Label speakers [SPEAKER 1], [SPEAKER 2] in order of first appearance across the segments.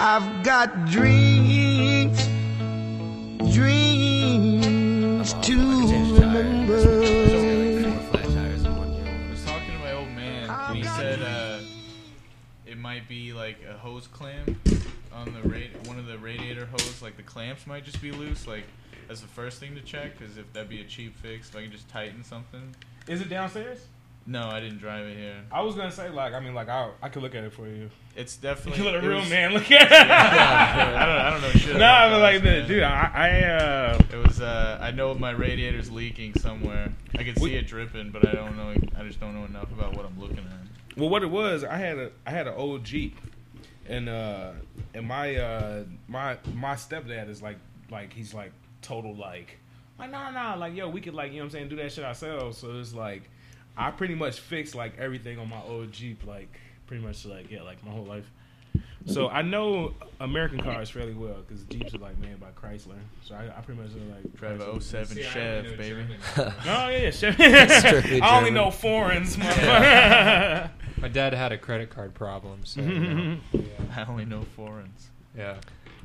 [SPEAKER 1] I've got dreams, dreams
[SPEAKER 2] Oh,
[SPEAKER 1] to remember.
[SPEAKER 3] I was talking to my old man, and he said uh, it might be like a hose clamp on the rad- one of the radiator hose, like the clamps might just be loose. Like that's the first thing to check, because if that'd be a cheap fix, if I can just tighten something.
[SPEAKER 4] Is it downstairs?
[SPEAKER 3] No, I didn't drive it here.
[SPEAKER 4] I was gonna say like I mean like I I could look at it for you.
[SPEAKER 3] It's definitely
[SPEAKER 4] You let a
[SPEAKER 3] it
[SPEAKER 4] real
[SPEAKER 3] was-
[SPEAKER 4] man look at
[SPEAKER 3] I don't, I don't know shit.
[SPEAKER 4] it.
[SPEAKER 3] about
[SPEAKER 4] nah, but like
[SPEAKER 3] those,
[SPEAKER 4] the,
[SPEAKER 3] man.
[SPEAKER 4] dude, I, I uh,
[SPEAKER 3] It was. Uh, I know my radiator's leaking somewhere. I can see it dripping, but I don't know. I just don't know enough about what I'm looking at.
[SPEAKER 4] well, what it was, I had a I had an old Jeep, and uh, and my uh my my stepdad is like like he's like total like like nah nah like yo we could like you know what I'm saying do that shit ourselves. So it's like I pretty much fixed like everything on my old Jeep like pretty much like yeah like my whole life. So I know American cars fairly well because Jeeps are like made by Chrysler. So I, I pretty much know like
[SPEAKER 3] Drive
[SPEAKER 4] Chrysler.
[SPEAKER 3] a 07
[SPEAKER 5] See, I
[SPEAKER 3] Chev,
[SPEAKER 5] only know
[SPEAKER 3] baby.
[SPEAKER 5] German.
[SPEAKER 4] Oh yeah, sure.
[SPEAKER 2] Strictly
[SPEAKER 4] I only
[SPEAKER 2] German.
[SPEAKER 4] know foreigns, motherfucker.
[SPEAKER 5] My dad had a credit card problem, so you know, yeah,
[SPEAKER 3] I only know foreigns.
[SPEAKER 5] yeah.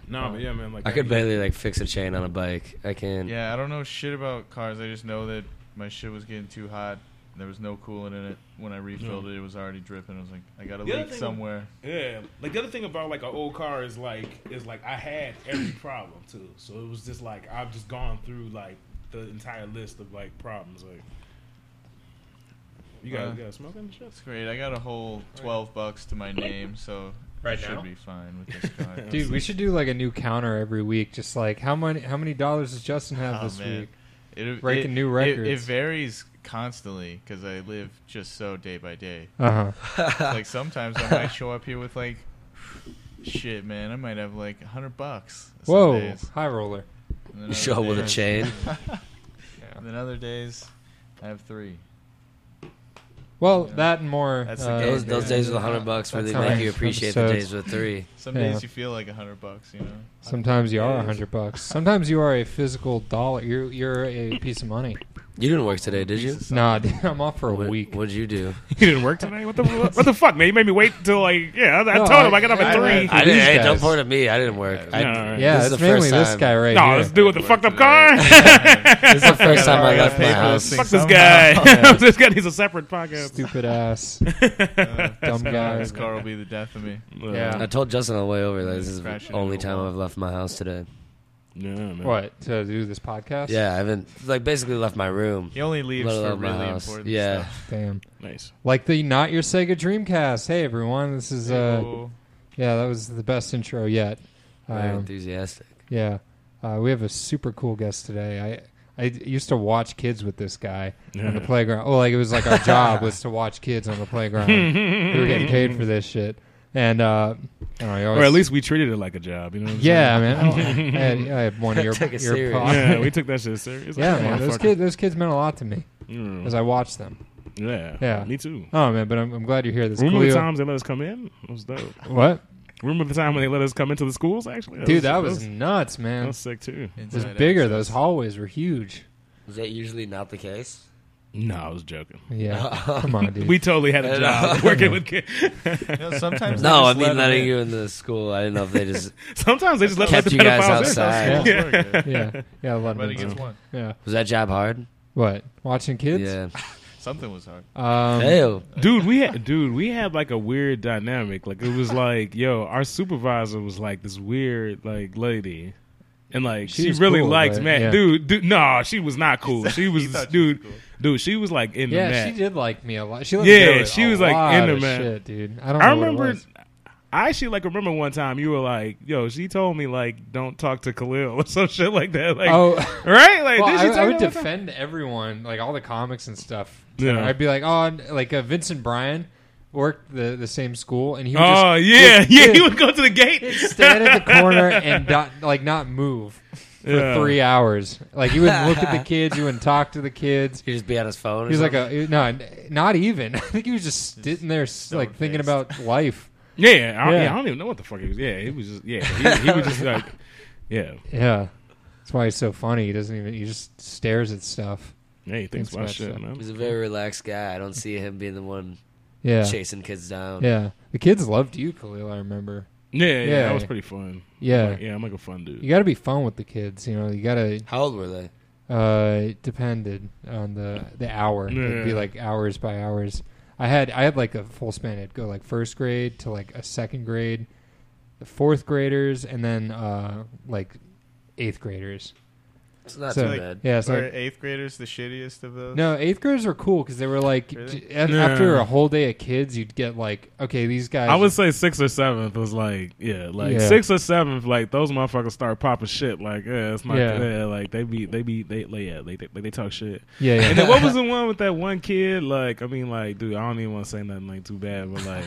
[SPEAKER 4] no, but yeah, man. Like
[SPEAKER 2] I could barely like fix a chain on a bike. I can.
[SPEAKER 3] Yeah, I don't know shit about cars. I just know that my shit was getting too hot. There was no coolant in it. When I
[SPEAKER 5] Hmm.
[SPEAKER 3] refilled it, it was already dripping. I was like, I got a
[SPEAKER 4] The other
[SPEAKER 3] leak
[SPEAKER 4] thing-
[SPEAKER 3] somewhere.
[SPEAKER 4] Yeah, like the other thing about like an old car is like is like I had every problem too, so it was just like I've just gone through like the entire list of like problems. Like you got
[SPEAKER 3] Uh,
[SPEAKER 4] you got smoking and shit.
[SPEAKER 3] It's great. I got a whole
[SPEAKER 4] Oh,
[SPEAKER 3] 12 bucks to my name, so I
[SPEAKER 5] Right
[SPEAKER 3] should
[SPEAKER 5] now?
[SPEAKER 3] be fine with this car.
[SPEAKER 5] Dude, we should do like a new counter every week. Just like how many how many dollars does Justin have
[SPEAKER 3] Oh,
[SPEAKER 5] this
[SPEAKER 3] man.
[SPEAKER 5] week?
[SPEAKER 3] It,
[SPEAKER 5] Breaking
[SPEAKER 3] it-
[SPEAKER 5] new
[SPEAKER 3] it- It,
[SPEAKER 5] records.
[SPEAKER 3] varies constantly because I live just so day by day.
[SPEAKER 5] Uh huh.
[SPEAKER 3] It's like sometimes I might show up here with like, shit, man, I might have like 100 bucks. some
[SPEAKER 5] Whoa,
[SPEAKER 3] days.
[SPEAKER 5] high roller.
[SPEAKER 3] And then
[SPEAKER 2] You
[SPEAKER 3] other
[SPEAKER 2] show up with a
[SPEAKER 3] days-
[SPEAKER 2] chain.
[SPEAKER 3] And then other days, I have three.
[SPEAKER 5] Well,
[SPEAKER 3] Yeah.
[SPEAKER 5] that and more.
[SPEAKER 3] That's the
[SPEAKER 5] uh,
[SPEAKER 3] game,
[SPEAKER 2] Those, those
[SPEAKER 3] man.
[SPEAKER 2] days with a hundred bucks really
[SPEAKER 5] That's how
[SPEAKER 2] make
[SPEAKER 5] I-
[SPEAKER 2] you appreciate the
[SPEAKER 5] so-
[SPEAKER 2] days with three.
[SPEAKER 3] Some
[SPEAKER 5] Yeah.
[SPEAKER 3] days you feel like a hundred bucks, you know.
[SPEAKER 5] Sometimes you are a
[SPEAKER 4] Yes.
[SPEAKER 5] hundred bucks. Sometimes you are a physical dollar. You're you're a piece of money.
[SPEAKER 2] You didn't work today, did you?
[SPEAKER 3] Piece of
[SPEAKER 5] Nah, dude, I'm off for a
[SPEAKER 2] What,
[SPEAKER 5] week.
[SPEAKER 2] what'd you do?
[SPEAKER 4] You didn't work tonight. What the what the fuck, man? You made me wait till like yeah. I,
[SPEAKER 5] No, told him I- I got up at I- three.
[SPEAKER 2] I didn't.
[SPEAKER 5] These
[SPEAKER 2] Hey, don't
[SPEAKER 5] guys.
[SPEAKER 2] point at me. I didn't work. I,
[SPEAKER 4] Yeah, all right.
[SPEAKER 5] Yeah,
[SPEAKER 2] this is
[SPEAKER 5] it's
[SPEAKER 2] the first
[SPEAKER 5] mainly this
[SPEAKER 2] time-
[SPEAKER 5] guy right here.
[SPEAKER 4] with
[SPEAKER 3] the fucked up car.
[SPEAKER 2] This is the first time
[SPEAKER 3] Gotta
[SPEAKER 2] I left
[SPEAKER 3] pay
[SPEAKER 2] Oh my
[SPEAKER 3] for
[SPEAKER 2] house.
[SPEAKER 3] this thing somehow.
[SPEAKER 4] this guy needs a separate podcast.
[SPEAKER 5] Stupid ass, dumb guy.
[SPEAKER 3] this car will be the death of me.
[SPEAKER 5] Yeah.
[SPEAKER 2] I told Justin on the way over that this is
[SPEAKER 3] Crashing
[SPEAKER 2] the
[SPEAKER 3] into
[SPEAKER 2] only
[SPEAKER 3] a
[SPEAKER 2] time
[SPEAKER 3] wall.
[SPEAKER 2] I've left my house today.
[SPEAKER 4] Yeah, man.
[SPEAKER 5] What to do this podcast?
[SPEAKER 2] Yeah, I haven't like basically left my room.
[SPEAKER 3] He only leaves
[SPEAKER 2] Let
[SPEAKER 3] for
[SPEAKER 2] alone my
[SPEAKER 3] really
[SPEAKER 2] house.
[SPEAKER 3] important
[SPEAKER 2] Yeah.
[SPEAKER 3] stuff.
[SPEAKER 5] Damn.
[SPEAKER 4] Nice.
[SPEAKER 5] Like the not your Sega Dreamcast. Hey everyone, this is uh
[SPEAKER 3] Cool.
[SPEAKER 5] yeah that was the best intro yet.
[SPEAKER 2] Very
[SPEAKER 5] Um,
[SPEAKER 2] enthusiastic.
[SPEAKER 5] yeah, uh, we have a super cool guest today. I I used to watch kids with this guy on the
[SPEAKER 4] Yeah.
[SPEAKER 5] playground. Oh, like it was like our job was to watch kids on the playground. we were getting paid for this shit, and uh, I don't know, you
[SPEAKER 4] Or
[SPEAKER 5] always-
[SPEAKER 4] at least we treated it like a job, you know? What I'm
[SPEAKER 5] yeah, man. I, had, I had one of your
[SPEAKER 2] Take it
[SPEAKER 5] your
[SPEAKER 2] serious.
[SPEAKER 5] pod-
[SPEAKER 4] saying?
[SPEAKER 5] yeah,
[SPEAKER 4] Yeah, we took that shit serious.
[SPEAKER 5] man. Those
[SPEAKER 4] Motherfucker.
[SPEAKER 5] kids those kids meant a lot to me
[SPEAKER 4] Mm.
[SPEAKER 5] as I watched them.
[SPEAKER 4] Yeah,
[SPEAKER 5] Yeah.
[SPEAKER 4] me too.
[SPEAKER 5] Oh man, but I'm, I'm glad you're here. This
[SPEAKER 4] Remember
[SPEAKER 5] Khalil-
[SPEAKER 4] the times they let us come in? It was dope.
[SPEAKER 5] what
[SPEAKER 4] Remember the time when they let us come into the schools? Actually,
[SPEAKER 5] dude? That was nuts,
[SPEAKER 4] that
[SPEAKER 5] man.
[SPEAKER 4] was sick too.
[SPEAKER 5] It was
[SPEAKER 3] Inside
[SPEAKER 5] bigger.
[SPEAKER 3] access.
[SPEAKER 5] Those hallways were huge.
[SPEAKER 2] Is that usually not the case?
[SPEAKER 4] No, I was joking.
[SPEAKER 5] Yeah, come on, dude.
[SPEAKER 4] We totally had a
[SPEAKER 2] And,
[SPEAKER 4] job
[SPEAKER 2] uh,
[SPEAKER 4] working with kids.
[SPEAKER 3] You know, sometimes they
[SPEAKER 2] No, I
[SPEAKER 3] just let
[SPEAKER 2] mean
[SPEAKER 3] 'em
[SPEAKER 2] letting
[SPEAKER 3] in.
[SPEAKER 2] you into the school. I didn't know if they just
[SPEAKER 4] Sometimes they just let like,
[SPEAKER 2] kept
[SPEAKER 4] the
[SPEAKER 2] you guys
[SPEAKER 4] pedophiles in.
[SPEAKER 2] outside.
[SPEAKER 3] Yeah. Work, dude.
[SPEAKER 5] yeah, yeah, a lot
[SPEAKER 3] Everybody
[SPEAKER 5] of
[SPEAKER 3] gets
[SPEAKER 5] them.
[SPEAKER 3] one.
[SPEAKER 5] Yeah,
[SPEAKER 2] Was that job hard?
[SPEAKER 5] what? Watching kids?
[SPEAKER 2] Yeah.
[SPEAKER 3] Something was hard.
[SPEAKER 5] Um,
[SPEAKER 2] Ew.
[SPEAKER 4] Dude, we had dude, we had like a weird dynamic. Like it was like, yo, our supervisor was like this weird like lady. And like
[SPEAKER 5] She
[SPEAKER 4] she,
[SPEAKER 5] was
[SPEAKER 4] really
[SPEAKER 5] cool,
[SPEAKER 4] liked
[SPEAKER 5] but,
[SPEAKER 4] Matt.
[SPEAKER 5] yeah.
[SPEAKER 4] Dude, dude, no, she was not cool. She was
[SPEAKER 3] He thought she was
[SPEAKER 4] dude,
[SPEAKER 3] cool.
[SPEAKER 4] dude, she was like in the
[SPEAKER 5] yeah,
[SPEAKER 4] mat.
[SPEAKER 5] she did like me a lot. She let
[SPEAKER 4] Yeah,
[SPEAKER 5] me do
[SPEAKER 4] she
[SPEAKER 5] a
[SPEAKER 4] was, like,
[SPEAKER 5] lot
[SPEAKER 4] in the
[SPEAKER 5] of
[SPEAKER 4] man.
[SPEAKER 5] shit, dude. I don't. Know
[SPEAKER 4] I
[SPEAKER 5] What it
[SPEAKER 4] remember.
[SPEAKER 5] was.
[SPEAKER 4] I actually like remember one time you were like, "Yo, she told me like don't talk to Khalil or some shit like that." Like,
[SPEAKER 5] oh,
[SPEAKER 4] right? Like,
[SPEAKER 5] well,
[SPEAKER 4] did she
[SPEAKER 5] I,
[SPEAKER 4] tell
[SPEAKER 5] I
[SPEAKER 4] you that one
[SPEAKER 5] would
[SPEAKER 4] time?
[SPEAKER 5] defend everyone, like all the comics and stuff.
[SPEAKER 4] Yeah.
[SPEAKER 5] I'd be like, oh, and, like uh, Vincent Bryan worked the the same school, and he would
[SPEAKER 4] Oh
[SPEAKER 5] just
[SPEAKER 4] yeah,
[SPEAKER 5] would-
[SPEAKER 4] yeah.
[SPEAKER 5] dude,
[SPEAKER 4] He would go to the gate.
[SPEAKER 5] he'd stand at the corner and not, like not move for
[SPEAKER 4] Yeah.
[SPEAKER 5] three hours. Like he wouldn't look at the kids, he wouldn't talk to the kids.
[SPEAKER 2] He just be on his phone. or
[SPEAKER 5] He was like
[SPEAKER 2] something?
[SPEAKER 5] a he- no, n- not even. I think he was just sitting there, s- like thinking about life.
[SPEAKER 4] Yeah, I,
[SPEAKER 5] Yeah.
[SPEAKER 4] yeah. I don't even know what the fuck he was. Yeah, he was just. Yeah, he, he was just like. Yeah,
[SPEAKER 5] Yeah, that's why he's so funny. He doesn't even. He just stares at stuff.
[SPEAKER 4] yeah. He thinks
[SPEAKER 5] Thanks
[SPEAKER 4] about
[SPEAKER 5] about
[SPEAKER 4] shit,
[SPEAKER 5] that.
[SPEAKER 4] man.
[SPEAKER 2] He's a very relaxed guy. I don't see him being the one
[SPEAKER 5] Yeah,
[SPEAKER 2] chasing kids down.
[SPEAKER 5] yeah. The kids loved you, Khalil. I remember.
[SPEAKER 4] Yeah, yeah,
[SPEAKER 5] Yeah.
[SPEAKER 4] that was pretty fun.
[SPEAKER 5] Yeah.
[SPEAKER 4] Oh, yeah, I'm like a fun dude.
[SPEAKER 5] You got to be fun with the kids, you know. You got to
[SPEAKER 2] How old were they?
[SPEAKER 5] uh it depended on the the hour. It'd be
[SPEAKER 4] Yeah.
[SPEAKER 5] like hours by hours. I had I had like a full span. It'd go like first grade to like a second grade, the fourth graders, and then uh like eighth graders.
[SPEAKER 2] It's not
[SPEAKER 5] So-
[SPEAKER 2] too
[SPEAKER 3] Like-
[SPEAKER 2] bad.
[SPEAKER 5] Yeah, so
[SPEAKER 3] Are
[SPEAKER 5] like,
[SPEAKER 3] eighth graders the shittiest of those?
[SPEAKER 5] no, eighth graders were cool because they were like
[SPEAKER 3] Really?
[SPEAKER 5] j- af- after
[SPEAKER 4] Yeah.
[SPEAKER 5] a whole day of kids, you'd get like okay, these guys.
[SPEAKER 4] I would say sixth or seventh was like, yeah, like
[SPEAKER 5] Yeah.
[SPEAKER 4] sixth or seventh, like those motherfuckers start popping shit. Like, yeah, it's not,
[SPEAKER 5] Yeah.
[SPEAKER 4] yeah, like they be, they be, they, like, yeah, they, they, they talk shit.
[SPEAKER 5] yeah, yeah.
[SPEAKER 4] And then what was the one with that one kid? Like, I mean, like, dude, I don't even want to say nothing like too bad, but like.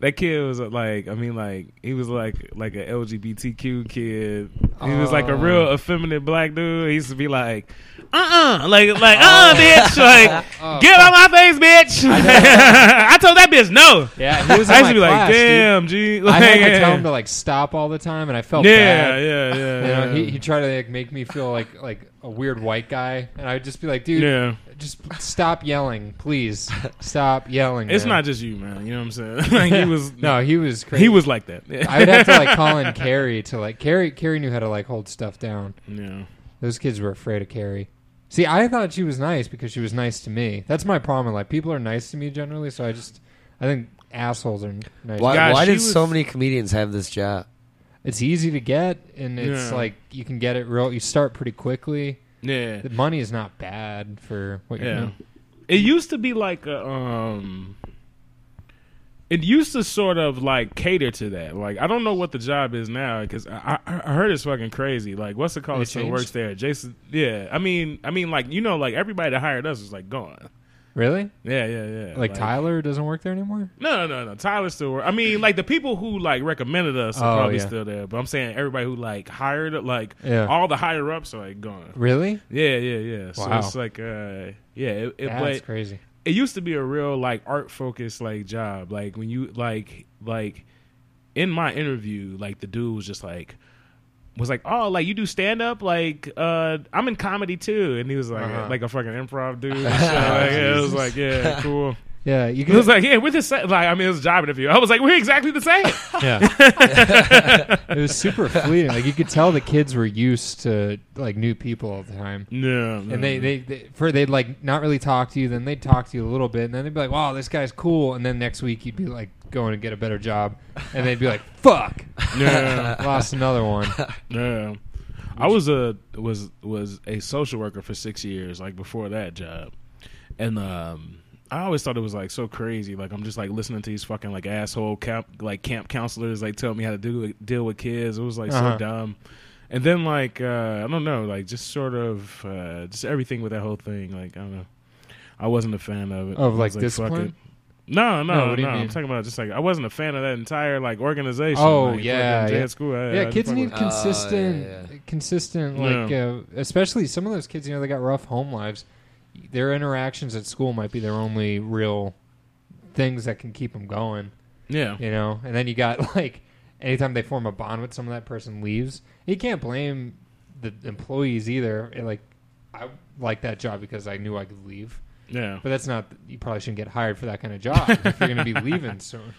[SPEAKER 4] That kid was like, I mean, like he was like like a LGBTQ kid. He was like a
[SPEAKER 5] Oh.
[SPEAKER 4] real effeminate black dude. He used to be like, uh, uh like like uh, uh bitch, like
[SPEAKER 5] Oh,
[SPEAKER 4] get out my face, bitch. I told that bitch no.
[SPEAKER 5] yeah, he was in
[SPEAKER 4] I used
[SPEAKER 5] my
[SPEAKER 4] to be
[SPEAKER 5] class,
[SPEAKER 4] like,
[SPEAKER 5] dude.
[SPEAKER 4] damn, G. Like,
[SPEAKER 5] I had to
[SPEAKER 4] yeah.
[SPEAKER 5] tell him to like stop all the time, and I felt
[SPEAKER 4] yeah,
[SPEAKER 5] bad.
[SPEAKER 4] yeah, yeah,
[SPEAKER 5] You know,
[SPEAKER 4] yeah.
[SPEAKER 5] he, he tried to like make me feel like like a weird white guy, and I'd just be like, dude,
[SPEAKER 4] Yeah.
[SPEAKER 5] just stop yelling, please, stop yelling.
[SPEAKER 4] It's
[SPEAKER 5] man."
[SPEAKER 4] not just you, man. You know what I'm saying? like, he was,
[SPEAKER 5] no, he was crazy.
[SPEAKER 4] he was like that. Yeah.
[SPEAKER 5] I would have to like call in Carrie to like Carrie. Carrie knew how to like hold stuff down.
[SPEAKER 4] yeah.
[SPEAKER 5] Those kids were afraid of Carrie. See, I thought she was nice because she was nice to me. That's my problem. Like people are nice to me generally, so I just I think assholes are nice.
[SPEAKER 2] Why,
[SPEAKER 4] Gosh,
[SPEAKER 2] why
[SPEAKER 4] she
[SPEAKER 2] did so
[SPEAKER 4] was-
[SPEAKER 2] many comedians have this job?
[SPEAKER 5] It's easy to get, and it's
[SPEAKER 4] Yeah.
[SPEAKER 5] like you can get it real. You start pretty quickly.
[SPEAKER 4] Yeah.
[SPEAKER 5] The money is not bad for what you're
[SPEAKER 4] Yeah.
[SPEAKER 5] doing.
[SPEAKER 4] It used to be like a um it used to sort of like cater to that. Like I don't know what the job is now because I, I I heard it's fucking crazy. Like what's the
[SPEAKER 5] It
[SPEAKER 4] college that
[SPEAKER 5] changed?
[SPEAKER 4] works there? Jason. Yeah, I mean, I mean, like you know, like everybody that hired us is like gone.
[SPEAKER 5] Really?
[SPEAKER 4] Yeah, yeah, yeah.
[SPEAKER 5] Like, Tyler doesn't work there anymore?
[SPEAKER 4] No, no, no. Tyler's still. wor- I mean, like the people who like recommended us are
[SPEAKER 5] Oh,
[SPEAKER 4] probably
[SPEAKER 5] yeah.
[SPEAKER 4] still there. But I'm saying everybody who like hired, like
[SPEAKER 5] Yeah.
[SPEAKER 4] all the higher ups are like gone.
[SPEAKER 5] Really?
[SPEAKER 4] Yeah, yeah, yeah. So
[SPEAKER 5] Wow.
[SPEAKER 4] it's like, uh, yeah, it, it,
[SPEAKER 5] That's
[SPEAKER 4] but
[SPEAKER 5] crazy.
[SPEAKER 4] it used to be a real like art focused like job. Like when you like like in my interview, like the dude was just like was like, Oh, like you do stand up? Like uh I'm in comedy too and he was like
[SPEAKER 5] Uh-huh.
[SPEAKER 4] like a fucking improv dude and shit. like, it was like, Yeah, cool.
[SPEAKER 5] Yeah, you
[SPEAKER 4] He
[SPEAKER 5] can.
[SPEAKER 4] was like, Yeah, we're the same like I mean it was a job interview. I was like, We're exactly the same.
[SPEAKER 5] yeah. it was super fleeting. Like you could tell the kids were used to like new people all the time.
[SPEAKER 4] no, no.
[SPEAKER 5] And they, they, they for they'd like not really talk to you, then they'd talk to you a little bit, and then they'd be like, "Wow, this guy's cool," and then next week you'd be like going to get a better job, and they'd be like, "Fuck,
[SPEAKER 4] no.
[SPEAKER 5] lost another one."
[SPEAKER 4] Yeah. I was a was was a social worker for six years, like before that job, and um, I always thought it was like so crazy. Like I'm just like listening to these fucking like asshole camp like camp counselors like tell me how to do deal with kids. It was like
[SPEAKER 5] Uh-huh.
[SPEAKER 4] so dumb. And then like uh, I don't know, like just sort of uh, just everything with that whole thing. Like I don't know, I wasn't a fan of it.
[SPEAKER 5] Of,
[SPEAKER 4] I was
[SPEAKER 5] like,
[SPEAKER 4] fuck
[SPEAKER 5] discipline?
[SPEAKER 4] it. No, no,
[SPEAKER 5] No,
[SPEAKER 4] no.
[SPEAKER 5] what do you mean?
[SPEAKER 4] I'm talking about just like I wasn't a fan of that entire like organization.
[SPEAKER 5] Oh,
[SPEAKER 4] like,
[SPEAKER 5] yeah,
[SPEAKER 4] fucking
[SPEAKER 5] yeah.
[SPEAKER 4] J at school. I- I
[SPEAKER 5] Yeah,
[SPEAKER 4] didn't
[SPEAKER 5] kids
[SPEAKER 4] fuck
[SPEAKER 5] need
[SPEAKER 4] with-
[SPEAKER 2] Oh, yeah,
[SPEAKER 5] consistent,
[SPEAKER 2] yeah.
[SPEAKER 5] consistent. Like, uh, especially some of those kids, you know, they got rough home lives. Their interactions at school might be their only real things that can keep them going.
[SPEAKER 4] yeah,
[SPEAKER 5] You know, and then you got like, anytime they form a bond with someone, that person leaves. You can't blame the employees either. And, like, I like that job because I knew I could leave,
[SPEAKER 4] yeah.
[SPEAKER 5] but that's not. You probably shouldn't get hired for that kind of job if you're going to be leaving soon.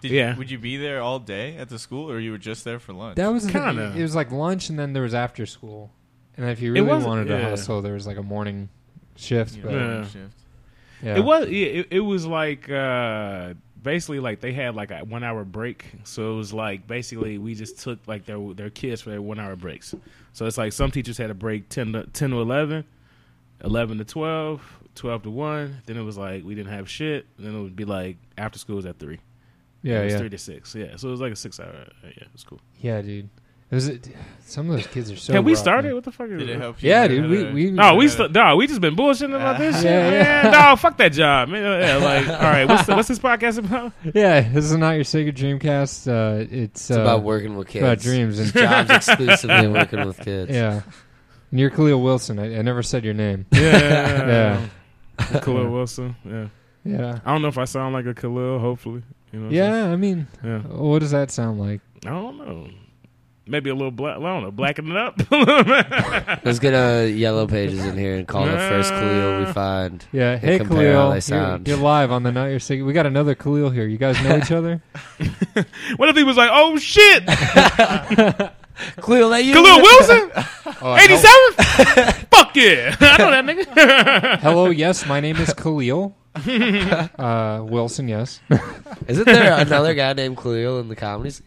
[SPEAKER 3] Did
[SPEAKER 4] Yeah.
[SPEAKER 3] You, would you be there all day at the school, or you were just there for lunch?
[SPEAKER 5] That was kind
[SPEAKER 4] Kinda.
[SPEAKER 5] of. It was like lunch, and then there was after school, and if you really
[SPEAKER 4] wasn't-
[SPEAKER 5] wanted to
[SPEAKER 4] yeah.
[SPEAKER 5] hustle, there was like a morning shift. But, yeah.
[SPEAKER 4] Yeah.
[SPEAKER 3] morning shift.
[SPEAKER 4] It was yeah, it, it was like uh basically like they had like a one hour break. So it was like basically we just took like their their kids for their one hour breaks. So it's like some teachers had a break 10 to, 10 to 11, 11 to 12, 12 to 1. Then it was like we didn't have shit. Then it would be like after school was at 3.
[SPEAKER 5] yeah,
[SPEAKER 4] it was
[SPEAKER 5] yeah,
[SPEAKER 4] 3 to 6. Yeah. So it was like a 6 hour. uh, Yeah, it was cool.
[SPEAKER 5] yeah, dude. It was. it- Some of those kids are so.
[SPEAKER 4] Have we
[SPEAKER 5] rough,
[SPEAKER 4] started?
[SPEAKER 5] man.
[SPEAKER 4] What the fuck is
[SPEAKER 3] Did it
[SPEAKER 4] it?
[SPEAKER 3] help you?
[SPEAKER 5] Yeah,
[SPEAKER 3] learn
[SPEAKER 5] dude.
[SPEAKER 3] how
[SPEAKER 5] We
[SPEAKER 3] to-
[SPEAKER 5] we.
[SPEAKER 4] No, we st- no, we just been bullshitting about this shit,
[SPEAKER 5] Yeah, yeah.
[SPEAKER 4] man. No, fuck that job, man. Yeah, like, all right, what's the, what's this podcast about?
[SPEAKER 5] yeah, this is not your sacred dreamcast. Uh, it's,
[SPEAKER 2] It's
[SPEAKER 5] uh,
[SPEAKER 2] about working with
[SPEAKER 5] it's
[SPEAKER 2] kids.
[SPEAKER 5] about dreams and
[SPEAKER 2] Jobs exclusively working with kids.
[SPEAKER 5] yeah. And you're Khalil Wilson. I, I never said your name.
[SPEAKER 4] Yeah. Khalil Wilson. Yeah.
[SPEAKER 5] Yeah.
[SPEAKER 4] I don't know if I sound like a Khalil, hopefully. You know what I'm
[SPEAKER 5] Yeah, I mean,
[SPEAKER 4] saying?
[SPEAKER 5] what does that sound like?
[SPEAKER 4] Yeah. I don't know. Maybe a little black. I don't know. Blacken it up.
[SPEAKER 2] Let's get a yellow pages in here and call the first Khalil we find.
[SPEAKER 5] Yeah, hey
[SPEAKER 2] compare how
[SPEAKER 5] Khalil,
[SPEAKER 2] they
[SPEAKER 5] you're-
[SPEAKER 2] sound.
[SPEAKER 5] You're, live on the night you're sick. We got another Khalil here. You guys know each other?
[SPEAKER 4] what if he was like, "Oh shit,
[SPEAKER 2] Khalil, that you?
[SPEAKER 4] Khalil Wilson,
[SPEAKER 5] Oh, I-
[SPEAKER 4] eighty-seven? Fuck yeah, I know that nigga."
[SPEAKER 5] Hello, yes, my name is Khalil. uh, Wilson, yes.
[SPEAKER 2] Isn't there another guy named Khalil in the comedy scene?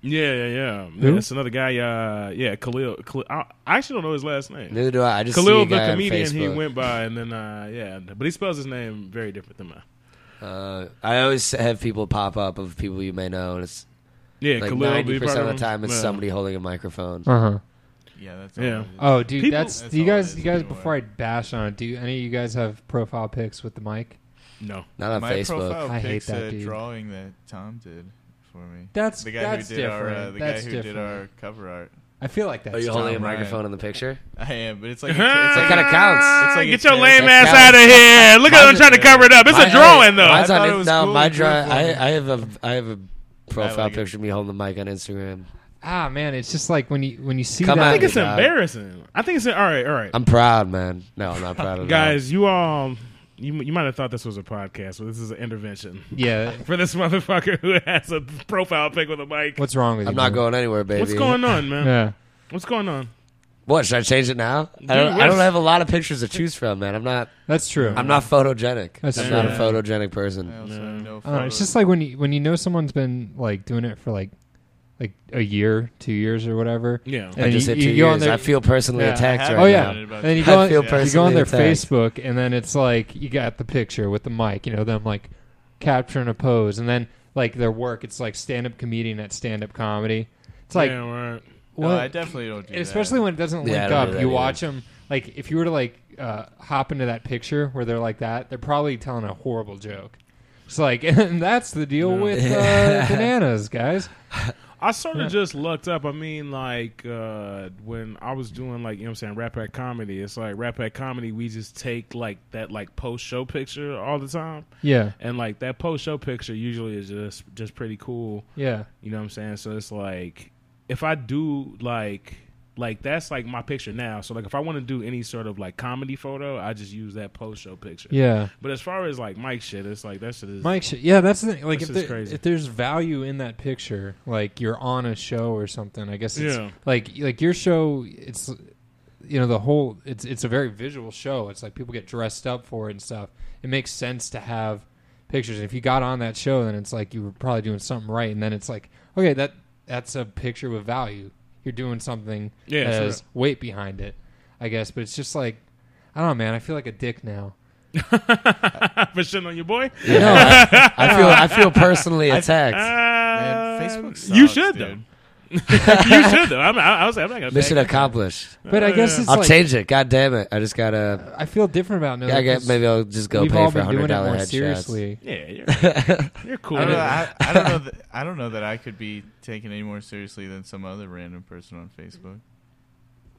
[SPEAKER 4] yeah, yeah, yeah.
[SPEAKER 5] Who?
[SPEAKER 4] That's another guy. Uh, yeah, Khalil. Khalil I, I actually don't know his last name.
[SPEAKER 2] Neither do I. I just see
[SPEAKER 4] Khalil,
[SPEAKER 2] a
[SPEAKER 4] the
[SPEAKER 2] guy on
[SPEAKER 4] comedian, he
[SPEAKER 2] Facebook.
[SPEAKER 4] went by, and then uh, yeah, but he spells his name very different than mine.
[SPEAKER 2] Uh, I always have people pop up of people you may know, and it's
[SPEAKER 4] Yeah,
[SPEAKER 2] like
[SPEAKER 4] Khalil.
[SPEAKER 2] ninety
[SPEAKER 4] we
[SPEAKER 2] percent
[SPEAKER 4] brought
[SPEAKER 2] of
[SPEAKER 4] him-
[SPEAKER 2] the time it's
[SPEAKER 4] yeah.
[SPEAKER 2] somebody holding a microphone.
[SPEAKER 5] Uh huh.
[SPEAKER 3] Yeah, that's
[SPEAKER 4] Yeah.
[SPEAKER 3] all.
[SPEAKER 5] Oh, dude,
[SPEAKER 4] People-
[SPEAKER 5] that's,
[SPEAKER 3] That's
[SPEAKER 5] you
[SPEAKER 3] all it
[SPEAKER 5] guys.
[SPEAKER 3] is
[SPEAKER 5] You guys,
[SPEAKER 3] anyway.
[SPEAKER 5] before I bash on it, do you, any of you guys have profile pics with the mic?
[SPEAKER 4] No,
[SPEAKER 2] Not on
[SPEAKER 3] My
[SPEAKER 2] Facebook.
[SPEAKER 3] profile
[SPEAKER 5] I hate
[SPEAKER 3] picks
[SPEAKER 5] that
[SPEAKER 3] a
[SPEAKER 5] dude.
[SPEAKER 3] drawing that Tom did for me.
[SPEAKER 5] That's
[SPEAKER 3] The guy
[SPEAKER 5] that's
[SPEAKER 3] who did
[SPEAKER 5] different.
[SPEAKER 3] our uh, the
[SPEAKER 5] that's
[SPEAKER 3] guy who
[SPEAKER 5] different.
[SPEAKER 3] did our cover art.
[SPEAKER 5] I feel like that's
[SPEAKER 2] Are you holding a
[SPEAKER 5] dumb.
[SPEAKER 3] Ryan.
[SPEAKER 2] microphone in the picture?
[SPEAKER 3] I am, but it's like a, it's
[SPEAKER 2] That
[SPEAKER 3] like
[SPEAKER 2] kinda counts.
[SPEAKER 3] It's like
[SPEAKER 4] Ah, get
[SPEAKER 3] a
[SPEAKER 4] your lame
[SPEAKER 2] That
[SPEAKER 4] ass
[SPEAKER 2] counts.
[SPEAKER 4] out of here. Look at
[SPEAKER 3] Mine
[SPEAKER 4] him trying to
[SPEAKER 3] is-
[SPEAKER 4] cover it up. It's a
[SPEAKER 2] My-
[SPEAKER 4] drawing though.
[SPEAKER 2] Mine's
[SPEAKER 3] I
[SPEAKER 2] on
[SPEAKER 3] thought
[SPEAKER 2] it-
[SPEAKER 3] it was
[SPEAKER 2] no,
[SPEAKER 3] cool
[SPEAKER 2] my
[SPEAKER 3] and
[SPEAKER 2] draw.
[SPEAKER 3] good for
[SPEAKER 2] I,
[SPEAKER 3] me.
[SPEAKER 2] I have a I have a profile
[SPEAKER 3] like it.
[SPEAKER 2] picture of me holding the mic on Instagram.
[SPEAKER 5] Ah, man, it's just like when you when you see
[SPEAKER 2] Come
[SPEAKER 5] that.
[SPEAKER 2] at
[SPEAKER 4] I think
[SPEAKER 2] me,
[SPEAKER 4] it's
[SPEAKER 2] dog.
[SPEAKER 4] embarrassing. I think it's all right. All right,
[SPEAKER 2] I'm proud, man. No, I'm not proud of
[SPEAKER 4] guys. You all, you you might have thought this was a podcast, but this is an intervention
[SPEAKER 5] yeah,
[SPEAKER 4] for this motherfucker who has a profile pic with a mic.
[SPEAKER 5] what's wrong with you?
[SPEAKER 2] I'm
[SPEAKER 5] man?
[SPEAKER 2] not going anywhere, baby.
[SPEAKER 4] What's going on, man?
[SPEAKER 5] Yeah.
[SPEAKER 4] What's going on?
[SPEAKER 2] What should I change it now? I don't. I
[SPEAKER 4] what's-
[SPEAKER 2] don't have a lot of pictures to choose from, man. I'm not.
[SPEAKER 5] That's true.
[SPEAKER 2] I'm not photogenic.
[SPEAKER 5] That's
[SPEAKER 2] I'm
[SPEAKER 5] true.
[SPEAKER 2] not a photogenic person.
[SPEAKER 3] I also have no
[SPEAKER 5] I don't know, Uh, it's
[SPEAKER 3] photos.
[SPEAKER 5] just like when you when you know someone's been like doing it for like like a year, two years, or whatever.
[SPEAKER 4] Yeah.
[SPEAKER 2] I
[SPEAKER 5] And
[SPEAKER 2] just
[SPEAKER 5] you-
[SPEAKER 2] hit two
[SPEAKER 5] you go on
[SPEAKER 2] years.
[SPEAKER 5] there-
[SPEAKER 2] I feel personally
[SPEAKER 5] Yeah, I
[SPEAKER 2] attacked
[SPEAKER 3] have-
[SPEAKER 2] right
[SPEAKER 5] Oh yeah,
[SPEAKER 2] now.
[SPEAKER 3] Right about
[SPEAKER 5] and then you
[SPEAKER 2] that.
[SPEAKER 5] go,
[SPEAKER 2] I
[SPEAKER 5] on,
[SPEAKER 2] feel
[SPEAKER 5] you go on
[SPEAKER 2] personally
[SPEAKER 5] their
[SPEAKER 2] attacked.
[SPEAKER 5] Facebook, and then it's like you got the picture with the mic, you know, them like capturing a pose, and then like their work. It's like stand up comedian at stand up comedy. It's like
[SPEAKER 4] Yeah, right.
[SPEAKER 5] what,
[SPEAKER 3] No, I definitely don't do
[SPEAKER 5] and especially
[SPEAKER 3] that.
[SPEAKER 5] when it doesn't
[SPEAKER 2] Yeah, I
[SPEAKER 5] link
[SPEAKER 2] don't
[SPEAKER 5] up.
[SPEAKER 2] do
[SPEAKER 5] You
[SPEAKER 2] that either.
[SPEAKER 5] watch them like if you were to like uh, hop into that picture where they're like that, they're probably telling a horrible joke. It's like, and that's the deal with uh, bananas, guys.
[SPEAKER 4] I sort of just lucked up. I mean, like, uh, when I was doing, like, you know what I'm saying, Rap Pack Comedy, it's like Rap Pack Comedy, we just take, like, that, like, post show picture all the time.
[SPEAKER 5] Yeah,
[SPEAKER 4] And, like, that post show picture usually is just, just pretty cool.
[SPEAKER 5] yeah.
[SPEAKER 4] You know what I'm saying? So it's like, if I do, like, like, that's, like, my picture now. So, like, if I want to do any sort of, like, comedy photo, I just use that post show picture.
[SPEAKER 5] Yeah,
[SPEAKER 4] But as far as, like, Mike shit, it's like, that shit is.
[SPEAKER 5] Mike. Sh- yeah, that's the thing. Like,
[SPEAKER 4] This
[SPEAKER 5] if,
[SPEAKER 4] is
[SPEAKER 5] there-
[SPEAKER 4] crazy.
[SPEAKER 5] if there's value in that picture, like you're on a show or something, I guess. It's,
[SPEAKER 4] Yeah.
[SPEAKER 5] Like, like your show, it's you know the whole. It's it's a very visual show. It's like people get dressed up for it and stuff. It makes sense to have pictures. And if you got on that show, then it's like you were probably doing something right. And then it's like, okay, that that's a picture with value. You're doing something
[SPEAKER 4] Yeah,
[SPEAKER 5] that
[SPEAKER 4] sure.
[SPEAKER 5] has weight behind it, I guess. But it's just like, I don't know, man. I feel like a dick now.
[SPEAKER 4] For shitting on your boy?
[SPEAKER 2] Yeah, I, I feel. I feel personally attacked.
[SPEAKER 3] Man,
[SPEAKER 5] uh,
[SPEAKER 4] Um,
[SPEAKER 3] Facebook
[SPEAKER 4] You
[SPEAKER 3] sucks,
[SPEAKER 4] should,
[SPEAKER 3] dude.
[SPEAKER 4] though. you should though. I'm, I, I was, I'm not gonna.
[SPEAKER 2] Mission
[SPEAKER 4] back-
[SPEAKER 2] accomplished.
[SPEAKER 5] But I
[SPEAKER 4] Oh,
[SPEAKER 5] guess
[SPEAKER 4] yeah.
[SPEAKER 5] it's
[SPEAKER 2] I'll
[SPEAKER 5] like
[SPEAKER 2] change it. God damn it! I just gotta.
[SPEAKER 5] I feel different about no.
[SPEAKER 2] I guess maybe I'll just go
[SPEAKER 5] we've
[SPEAKER 2] pay
[SPEAKER 5] all
[SPEAKER 2] for
[SPEAKER 5] been
[SPEAKER 2] hundred
[SPEAKER 5] doing it
[SPEAKER 2] dollar
[SPEAKER 5] more
[SPEAKER 2] headshots.
[SPEAKER 5] seriously.
[SPEAKER 4] Yeah, you're, you're cool.
[SPEAKER 3] I don't, know, I, I don't know. That, I don't know that I could be taken any more seriously than some other random person on Facebook.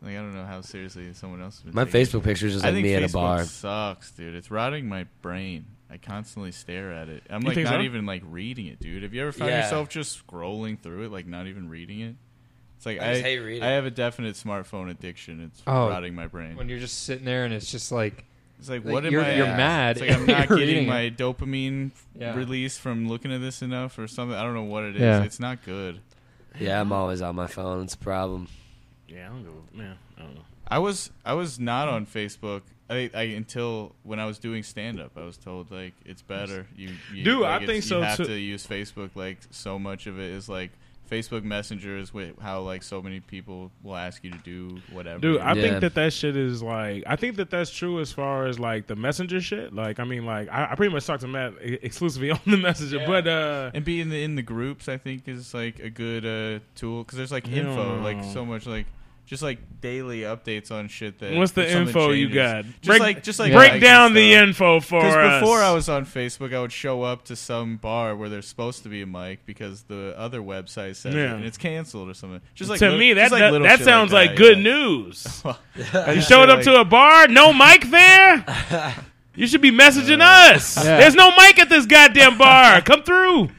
[SPEAKER 3] Like I don't know how seriously someone else. Has been
[SPEAKER 2] My
[SPEAKER 3] taking it.
[SPEAKER 2] Facebook picture is just
[SPEAKER 3] I
[SPEAKER 2] like
[SPEAKER 3] think
[SPEAKER 2] me
[SPEAKER 3] Facebook
[SPEAKER 2] at a bar.
[SPEAKER 3] sucks, dude. It's rotting my brain. I constantly stare at it. I'm
[SPEAKER 4] You
[SPEAKER 3] like
[SPEAKER 4] think
[SPEAKER 3] not
[SPEAKER 4] so?
[SPEAKER 3] even like reading it, dude. Have you ever found
[SPEAKER 2] Yeah.
[SPEAKER 3] yourself just scrolling through it, like not even reading it? It's like
[SPEAKER 2] I
[SPEAKER 3] I,
[SPEAKER 2] just hate reading.
[SPEAKER 3] I have a definite smartphone addiction. It's
[SPEAKER 5] Oh.
[SPEAKER 3] rotting my brain.
[SPEAKER 5] When you're just sitting there and it's just like,
[SPEAKER 3] It's like,
[SPEAKER 5] Like,
[SPEAKER 3] what am
[SPEAKER 5] you're-
[SPEAKER 3] I?
[SPEAKER 5] you're
[SPEAKER 3] at?
[SPEAKER 5] mad
[SPEAKER 3] It's like I'm not
[SPEAKER 5] you're reading
[SPEAKER 3] getting
[SPEAKER 5] it.
[SPEAKER 3] my dopamine
[SPEAKER 5] Yeah.
[SPEAKER 3] release from looking at this enough or something. I don't know what it is.
[SPEAKER 5] Yeah.
[SPEAKER 3] It's not good.
[SPEAKER 2] Yeah, I'm always on my phone. It's a problem.
[SPEAKER 4] yeah, I don't go. Man, I don't know.
[SPEAKER 3] I was I was not on Facebook. I, I until when I was doing stand up, I was told like it's better. You, you
[SPEAKER 4] Dude,
[SPEAKER 3] like,
[SPEAKER 4] I
[SPEAKER 3] it's-
[SPEAKER 4] think so,
[SPEAKER 3] You have
[SPEAKER 4] too.
[SPEAKER 3] to use Facebook. Like so much of it is like Facebook Messenger is with how like so many people will ask you to do whatever.
[SPEAKER 4] Dude, I
[SPEAKER 2] Yeah.
[SPEAKER 4] think that that shit is like. I think that that's true as far as like the messenger shit. Like, I mean, like I, I pretty much talk to Matt e- exclusively on the messenger. But uh,
[SPEAKER 3] and being in the, in the groups i think is like a good uh tool because there's like
[SPEAKER 4] Yeah.
[SPEAKER 3] info like so much like just like daily updates on shit that
[SPEAKER 4] what's the
[SPEAKER 3] if something
[SPEAKER 4] info you
[SPEAKER 3] changes.
[SPEAKER 4] got?
[SPEAKER 3] just
[SPEAKER 4] break,
[SPEAKER 3] like just like
[SPEAKER 4] break down the
[SPEAKER 3] info.
[SPEAKER 4] info for
[SPEAKER 3] Because
[SPEAKER 4] us.
[SPEAKER 3] before I was on Facebook, I would show up to some bar where there's supposed to be a mic because the other website says
[SPEAKER 4] Yeah.
[SPEAKER 3] it and it's canceled or something. Just like
[SPEAKER 4] to
[SPEAKER 3] lit-
[SPEAKER 4] me that
[SPEAKER 3] just like
[SPEAKER 4] that,
[SPEAKER 3] little
[SPEAKER 4] that
[SPEAKER 3] shit
[SPEAKER 4] sounds
[SPEAKER 3] like,
[SPEAKER 4] like,
[SPEAKER 3] that,
[SPEAKER 4] good
[SPEAKER 3] yeah.
[SPEAKER 4] news.
[SPEAKER 3] I
[SPEAKER 4] you
[SPEAKER 3] just
[SPEAKER 4] showed
[SPEAKER 3] say,
[SPEAKER 4] up
[SPEAKER 3] like,
[SPEAKER 4] to a bar, no mic there. You should be messaging us.
[SPEAKER 3] Uh,
[SPEAKER 5] Yeah.
[SPEAKER 4] There's no mic at this goddamn bar. Come through.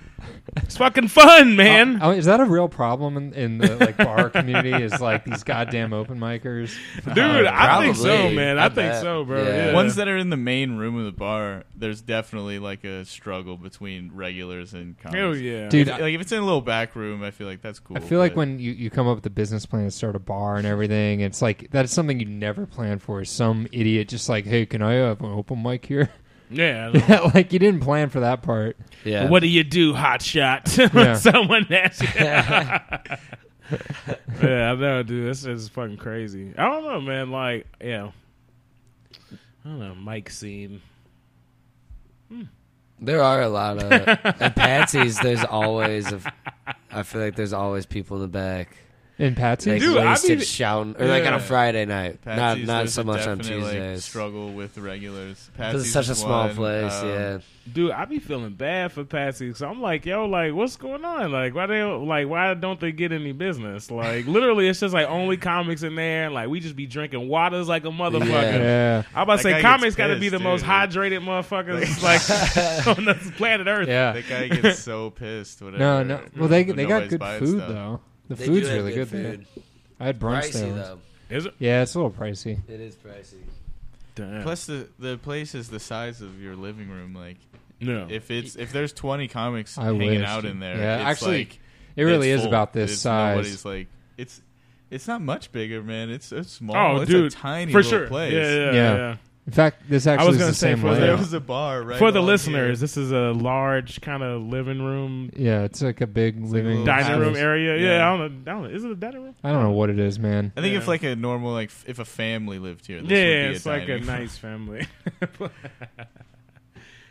[SPEAKER 4] It's fucking fun,
[SPEAKER 2] Uh,
[SPEAKER 4] man.
[SPEAKER 5] Oh, is that a real problem in, in the like bar community? Is like these goddamn open micers?
[SPEAKER 4] Dude, I think so,
[SPEAKER 2] uh, probably.
[SPEAKER 4] man. I,
[SPEAKER 2] I
[SPEAKER 4] think
[SPEAKER 2] bet.
[SPEAKER 4] so, bro.
[SPEAKER 2] Yeah.
[SPEAKER 4] Yeah.
[SPEAKER 3] Ones that are in the main room of the bar, there's definitely like a struggle between regulars and comics.
[SPEAKER 4] Hell Oh, yeah.
[SPEAKER 5] Dude,
[SPEAKER 3] If- like if it's in a little back room, I feel like that's cool.
[SPEAKER 5] I feel like
[SPEAKER 3] but-
[SPEAKER 5] when you, you come up with a business plan to start a bar and everything, it's like that's something you never plan for. Is Some idiot just like, hey, can I have an open mic here?
[SPEAKER 4] Yeah.
[SPEAKER 5] like you didn't plan for that part.
[SPEAKER 2] Yeah.
[SPEAKER 4] What do you do, hot shot?
[SPEAKER 5] Yeah.
[SPEAKER 4] Someone asks you. yeah, I know, dude. This is fucking crazy. I don't know, man. Like, yeah. I don't know, Mike scene.
[SPEAKER 2] There are a lot of at Patsy's. There's always a f I feel like there's always people in the back.
[SPEAKER 5] And Patsy,
[SPEAKER 2] Like
[SPEAKER 4] Dude, I
[SPEAKER 2] wasted
[SPEAKER 4] mean-
[SPEAKER 2] shouting, or like on
[SPEAKER 3] Yeah.
[SPEAKER 2] a Friday night,
[SPEAKER 3] Patsy's,
[SPEAKER 2] not not
[SPEAKER 3] there's
[SPEAKER 2] so
[SPEAKER 3] a
[SPEAKER 2] much on
[SPEAKER 3] definite, like,
[SPEAKER 2] Tuesdays.
[SPEAKER 3] struggle with the regulars.
[SPEAKER 2] Because
[SPEAKER 3] Patsy's
[SPEAKER 2] it's such a
[SPEAKER 3] is
[SPEAKER 2] small
[SPEAKER 3] one,
[SPEAKER 2] place.
[SPEAKER 3] um,
[SPEAKER 2] yeah.
[SPEAKER 4] Dude, I be feeling bad for Patsy. So I'm like, yo, like, what's going on? Like, why they like why don't they get any business? Like, literally, it's just like only comics in there. and, Like, we just be drinking waters like a motherfucker.
[SPEAKER 5] yeah,
[SPEAKER 4] I'm about
[SPEAKER 3] That
[SPEAKER 4] to say
[SPEAKER 3] guy gets
[SPEAKER 4] comics got to be
[SPEAKER 3] pissed,
[SPEAKER 4] the most
[SPEAKER 3] dude.
[SPEAKER 4] hydrated motherfuckers like on this planet Earth.
[SPEAKER 5] yeah.
[SPEAKER 3] That guy gets so pissed. Whatever.
[SPEAKER 5] No, no. Well, they
[SPEAKER 3] when
[SPEAKER 5] they
[SPEAKER 3] nobody's
[SPEAKER 5] got good
[SPEAKER 3] buying
[SPEAKER 5] food
[SPEAKER 3] stuff.
[SPEAKER 5] though. The
[SPEAKER 2] They do
[SPEAKER 5] food's
[SPEAKER 2] have
[SPEAKER 5] really good, there.
[SPEAKER 2] food.
[SPEAKER 5] I had brunch there.
[SPEAKER 2] Pricey
[SPEAKER 5] once.
[SPEAKER 2] though.
[SPEAKER 4] Is it?
[SPEAKER 5] Yeah, it's a little pricey.
[SPEAKER 2] It is pricey.
[SPEAKER 4] Damn.
[SPEAKER 3] Plus, the the place is the size of your living room. Like,
[SPEAKER 4] no.
[SPEAKER 3] if it's if there's 20 comics
[SPEAKER 5] I
[SPEAKER 3] hanging
[SPEAKER 5] wish.
[SPEAKER 3] out in there,
[SPEAKER 5] Yeah,
[SPEAKER 3] it's
[SPEAKER 5] actually,
[SPEAKER 3] like,
[SPEAKER 5] It really
[SPEAKER 3] it's
[SPEAKER 5] is
[SPEAKER 3] full.
[SPEAKER 5] about this
[SPEAKER 3] It's-
[SPEAKER 5] size.
[SPEAKER 3] Nobody's like it's. It's not much bigger, man. It's it's small.
[SPEAKER 4] Oh,
[SPEAKER 3] it's
[SPEAKER 4] dude,
[SPEAKER 3] a tiny
[SPEAKER 4] for
[SPEAKER 3] little
[SPEAKER 4] sure.
[SPEAKER 3] place.
[SPEAKER 4] Yeah, yeah,
[SPEAKER 5] Yeah.
[SPEAKER 4] yeah.
[SPEAKER 5] In fact, this actually
[SPEAKER 4] was
[SPEAKER 5] is
[SPEAKER 4] gonna
[SPEAKER 5] the
[SPEAKER 4] say
[SPEAKER 5] same
[SPEAKER 4] for the-
[SPEAKER 3] There
[SPEAKER 5] layout.
[SPEAKER 3] was a bar right
[SPEAKER 4] For the
[SPEAKER 3] along
[SPEAKER 4] listeners,
[SPEAKER 3] here.
[SPEAKER 4] this is a large kind of living room,
[SPEAKER 5] Yeah, it's like a big living
[SPEAKER 3] little
[SPEAKER 4] dining room
[SPEAKER 5] space.
[SPEAKER 4] area. Yeah,
[SPEAKER 3] Yeah.
[SPEAKER 4] I don't know. I don't know. Is it a dining room?
[SPEAKER 5] I don't know what it is, man.
[SPEAKER 3] I think
[SPEAKER 4] Yeah.
[SPEAKER 3] if like a normal like f- if a family lived here, this
[SPEAKER 4] yeah,
[SPEAKER 3] would be
[SPEAKER 4] it's
[SPEAKER 3] a
[SPEAKER 4] like a
[SPEAKER 3] dining room.
[SPEAKER 4] nice family.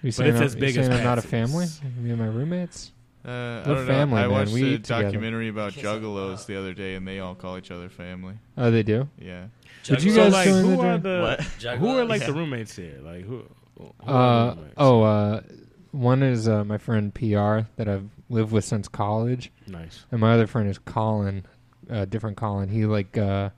[SPEAKER 5] You saying,
[SPEAKER 4] it's
[SPEAKER 5] I'm-
[SPEAKER 4] as
[SPEAKER 5] you
[SPEAKER 4] big
[SPEAKER 5] saying
[SPEAKER 4] as
[SPEAKER 5] I'm not a
[SPEAKER 4] Patsy's.
[SPEAKER 5] family? Me and my roommates.
[SPEAKER 3] Uh, I
[SPEAKER 5] We're
[SPEAKER 3] don't
[SPEAKER 5] family,
[SPEAKER 3] know. I
[SPEAKER 5] man.
[SPEAKER 3] watched
[SPEAKER 5] We
[SPEAKER 3] a
[SPEAKER 5] eat together.
[SPEAKER 3] documentary about
[SPEAKER 2] Kiss and
[SPEAKER 3] juggalos
[SPEAKER 2] hug.
[SPEAKER 3] the other day, and they all call each other family.
[SPEAKER 5] Oh, they do.
[SPEAKER 3] Yeah.
[SPEAKER 5] Would you
[SPEAKER 4] so,
[SPEAKER 5] guys
[SPEAKER 4] like,
[SPEAKER 5] join
[SPEAKER 4] who
[SPEAKER 5] the
[SPEAKER 4] are
[SPEAKER 5] gym?
[SPEAKER 4] the
[SPEAKER 2] What?
[SPEAKER 4] who are like the
[SPEAKER 3] Yeah.
[SPEAKER 4] roommates here? Like who? who are
[SPEAKER 5] Uh,
[SPEAKER 4] the roommates?
[SPEAKER 5] oh, uh, one is uh, my friend PR that I've lived with since college,
[SPEAKER 4] nice.
[SPEAKER 5] and my other friend is Colin, uh, different Colin. He like uh,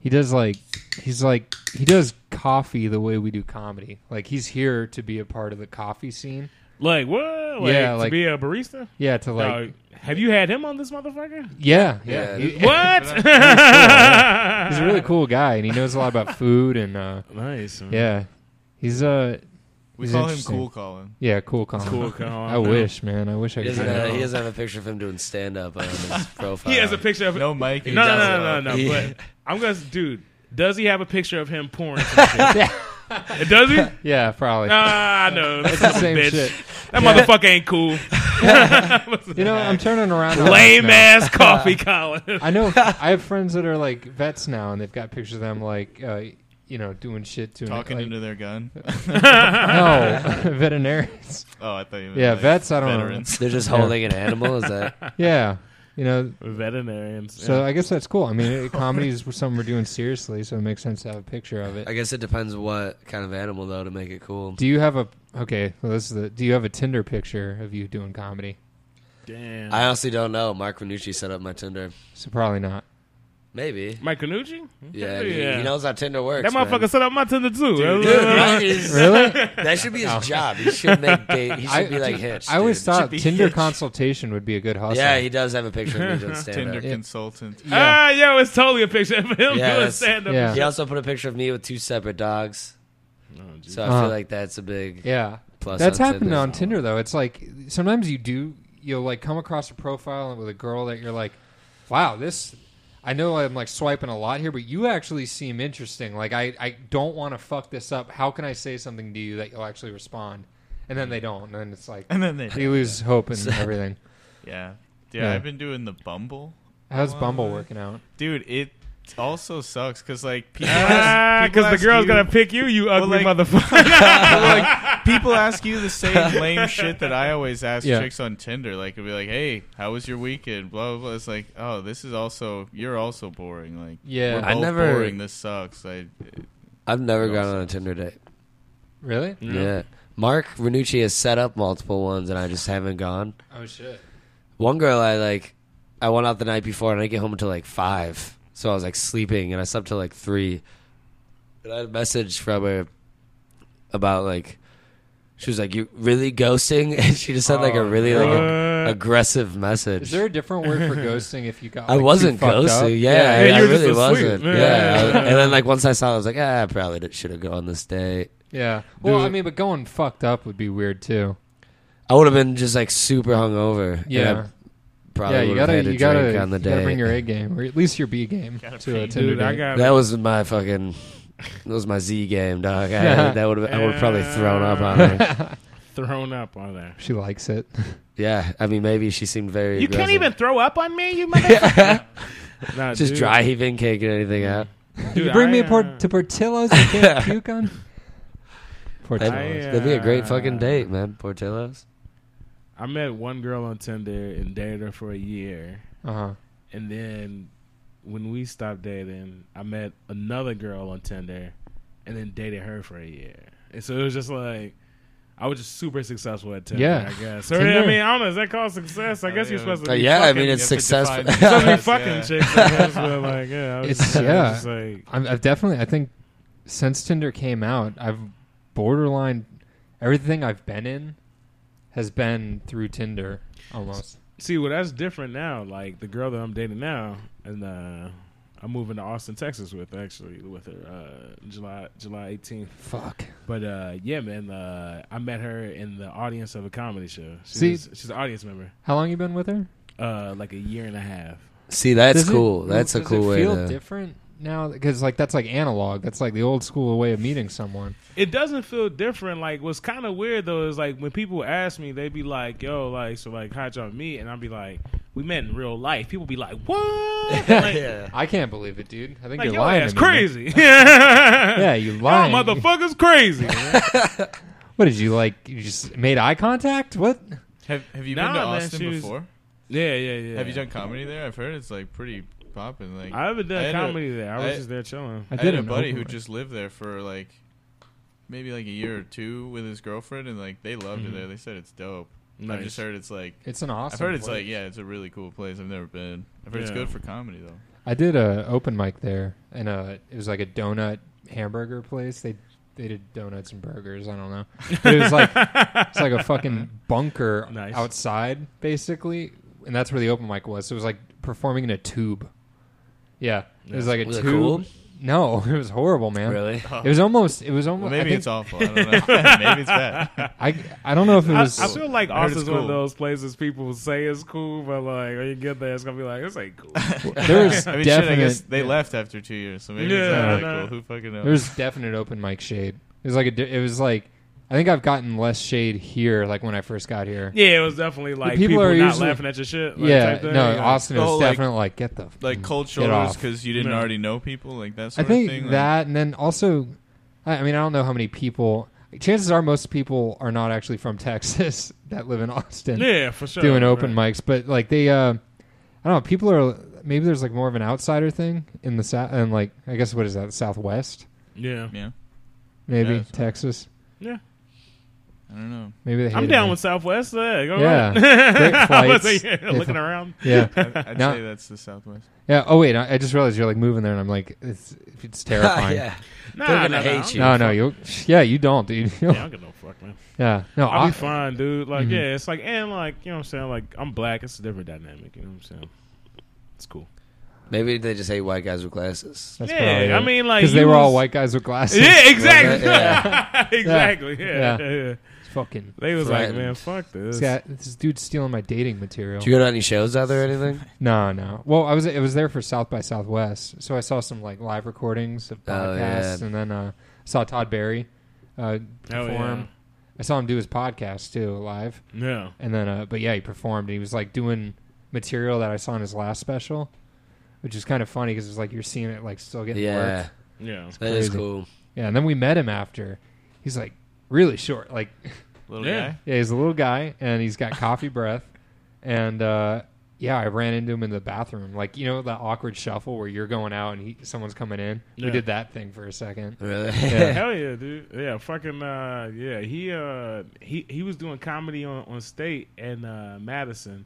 [SPEAKER 5] he does like he's like he does coffee the way we do comedy. Like he's here to be a part of the coffee scene.
[SPEAKER 4] Like what? Like,
[SPEAKER 5] Yeah,
[SPEAKER 4] to
[SPEAKER 5] like-
[SPEAKER 4] be a barista.
[SPEAKER 5] Yeah, to like
[SPEAKER 4] Dog, have you had him on this motherfucker?
[SPEAKER 5] yeah yeah.
[SPEAKER 2] Yeah.
[SPEAKER 5] He-
[SPEAKER 4] What?
[SPEAKER 5] he's a really cool guy, and he knows a lot about food and uh,
[SPEAKER 4] Nice. man.
[SPEAKER 5] yeah, he's uh
[SPEAKER 3] We
[SPEAKER 5] He's
[SPEAKER 3] call him
[SPEAKER 5] interesting.
[SPEAKER 3] Cool Colin.
[SPEAKER 5] yeah cool Colin.
[SPEAKER 4] Cool. Come on,
[SPEAKER 5] I
[SPEAKER 4] man.
[SPEAKER 5] wish, man. I wish I
[SPEAKER 2] He
[SPEAKER 5] could.
[SPEAKER 2] doesn't,
[SPEAKER 5] do
[SPEAKER 2] have,
[SPEAKER 5] that.
[SPEAKER 2] he doesn't have a picture of him doing stand up on his profile.
[SPEAKER 4] He has a picture of
[SPEAKER 3] No Mike.
[SPEAKER 4] No, no,
[SPEAKER 2] does
[SPEAKER 4] no,
[SPEAKER 2] it.
[SPEAKER 4] no, no.
[SPEAKER 2] He-
[SPEAKER 4] But I'm gonna, dude. Does he have a picture of him pouring? Some shit? Uh, does he?
[SPEAKER 5] Yeah, probably.
[SPEAKER 4] Ah, no. That's
[SPEAKER 5] the same
[SPEAKER 4] bitch.
[SPEAKER 5] shit.
[SPEAKER 4] That motherfucker ain't cool.
[SPEAKER 5] You know, I'm turning around. on
[SPEAKER 4] Lame
[SPEAKER 5] this now.
[SPEAKER 4] ass coffee, Colin.
[SPEAKER 5] I know. I have friends that are like vets now, and they've got pictures of them like, uh, you know, doing shit to
[SPEAKER 3] Talking
[SPEAKER 5] like,
[SPEAKER 3] into their gun.
[SPEAKER 5] no veterinarians.
[SPEAKER 3] Oh, I thought you meant
[SPEAKER 5] Yeah,
[SPEAKER 3] like,
[SPEAKER 5] vets, I don't know.
[SPEAKER 3] veterans.
[SPEAKER 2] They're just
[SPEAKER 5] Yeah.
[SPEAKER 2] holding an animal. Is that?
[SPEAKER 5] Yeah, you know.
[SPEAKER 4] Veterinarians.
[SPEAKER 5] So I guess that's cool. I mean, it- comedy is something we're doing seriously, so it makes sense to have a picture of
[SPEAKER 2] I
[SPEAKER 5] it.
[SPEAKER 2] guess it depends what kind of animal though to make it cool.
[SPEAKER 5] Do you have a okay? Well, this is the. Do you have a Tinder picture of you doing comedy?
[SPEAKER 4] Damn.
[SPEAKER 2] I honestly don't know. Mark Renucci set up my Tinder.
[SPEAKER 5] So probably not.
[SPEAKER 2] Maybe.
[SPEAKER 4] Mike Canucci?
[SPEAKER 2] Yeah,
[SPEAKER 4] Hell
[SPEAKER 2] he- He, knows how Tinder works.
[SPEAKER 4] That motherfucker set up my Tinder too.
[SPEAKER 2] Man.
[SPEAKER 4] That's-
[SPEAKER 2] That is-
[SPEAKER 5] Really?
[SPEAKER 2] That should be his job. He should make date. He should be like Hitch.
[SPEAKER 5] Oh. I always
[SPEAKER 2] dude.
[SPEAKER 5] thought
[SPEAKER 3] be
[SPEAKER 5] Tinder
[SPEAKER 3] Hitch.
[SPEAKER 5] consultation would be a good hustle.
[SPEAKER 2] Yeah, he does have a picture of me doing stand
[SPEAKER 3] Tinder
[SPEAKER 2] up.
[SPEAKER 3] consultant.
[SPEAKER 5] Yeah.
[SPEAKER 4] Ah, yo, it's totally a picture of him
[SPEAKER 2] Yeah,
[SPEAKER 4] doing
[SPEAKER 2] that's-
[SPEAKER 4] stand up.
[SPEAKER 5] yeah.
[SPEAKER 2] He also put a picture of me with two separate dogs. So I
[SPEAKER 5] Uh-huh.
[SPEAKER 2] feel like that's a big
[SPEAKER 5] Yeah.
[SPEAKER 2] plus.
[SPEAKER 5] That's
[SPEAKER 2] on
[SPEAKER 5] happened
[SPEAKER 2] Tinder.
[SPEAKER 5] on Tinder though. It's like sometimes you do you'll like come across a profile with a girl that you're like, wow, this. I know I'm like swiping a lot here, but you actually seem interesting. Like I, I don't want to fuck this up. How can I say something to you that you'll actually respond? And then they don't, and then it's like
[SPEAKER 3] And then they.
[SPEAKER 5] you lose hope and everything.
[SPEAKER 3] Yeah.
[SPEAKER 5] Yeah.
[SPEAKER 3] Yeah, I've been doing the Bumble.
[SPEAKER 5] How's Bumble
[SPEAKER 3] Why?
[SPEAKER 5] working out?
[SPEAKER 3] Dude, it also sucks because like people
[SPEAKER 4] Ah,
[SPEAKER 3] ask- people
[SPEAKER 4] because the
[SPEAKER 3] ask
[SPEAKER 4] girl's
[SPEAKER 3] you-
[SPEAKER 4] gonna pick you, you ugly
[SPEAKER 3] like-
[SPEAKER 4] motherfucker.
[SPEAKER 3] like, people ask you the same lame shit that I always ask
[SPEAKER 5] Yeah.
[SPEAKER 3] chicks on Tinder. Like, it'd be like, "Hey, how was your weekend?" Blah blah. blah. It's like, "Oh, this is also you're also boring." Like,
[SPEAKER 5] Yeah.
[SPEAKER 3] we're
[SPEAKER 2] I
[SPEAKER 3] both
[SPEAKER 2] never-
[SPEAKER 3] boring. This sucks. I
[SPEAKER 2] I've never
[SPEAKER 3] No
[SPEAKER 2] gone on a Tinder date.
[SPEAKER 5] Really?
[SPEAKER 2] Yeah. Mark Renucci has set up multiple ones, and I just haven't gone.
[SPEAKER 5] Oh shit!
[SPEAKER 2] One girl I like, I went out the night before, and I get home until like five. So I was like sleeping, and I slept till like three. And I had a message from her about like, she was like, "You really ghosting?" And she just had like a really like a,
[SPEAKER 4] Uh,
[SPEAKER 2] aggressive message.
[SPEAKER 5] Oh, Is there a different word for ghosting if you got?
[SPEAKER 2] I
[SPEAKER 5] like, too
[SPEAKER 2] wasn't
[SPEAKER 5] fucked up?
[SPEAKER 2] ghosty. Yeah,
[SPEAKER 4] Yeah,
[SPEAKER 2] I-
[SPEAKER 4] yeah,
[SPEAKER 2] I,
[SPEAKER 4] you were just
[SPEAKER 2] really
[SPEAKER 4] asleep.
[SPEAKER 2] wasn't. Yeah.
[SPEAKER 4] Yeah.
[SPEAKER 2] and then like once I saw, it, I was like, ah, I probably should have gone on this date.
[SPEAKER 5] Yeah. Well,
[SPEAKER 4] Dude.
[SPEAKER 5] I mean, but going fucked up would be weird too.
[SPEAKER 2] I would have been just like super hungover. and
[SPEAKER 5] Yeah.
[SPEAKER 2] I probably
[SPEAKER 5] yeah. You
[SPEAKER 2] would
[SPEAKER 5] gotta
[SPEAKER 2] have had
[SPEAKER 5] you
[SPEAKER 2] a drink
[SPEAKER 5] gotta,
[SPEAKER 2] on the
[SPEAKER 5] you gotta
[SPEAKER 2] day.
[SPEAKER 5] bring your A game or at least your B game
[SPEAKER 3] Gotta
[SPEAKER 5] to a
[SPEAKER 3] pee.
[SPEAKER 5] Tinder
[SPEAKER 4] Dude,
[SPEAKER 5] date.
[SPEAKER 4] I got
[SPEAKER 2] that was my fucking. That was my Z game, dog. I, that would have. I would have probably thrown up on her.
[SPEAKER 4] thrown up on there.
[SPEAKER 5] she likes it.
[SPEAKER 2] Yeah, I mean, maybe she seemed very.
[SPEAKER 4] You can't
[SPEAKER 2] aggressive.
[SPEAKER 4] even throw up on me, you motherfucker. nah,
[SPEAKER 2] just
[SPEAKER 4] dude.
[SPEAKER 2] dry heaving cake and anything out.
[SPEAKER 4] Dude,
[SPEAKER 5] you bring
[SPEAKER 4] I,
[SPEAKER 5] me a
[SPEAKER 4] uh,
[SPEAKER 5] port- to Portillo's. I can't puke on.
[SPEAKER 2] That'd,
[SPEAKER 5] Portillo's.
[SPEAKER 4] I,
[SPEAKER 2] that'd be a great
[SPEAKER 4] uh,
[SPEAKER 2] fucking date, man. Portillo's.
[SPEAKER 4] I met one girl on Tinder and dated her for a year,
[SPEAKER 5] Uh huh.
[SPEAKER 4] and then when we stopped dating, I met another girl on Tinder, and then dated her for a year. And so it was just like. I was just super successful at Tinder,
[SPEAKER 5] Yeah.
[SPEAKER 4] I guess. Or,
[SPEAKER 5] Tinder.
[SPEAKER 4] I mean, I don't know. Is that called success? I
[SPEAKER 3] Oh,
[SPEAKER 4] guess
[SPEAKER 3] yeah.
[SPEAKER 4] you're supposed to.
[SPEAKER 2] Uh,
[SPEAKER 4] be
[SPEAKER 2] yeah, I
[SPEAKER 4] fucking-
[SPEAKER 2] mean, it's
[SPEAKER 3] You have to
[SPEAKER 2] successful.
[SPEAKER 3] define
[SPEAKER 4] Supposed to be
[SPEAKER 3] success,
[SPEAKER 4] fucking
[SPEAKER 3] yeah.
[SPEAKER 4] chicks. I guess, but like, yeah, I was
[SPEAKER 5] It's-
[SPEAKER 4] just, I was
[SPEAKER 5] yeah.
[SPEAKER 4] just like,
[SPEAKER 5] I'm, I've definitely. I think since Tinder came out, I've borderline everything I've been in has been through Tinder almost.
[SPEAKER 4] See, well, that's different now. Like the girl that I'm dating now, and uh, I'm moving to Austin, Texas with actually with her uh, July July 18th.
[SPEAKER 5] Fuck.
[SPEAKER 4] But uh, yeah, man, uh, I met her in the audience of a comedy show. She's,
[SPEAKER 5] See-
[SPEAKER 4] she's an audience member,
[SPEAKER 5] How long you been with her?
[SPEAKER 4] uh, like a year and a half.
[SPEAKER 2] See, that's
[SPEAKER 5] Does it-
[SPEAKER 2] cool. that's a
[SPEAKER 5] does
[SPEAKER 2] cool
[SPEAKER 5] it
[SPEAKER 2] way
[SPEAKER 5] feel
[SPEAKER 2] to.
[SPEAKER 5] different now because like that's like analog. That's like the old school way of meeting someone.
[SPEAKER 4] It doesn't feel different. Like what's kind of weird though is like when people ask me, they be like, "Yo, like so, like how'd y'all meet?" And I'll be like, "We met in real life." People be like, "What?" And, like,
[SPEAKER 5] I can't believe it, dude. I think
[SPEAKER 4] Like
[SPEAKER 5] you're
[SPEAKER 4] your
[SPEAKER 5] lying.
[SPEAKER 4] ass
[SPEAKER 5] to me.
[SPEAKER 4] crazy.
[SPEAKER 5] Yeah,
[SPEAKER 4] yeah,
[SPEAKER 5] you lying.
[SPEAKER 4] Y'all motherfuckers crazy.
[SPEAKER 5] What did you like? You just made eye contact. What?
[SPEAKER 3] Have Have you
[SPEAKER 4] Nah,
[SPEAKER 3] been to
[SPEAKER 4] man,
[SPEAKER 3] Austin
[SPEAKER 4] she was-
[SPEAKER 3] before?
[SPEAKER 4] yeah, yeah, yeah.
[SPEAKER 3] Have you done comedy there? I've heard it's like pretty popping. Like
[SPEAKER 4] I haven't done
[SPEAKER 3] I had a-
[SPEAKER 4] comedy there. I was
[SPEAKER 3] I-
[SPEAKER 4] just there chilling.
[SPEAKER 5] I
[SPEAKER 3] I,
[SPEAKER 5] did
[SPEAKER 3] had a
[SPEAKER 5] an
[SPEAKER 3] buddy
[SPEAKER 5] open
[SPEAKER 3] who
[SPEAKER 5] mic.
[SPEAKER 3] just lived there for like maybe like a year or two with his girlfriend, and like they loved it there. They said it's dope. I've just heard it's like
[SPEAKER 5] It's an Mm-hmm. awesome.
[SPEAKER 3] I've heard it's
[SPEAKER 5] place.
[SPEAKER 3] like yeah, it's a really cool place. I've never been. I've heard it's
[SPEAKER 4] Yeah.
[SPEAKER 3] good for comedy though.
[SPEAKER 5] I did a open mic there, and uh, it was like a donut hamburger place. They they did donuts and burgers. I don't know. But it was like it's like a fucking bunker
[SPEAKER 4] Nice.
[SPEAKER 5] outside, basically, and that's where the open mic was. So it was like performing in a tube. Yeah, it was like a
[SPEAKER 2] Was it
[SPEAKER 5] tube.
[SPEAKER 2] cool?
[SPEAKER 5] No, it was horrible, man.
[SPEAKER 2] Really?
[SPEAKER 5] It was almost. It was
[SPEAKER 3] Well,
[SPEAKER 5] almost.
[SPEAKER 3] maybe
[SPEAKER 5] I think-
[SPEAKER 3] it's awful. I don't know. maybe it's bad.
[SPEAKER 5] I I don't know if it
[SPEAKER 4] I,
[SPEAKER 5] was.
[SPEAKER 4] I feel like
[SPEAKER 3] I heard
[SPEAKER 4] Austin's
[SPEAKER 3] it's
[SPEAKER 4] one of
[SPEAKER 3] cool.
[SPEAKER 4] those places people say it's cool, but like when you get there, it's gonna be like this ain't cool.
[SPEAKER 5] there was
[SPEAKER 3] I mean, shit. I
[SPEAKER 5] definite.
[SPEAKER 3] guess they left after two years, so maybe it's
[SPEAKER 4] Yeah,
[SPEAKER 3] not really
[SPEAKER 4] no.
[SPEAKER 3] cool. Who fucking knows?
[SPEAKER 5] There's definite open mic shade. It was like a. di- It was like. I think I've gotten less shade here, like when I first got here.
[SPEAKER 4] yeah, it was definitely like
[SPEAKER 5] people
[SPEAKER 4] people,
[SPEAKER 5] are
[SPEAKER 4] not
[SPEAKER 5] usually-
[SPEAKER 4] laughing at your shit. Like,
[SPEAKER 5] yeah,
[SPEAKER 4] type thing.
[SPEAKER 5] no,
[SPEAKER 4] Like,
[SPEAKER 5] Austin
[SPEAKER 3] The
[SPEAKER 5] was
[SPEAKER 3] whole, like-
[SPEAKER 5] definitely like, get the
[SPEAKER 3] like cold
[SPEAKER 5] get
[SPEAKER 3] shoulders
[SPEAKER 5] off.
[SPEAKER 3] because you didn't
[SPEAKER 4] No.
[SPEAKER 3] already know people, like that
[SPEAKER 5] I
[SPEAKER 3] sort
[SPEAKER 5] think
[SPEAKER 3] of thing. like-
[SPEAKER 5] that, and then also, I, I mean, I don't know how many people. Chances are, most people are not actually from Texas that live in Austin
[SPEAKER 4] yeah, for sure.
[SPEAKER 5] doing open
[SPEAKER 4] right.
[SPEAKER 5] mics, but like they, uh, I don't know. People are maybe there's like more of an outsider thing in the south, and like I guess what is that Southwest,
[SPEAKER 4] Yeah,
[SPEAKER 3] yeah,
[SPEAKER 5] maybe
[SPEAKER 3] Yes.
[SPEAKER 5] Texas,
[SPEAKER 4] yeah.
[SPEAKER 3] I don't know.
[SPEAKER 5] maybe they. hate
[SPEAKER 4] I'm
[SPEAKER 5] it
[SPEAKER 4] down
[SPEAKER 5] there.
[SPEAKER 4] with Southwest. Yeah, go
[SPEAKER 5] Yeah.
[SPEAKER 4] right.
[SPEAKER 5] Great
[SPEAKER 4] I was
[SPEAKER 5] flights.
[SPEAKER 4] like, yeah,
[SPEAKER 5] If-
[SPEAKER 4] looking around.
[SPEAKER 5] Yeah,
[SPEAKER 3] I, I'd
[SPEAKER 5] No.
[SPEAKER 3] say that's the Southwest.
[SPEAKER 5] yeah. Oh wait, I, I just realized you're like moving there, and I'm like, it's it's terrifying.
[SPEAKER 2] yeah.
[SPEAKER 4] Nah,
[SPEAKER 2] They're gonna
[SPEAKER 4] nah, nah,
[SPEAKER 2] hate
[SPEAKER 4] I don't
[SPEAKER 2] you.
[SPEAKER 4] give a
[SPEAKER 5] No, no,
[SPEAKER 4] fuck.
[SPEAKER 5] you. Yeah, you don't, dude.
[SPEAKER 4] Yeah, I don't give no fuck, man.
[SPEAKER 5] yeah, no.
[SPEAKER 4] I'll
[SPEAKER 5] I-
[SPEAKER 4] be fine, dude. Like,
[SPEAKER 5] Mhm.
[SPEAKER 4] yeah, it's like, and like, you know what I'm saying? Like, I'm black. It's a different dynamic. You know what I'm saying? It's cool.
[SPEAKER 2] Maybe they just hate white guys with glasses.
[SPEAKER 5] That's
[SPEAKER 4] Yeah,
[SPEAKER 5] probably
[SPEAKER 4] I
[SPEAKER 5] it.
[SPEAKER 4] mean, like,
[SPEAKER 5] because they
[SPEAKER 4] you
[SPEAKER 5] were all
[SPEAKER 4] was-
[SPEAKER 5] white guys with glasses.
[SPEAKER 4] Yeah, exactly.
[SPEAKER 2] Yeah.
[SPEAKER 4] exactly. Yeah.
[SPEAKER 5] Yeah.
[SPEAKER 4] yeah. yeah.
[SPEAKER 5] fucking.
[SPEAKER 4] They was
[SPEAKER 2] Threatened.
[SPEAKER 4] like, man, fuck this.
[SPEAKER 5] This, guy, this dude's stealing my dating material.
[SPEAKER 2] Did you go to any shows out there or anything?
[SPEAKER 5] No, no. Well, I was it was there for South by Southwest, so I saw some like live recordings of
[SPEAKER 2] Oh,
[SPEAKER 5] podcasts,
[SPEAKER 2] yeah.
[SPEAKER 5] and then uh, saw Todd Barry uh,
[SPEAKER 4] Oh,
[SPEAKER 5] perform. I saw him do his podcast too live,
[SPEAKER 4] Yeah.
[SPEAKER 5] and then uh, but yeah, he performed. And he was like doing material that I saw in his last special, which is kind of funny because it's like you're seeing it like still getting
[SPEAKER 2] Yeah,
[SPEAKER 5] work.
[SPEAKER 4] Yeah.
[SPEAKER 2] that is
[SPEAKER 5] Crazy.
[SPEAKER 2] cool.
[SPEAKER 5] Yeah, and then we met him after. He's like really short, like
[SPEAKER 3] Little
[SPEAKER 4] Yeah.
[SPEAKER 3] guy.
[SPEAKER 5] Yeah, he's a little guy and he's got coffee breath. And uh, yeah, I ran into him in the bathroom. Like, you know, that awkward shuffle where you're going out and he, someone's coming in? We
[SPEAKER 4] Yeah.
[SPEAKER 5] did that thing for a second.
[SPEAKER 2] Really?
[SPEAKER 5] Yeah.
[SPEAKER 4] Hell yeah, dude. Yeah, fucking uh yeah, he uh he he was doing comedy on on state and uh Madison.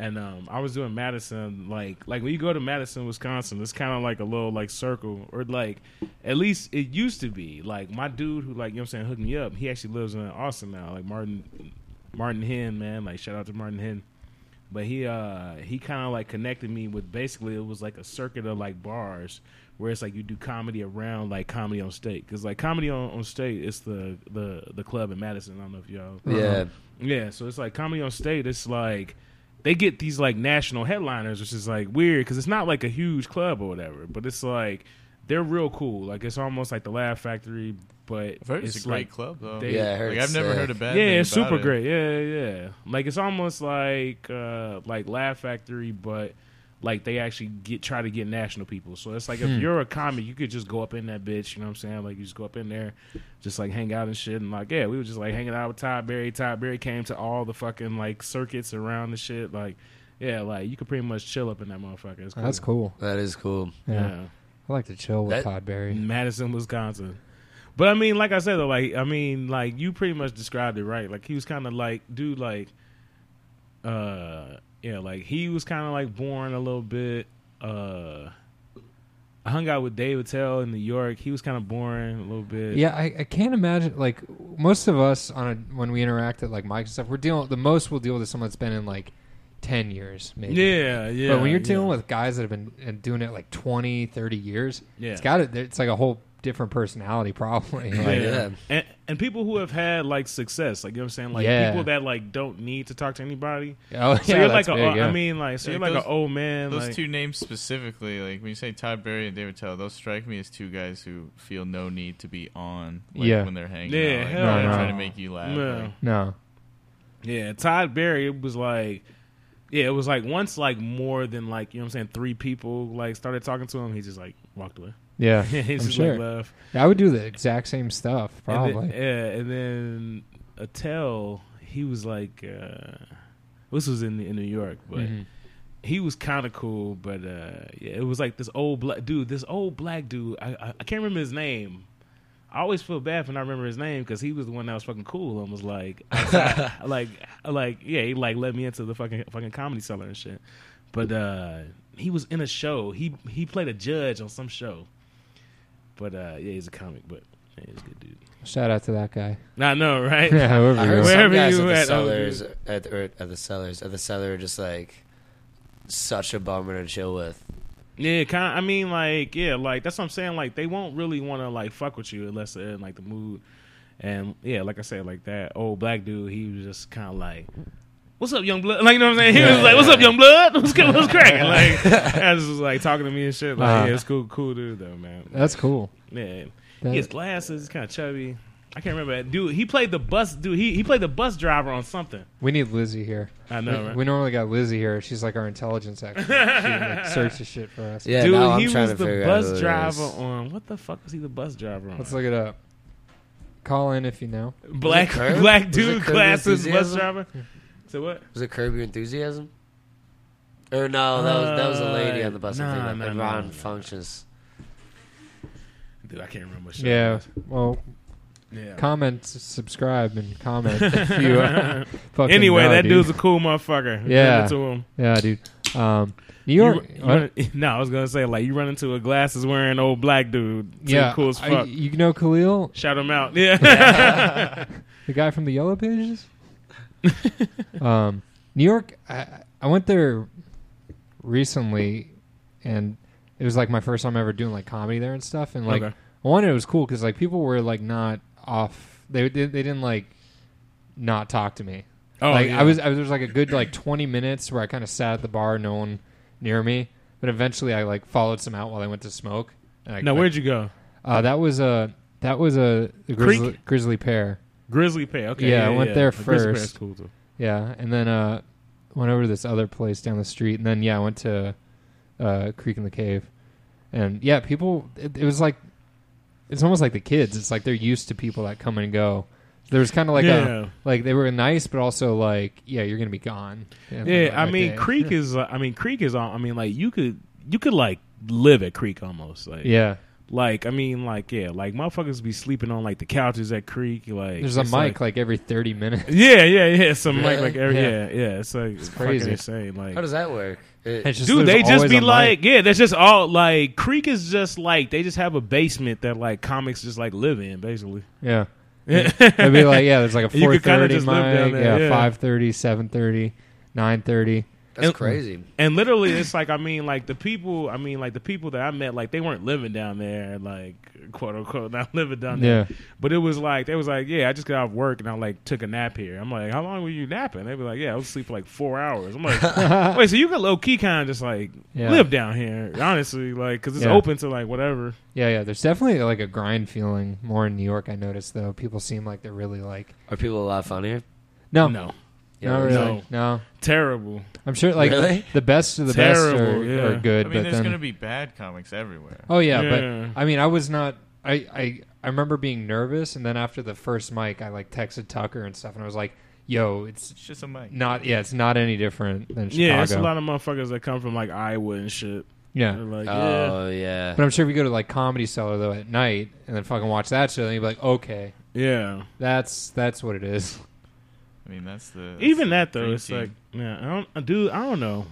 [SPEAKER 4] And um I was doing Madison like like when you go to Madison, Wisconsin, it's kind of like a little like circle or like at least it used to be. Like my dude who like you know what I'm saying hooked me up, he actually lives in Austin now, like Martin Martin Hen, man. Like shout out to Martin Hen. But he uh he kind of like connected me with basically it was like a circuit of like bars where it's like you do comedy around like comedy on state because like comedy on, on state it's the the the club in Madison. I don't know if y'all
[SPEAKER 2] Yeah.
[SPEAKER 4] yeah, so it's like comedy on state. It's like they get these like national headliners, which is like weird because it's not like a huge club or whatever, but it's like they're real cool. Like it's almost like the Laugh Factory, but
[SPEAKER 3] I've heard it's,
[SPEAKER 4] it's
[SPEAKER 3] a great
[SPEAKER 4] like
[SPEAKER 3] club though.
[SPEAKER 4] they-
[SPEAKER 2] Yeah, I heard
[SPEAKER 3] like,
[SPEAKER 2] it's
[SPEAKER 3] I've
[SPEAKER 5] uh,
[SPEAKER 3] never
[SPEAKER 2] sick.
[SPEAKER 3] heard a bad.
[SPEAKER 4] yeah,
[SPEAKER 3] thing
[SPEAKER 4] it's
[SPEAKER 3] about
[SPEAKER 4] super
[SPEAKER 3] it.
[SPEAKER 4] great. Yeah, yeah, yeah. Like it's almost like uh like Laugh Factory, but like they actually get try to get national people. So it's like if you're a comic, you could just go up in that bitch. You know what I'm saying? Like you just go up in there, just like hang out and shit. And like yeah, we were just like hanging out with Todd Berry. Todd Berry came to all the fucking like circuits around the shit. Like yeah, like you could pretty much chill up in that motherfucker. It's cool.
[SPEAKER 5] That's cool.
[SPEAKER 2] That is cool.
[SPEAKER 5] Yeah.
[SPEAKER 4] yeah.
[SPEAKER 5] I like to chill with
[SPEAKER 2] That-
[SPEAKER 5] Todd Berry.
[SPEAKER 4] Madison, Wisconsin. But I mean, like I said, though, like I mean, like you pretty much described it right. Like he was kind of like, dude, like, uh, yeah, like he was kind of like born a little bit. Uh, I hung out with Dave Attell in New York. He was kind of boring a little bit.
[SPEAKER 5] Yeah, I, I can't imagine. Like most of us on a, when we interact at like mics and stuff, we're dealing the most we'll deal with is someone that's been in like ten years, maybe.
[SPEAKER 4] yeah, yeah.
[SPEAKER 5] but when you're
[SPEAKER 4] yeah.
[SPEAKER 5] dealing with guys that have been uh, doing it like 20, 30 years,
[SPEAKER 4] Yeah.
[SPEAKER 5] it's got it. It's like a whole different personality, probably.
[SPEAKER 4] yeah.
[SPEAKER 5] Like,
[SPEAKER 2] yeah.
[SPEAKER 4] And, and people who have had like success, like you know what I'm saying, like
[SPEAKER 5] Yeah.
[SPEAKER 4] people that like don't need to talk to anybody.
[SPEAKER 5] oh, yeah,
[SPEAKER 4] So you're like,
[SPEAKER 5] that's
[SPEAKER 4] a, uh,
[SPEAKER 5] big, yeah.
[SPEAKER 4] I mean, like, so
[SPEAKER 3] Like
[SPEAKER 4] you're like
[SPEAKER 3] those-
[SPEAKER 4] an old man.
[SPEAKER 3] Those
[SPEAKER 4] like,
[SPEAKER 3] two names specifically, like when you say Todd Berry and David Tell, those strike me as two guys who feel no need to be on like,
[SPEAKER 5] Yeah.
[SPEAKER 3] when they're hanging out.
[SPEAKER 4] Yeah,
[SPEAKER 3] Like,
[SPEAKER 4] hell
[SPEAKER 3] they're not
[SPEAKER 5] no.
[SPEAKER 3] trying to make you laugh.
[SPEAKER 4] Yeah.
[SPEAKER 3] like-
[SPEAKER 5] no,
[SPEAKER 4] Yeah, Todd Berry it was like yeah, it was like once like more than like, you know what I'm saying, three people like started talking to him, he just like walked away.
[SPEAKER 5] yeah,
[SPEAKER 4] He's
[SPEAKER 5] I'm
[SPEAKER 4] just
[SPEAKER 5] sure.
[SPEAKER 4] like left.
[SPEAKER 5] I would do the exact same stuff,
[SPEAKER 4] And
[SPEAKER 5] probably.
[SPEAKER 4] then, yeah, and then Attell, he was like uh this was in in New York, but
[SPEAKER 5] Mhm.
[SPEAKER 4] he was kind of cool, but uh, yeah, it was like this old black dude. This old black dude. I, I I can't remember his name. I always feel bad when I remember his name because he was the one that was fucking cool and was like, outside- like, like, yeah, he like let me into the fucking fucking comedy cellar and shit. But uh, he was in a show. He he played a judge on some show. But uh, yeah, he's a comic. But yeah, he's a good dude.
[SPEAKER 5] Shout out to that guy.
[SPEAKER 4] I know, right?
[SPEAKER 5] Yeah, whoever
[SPEAKER 2] I
[SPEAKER 5] you
[SPEAKER 2] heard
[SPEAKER 5] are.
[SPEAKER 4] Wherever
[SPEAKER 2] some guys
[SPEAKER 4] you
[SPEAKER 2] at the
[SPEAKER 4] at, oh,
[SPEAKER 2] sellers
[SPEAKER 4] dude.
[SPEAKER 2] at the, or at the sellers at the seller are just like such a bummer to chill with.
[SPEAKER 4] Yeah, kind. Of, I mean, like, yeah, like that's what I'm saying. Like, they won't really want to like fuck with you unless they're in like the mood. And yeah, like I said, like that old black dude, he was just kind of like, "What's up, young blood?" Like, you know what I'm saying? He was like, "What's up, young blood? What's good? What's cracking?" Like, I was just like talking to me and shit. Like,
[SPEAKER 5] Uh-huh.
[SPEAKER 4] yeah, it's cool, cool dude though, man.
[SPEAKER 2] Uh,
[SPEAKER 5] That's cool.
[SPEAKER 4] Yeah,
[SPEAKER 5] That-
[SPEAKER 4] he has glasses. He's kind of chubby. I can't remember that dude. He played the bus dude. He he played the bus driver on something.
[SPEAKER 5] we need Lizzie here.
[SPEAKER 4] I
[SPEAKER 5] We-
[SPEAKER 4] know.
[SPEAKER 5] we,
[SPEAKER 4] Oh, Right?
[SPEAKER 5] normally got Lizzie here. She's like our intelligence expert. She like, searches shit for us.
[SPEAKER 2] Yeah,
[SPEAKER 4] dude,
[SPEAKER 2] now I'm
[SPEAKER 4] he
[SPEAKER 2] trying
[SPEAKER 4] was
[SPEAKER 2] to
[SPEAKER 4] the
[SPEAKER 2] figure out who
[SPEAKER 4] bus
[SPEAKER 2] it
[SPEAKER 4] driver
[SPEAKER 2] is.
[SPEAKER 4] on what the fuck was he the bus driver on?
[SPEAKER 5] Let's look it up. Call in if you know.
[SPEAKER 4] black
[SPEAKER 2] Was it Curb?
[SPEAKER 4] black
[SPEAKER 2] Was
[SPEAKER 4] dude
[SPEAKER 2] it Curb
[SPEAKER 4] glasses bus
[SPEAKER 2] Enthusiasm?
[SPEAKER 4] driver. So what?
[SPEAKER 2] Was it Curb Your Enthusiasm? Or no, that was that was a lady on the bus.
[SPEAKER 4] Uh,
[SPEAKER 2] I think
[SPEAKER 4] nah,
[SPEAKER 2] like
[SPEAKER 4] nah,
[SPEAKER 2] Ron
[SPEAKER 4] nah, nah.
[SPEAKER 2] Functions.
[SPEAKER 4] Dude, I can't remember. What show it
[SPEAKER 5] Yeah.
[SPEAKER 4] was.
[SPEAKER 5] Well,
[SPEAKER 4] yeah.
[SPEAKER 5] comment, s- subscribe, and comment if you uh, fucking
[SPEAKER 4] anyway,
[SPEAKER 5] know,
[SPEAKER 4] that
[SPEAKER 5] dude.
[SPEAKER 4] dude's a cool motherfucker. Give
[SPEAKER 5] Yeah.
[SPEAKER 4] it to him.
[SPEAKER 5] yeah, dude. Um, New
[SPEAKER 4] You
[SPEAKER 5] York.
[SPEAKER 4] run- you
[SPEAKER 5] what?
[SPEAKER 4] run- no, I was gonna say like you run into a glasses wearing old black dude. Dude,
[SPEAKER 5] yeah,
[SPEAKER 4] cool as
[SPEAKER 5] I-
[SPEAKER 4] fuck.
[SPEAKER 5] you know Khalil,
[SPEAKER 4] Shout him out. Yeah.
[SPEAKER 5] the guy from the Yellow Pages. um, New York. I, I went there recently, and it was like my first time ever doing like comedy there and stuff. And like,
[SPEAKER 4] Okay.
[SPEAKER 5] one, it was cool because like people were like not off. They they, they didn't like not talk to me.
[SPEAKER 4] oh,
[SPEAKER 5] like
[SPEAKER 4] yeah.
[SPEAKER 5] I was, I was there was like a good like twenty minutes where I kind of sat at the bar, no one near me. But eventually, I like followed some out while I went to smoke. And I,
[SPEAKER 4] Now
[SPEAKER 5] like,
[SPEAKER 4] where'd you go?
[SPEAKER 5] uh, that was a that was a grizzly,
[SPEAKER 4] Creek?
[SPEAKER 5] grizzly pear.
[SPEAKER 4] Grizzly Pay. Okay.
[SPEAKER 5] Yeah, I
[SPEAKER 4] Yeah,
[SPEAKER 5] went there
[SPEAKER 4] Grizzly Pear is
[SPEAKER 5] first.
[SPEAKER 4] cool too.
[SPEAKER 5] Yeah, and then uh, went over to this other place down the street, and then yeah, I went to uh, Creek in the Cave, and yeah, people. It, it was like it's almost like the kids. It's like they're used to people that come and go. There was kind of like
[SPEAKER 4] yeah.
[SPEAKER 5] a like they were nice, but also like yeah, you're gonna be gone. in, like,
[SPEAKER 4] Yeah, I
[SPEAKER 5] a
[SPEAKER 4] mean
[SPEAKER 5] day.
[SPEAKER 4] Creek is. uh, I mean Creek is. on I mean like you could you could like live at Creek almost. Like
[SPEAKER 5] Yeah,
[SPEAKER 4] Like, I mean, like, yeah, like motherfuckers be sleeping on like the couches at Creek. Like,
[SPEAKER 5] there's a
[SPEAKER 4] it's
[SPEAKER 5] mic
[SPEAKER 4] like-
[SPEAKER 5] like, every thirty minutes.
[SPEAKER 4] yeah, yeah, yeah. Some mic,
[SPEAKER 2] Really?
[SPEAKER 4] like, every,
[SPEAKER 5] Yeah.
[SPEAKER 4] yeah. yeah, It's like it's
[SPEAKER 5] crazy.
[SPEAKER 4] crazy. Insane. Like,
[SPEAKER 2] How does that work? It-
[SPEAKER 5] It's just-
[SPEAKER 4] dude,
[SPEAKER 5] there's
[SPEAKER 4] they just
[SPEAKER 5] always
[SPEAKER 4] be
[SPEAKER 5] a mic.
[SPEAKER 4] like, yeah, that's just all. Like, Creek is just like they just have a basement that like comics just like live in, basically.
[SPEAKER 5] yeah. It'd be like yeah, there's like a
[SPEAKER 4] You
[SPEAKER 5] four
[SPEAKER 4] could kinda
[SPEAKER 5] thirty mic,
[SPEAKER 4] just live down there,
[SPEAKER 5] yeah,
[SPEAKER 4] yeah.
[SPEAKER 5] five thirty, seven thirty, nine thirty.
[SPEAKER 2] That's
[SPEAKER 4] And-
[SPEAKER 2] crazy.
[SPEAKER 4] And literally, it's like I mean, like the people. I mean, like the people that I met, like they weren't living down there, like quote unquote, not living down there.
[SPEAKER 5] Yeah.
[SPEAKER 4] But it was like they was like, yeah, I just got off work and I like took a nap here. I'm like, how long were you napping? They were like, yeah, I was asleep for like four hours. I'm like, wait, so you could low key kind of just like
[SPEAKER 5] Yeah.
[SPEAKER 4] live down here, honestly, like because it's
[SPEAKER 5] Yeah.
[SPEAKER 4] open to like whatever.
[SPEAKER 5] Yeah, yeah. There's definitely like a grind feeling more in New York. I noticed though. People seem like they're really like
[SPEAKER 2] Are people a lot funnier?
[SPEAKER 5] no,
[SPEAKER 4] No,
[SPEAKER 5] not really. No.
[SPEAKER 4] terrible.
[SPEAKER 5] I'm sure like
[SPEAKER 2] Really?
[SPEAKER 5] the best of the best
[SPEAKER 4] Terrible,
[SPEAKER 5] are,
[SPEAKER 4] yeah.
[SPEAKER 5] are good,
[SPEAKER 3] I mean,
[SPEAKER 5] but
[SPEAKER 3] there's
[SPEAKER 5] then
[SPEAKER 3] gonna be bad comics everywhere.
[SPEAKER 5] oh yeah,
[SPEAKER 4] Yeah.
[SPEAKER 5] but I mean, I was not. I, I I remember being nervous, and then after the first mic, I like texted Tucker and stuff, and I was like, "Yo, it's
[SPEAKER 3] It's just a mic.
[SPEAKER 5] not. Yeah, it's not any different than Chicago.
[SPEAKER 4] Yeah, it's a lot of motherfuckers that come from like Iowa and shit.
[SPEAKER 5] yeah,
[SPEAKER 4] They're like, yeah,
[SPEAKER 2] Oh yeah.
[SPEAKER 5] But I'm sure if you go to like Comedy Cellar though at night and then fucking watch that show, then you'd be like, okay,
[SPEAKER 4] yeah.
[SPEAKER 5] that's that's what it is.
[SPEAKER 3] I mean, that's the that's
[SPEAKER 4] Even
[SPEAKER 3] the
[SPEAKER 4] that though,
[SPEAKER 3] dream
[SPEAKER 4] it's
[SPEAKER 3] team.
[SPEAKER 5] Uh,
[SPEAKER 4] like, yeah, I don't, dude, I don't know.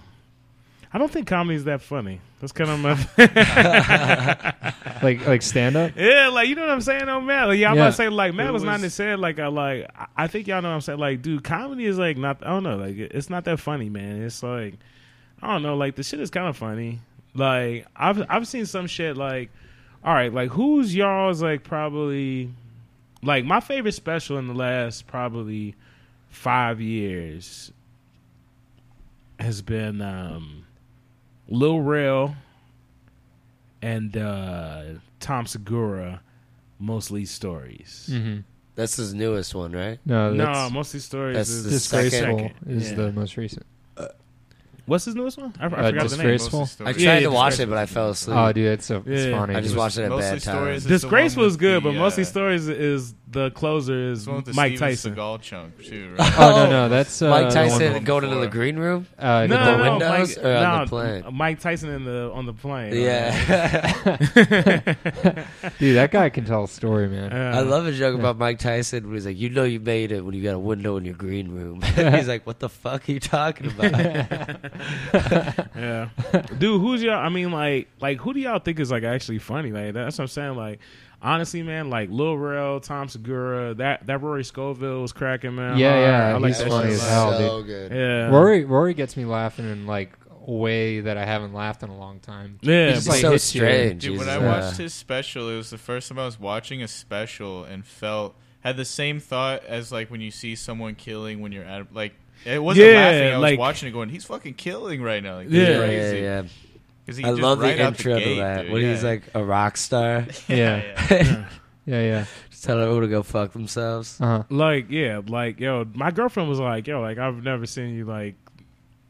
[SPEAKER 4] I don't think comedy's that funny. That's kind of my,
[SPEAKER 5] Like like stand up.
[SPEAKER 4] yeah, like you know what I'm saying. Oh man, like, y'all about
[SPEAKER 5] Yeah.
[SPEAKER 4] to say like Matt
[SPEAKER 3] It
[SPEAKER 4] was, not
[SPEAKER 3] was-
[SPEAKER 4] to say like I like I- I think y'all know what I'm saying. Like, dude, comedy is like not. I don't know. Like, it- it's not that funny, man. It's like I don't know. Like the shit is kind of funny. Like I've I've seen some shit like, all right, like who's y'all's like probably like my favorite special in the last probably five years has been um Lil Rail and uh Tom Segura mostly stories.
[SPEAKER 2] Mm.
[SPEAKER 5] Mm-hmm.
[SPEAKER 2] That's his newest one, right?
[SPEAKER 5] No,
[SPEAKER 4] No,
[SPEAKER 5] Oh, that's
[SPEAKER 4] mostly stories.
[SPEAKER 2] that's
[SPEAKER 4] is
[SPEAKER 2] the
[SPEAKER 5] disgraceful
[SPEAKER 4] second.
[SPEAKER 5] is
[SPEAKER 4] Yeah.
[SPEAKER 5] the most recent.
[SPEAKER 4] What's his newest one? I, I
[SPEAKER 5] Uh,
[SPEAKER 4] forgot
[SPEAKER 3] Mostly
[SPEAKER 4] the name.
[SPEAKER 5] Disgrace-
[SPEAKER 3] Mostly
[SPEAKER 5] Disgraceful?
[SPEAKER 2] I
[SPEAKER 3] Stories.
[SPEAKER 2] tried
[SPEAKER 4] Yeah,
[SPEAKER 2] to
[SPEAKER 4] yeah,
[SPEAKER 2] watch
[SPEAKER 4] Disgraceful.
[SPEAKER 2] it, but I fell asleep.
[SPEAKER 5] Oh, dude, it's so it's
[SPEAKER 4] Yeah.
[SPEAKER 5] funny.
[SPEAKER 2] I just
[SPEAKER 5] It was-
[SPEAKER 2] watched it at a
[SPEAKER 3] Mostly
[SPEAKER 2] bad time.
[SPEAKER 3] Stories is the
[SPEAKER 4] Disgrace
[SPEAKER 3] one
[SPEAKER 4] was
[SPEAKER 3] with
[SPEAKER 4] good,
[SPEAKER 3] the,
[SPEAKER 4] but mostly
[SPEAKER 3] uh,
[SPEAKER 4] stories is the closer is
[SPEAKER 3] It's the one with the
[SPEAKER 4] Mike
[SPEAKER 3] Steven
[SPEAKER 4] Tyson.
[SPEAKER 3] Seagal chunk too, right?
[SPEAKER 5] Oh no, no, that's uh,
[SPEAKER 2] Mike
[SPEAKER 3] the
[SPEAKER 2] Tyson
[SPEAKER 3] one
[SPEAKER 2] going into
[SPEAKER 3] before.
[SPEAKER 2] the green room.
[SPEAKER 5] the one- uh, the
[SPEAKER 4] No,
[SPEAKER 5] one-
[SPEAKER 4] no, no,
[SPEAKER 2] windows
[SPEAKER 4] Mike,
[SPEAKER 2] or on
[SPEAKER 4] no,
[SPEAKER 2] the plane?
[SPEAKER 4] Mike Tyson in the on the plane.
[SPEAKER 2] Yeah,
[SPEAKER 5] dude, that guy can tell a story,
[SPEAKER 4] Uh,
[SPEAKER 3] Uh,
[SPEAKER 5] man.
[SPEAKER 2] I love a joke about Mike Tyson. When he's like, "You know, you made it when you got a window in your green room." he's like, "What the fuck are you talking about?"
[SPEAKER 4] Yeah, dude, who's y'all? I mean, like, like who do y'all think is like actually funny? Like, that's what I'm saying. Like, honestly, man, like Lil Rel, Tom Segura, that that Rory Scoville was cracking, man.
[SPEAKER 5] Yeah, yeah,
[SPEAKER 4] I like
[SPEAKER 5] he's
[SPEAKER 4] that
[SPEAKER 5] funny
[SPEAKER 4] shit.
[SPEAKER 5] as hell.
[SPEAKER 2] good.
[SPEAKER 3] uh.
[SPEAKER 4] Yeah,
[SPEAKER 5] Rory Rory gets me laughing in like a way that I haven't laughed in a long time.
[SPEAKER 4] Yeah,
[SPEAKER 2] He's
[SPEAKER 4] but-
[SPEAKER 5] like
[SPEAKER 2] so
[SPEAKER 5] his shit.
[SPEAKER 2] strange.
[SPEAKER 3] Dude, when
[SPEAKER 2] He's,
[SPEAKER 3] I
[SPEAKER 2] uh,
[SPEAKER 3] watched his special, it was the first time I was watching a special and felt had the same thought as like when you see someone killing when you're at like it wasn't
[SPEAKER 4] Yeah,
[SPEAKER 3] laughing. I was
[SPEAKER 4] like-
[SPEAKER 3] watching it going, he's fucking killing right now. Like,
[SPEAKER 4] Yeah.
[SPEAKER 2] yeah,
[SPEAKER 3] yeah,
[SPEAKER 2] yeah,
[SPEAKER 3] crazy.
[SPEAKER 2] yeah.
[SPEAKER 3] Cause he
[SPEAKER 2] I
[SPEAKER 3] just
[SPEAKER 2] love
[SPEAKER 3] right
[SPEAKER 2] the
[SPEAKER 3] out
[SPEAKER 2] intro
[SPEAKER 3] gate,
[SPEAKER 2] to that
[SPEAKER 3] dude,
[SPEAKER 2] when
[SPEAKER 3] yeah.
[SPEAKER 2] he's like a rock star.
[SPEAKER 5] Yeah.
[SPEAKER 3] yeah.
[SPEAKER 5] Yeah, yeah.
[SPEAKER 2] Just tell everyone to go fuck themselves.
[SPEAKER 5] Uh-huh.
[SPEAKER 4] like, yeah, like, yo, my girlfriend was like, yo, like, I've never seen you like,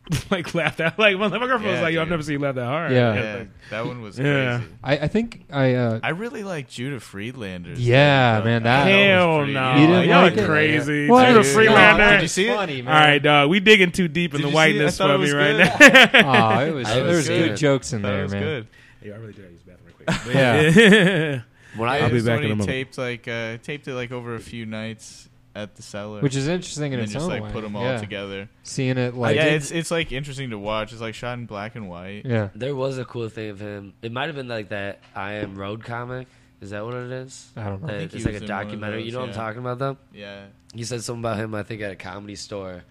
[SPEAKER 4] like laugh that. Like, my, my girlfriend was
[SPEAKER 3] Yeah,
[SPEAKER 4] like, yo, I've
[SPEAKER 3] dude.
[SPEAKER 4] never seen you laugh that hard.
[SPEAKER 2] uh,
[SPEAKER 5] Yeah.
[SPEAKER 3] Yeah, that one was
[SPEAKER 4] Yeah.
[SPEAKER 3] crazy.
[SPEAKER 5] I, I think I uh
[SPEAKER 3] I really like Judah Friedlander.
[SPEAKER 5] Yeah, man, that-
[SPEAKER 4] Hell no,
[SPEAKER 5] You didn't
[SPEAKER 4] y'all
[SPEAKER 5] like it?
[SPEAKER 4] crazy.
[SPEAKER 5] What?
[SPEAKER 4] You're a
[SPEAKER 5] Dude,
[SPEAKER 4] freelander.
[SPEAKER 5] no,
[SPEAKER 3] Did you see it?
[SPEAKER 5] funny,
[SPEAKER 4] All right, dog. We digging too deep in
[SPEAKER 3] Did
[SPEAKER 4] the
[SPEAKER 3] you see it?
[SPEAKER 4] whiteness
[SPEAKER 3] I thought it
[SPEAKER 4] for me
[SPEAKER 3] was
[SPEAKER 4] right
[SPEAKER 3] good.
[SPEAKER 4] now.
[SPEAKER 5] Oh, it was,
[SPEAKER 2] It was
[SPEAKER 5] there was good,
[SPEAKER 2] good.
[SPEAKER 5] jokes in
[SPEAKER 3] That
[SPEAKER 5] there,
[SPEAKER 3] was
[SPEAKER 5] man.
[SPEAKER 3] good.
[SPEAKER 4] Yeah, I really did. use the bathroom real
[SPEAKER 5] Yeah.
[SPEAKER 4] quick.
[SPEAKER 2] When
[SPEAKER 3] I
[SPEAKER 2] I
[SPEAKER 4] I'll be
[SPEAKER 3] just
[SPEAKER 4] back
[SPEAKER 3] only
[SPEAKER 4] in a moment.
[SPEAKER 3] Taped like uh, taped it like over a few nights at the cellar,
[SPEAKER 5] Which is interesting
[SPEAKER 3] and
[SPEAKER 5] in
[SPEAKER 3] then
[SPEAKER 5] its
[SPEAKER 3] just
[SPEAKER 5] own
[SPEAKER 3] like
[SPEAKER 5] way.
[SPEAKER 3] put them all
[SPEAKER 5] yeah.
[SPEAKER 3] together.
[SPEAKER 5] Seeing it like
[SPEAKER 3] yeah, it's it's like interesting to watch. It's like shot in black and white.
[SPEAKER 5] yeah.
[SPEAKER 2] there was a cool thing of him. It might have been like that I am road comic. Is that what it is?
[SPEAKER 5] I don't know.
[SPEAKER 2] Uh,
[SPEAKER 3] think he
[SPEAKER 2] it's like
[SPEAKER 3] was
[SPEAKER 2] a
[SPEAKER 3] in one of
[SPEAKER 2] documentary. you
[SPEAKER 3] those,
[SPEAKER 2] know what
[SPEAKER 3] yeah.
[SPEAKER 2] I'm talking about though.
[SPEAKER 3] Yeah,
[SPEAKER 2] You said something about him, I think, at a comedy store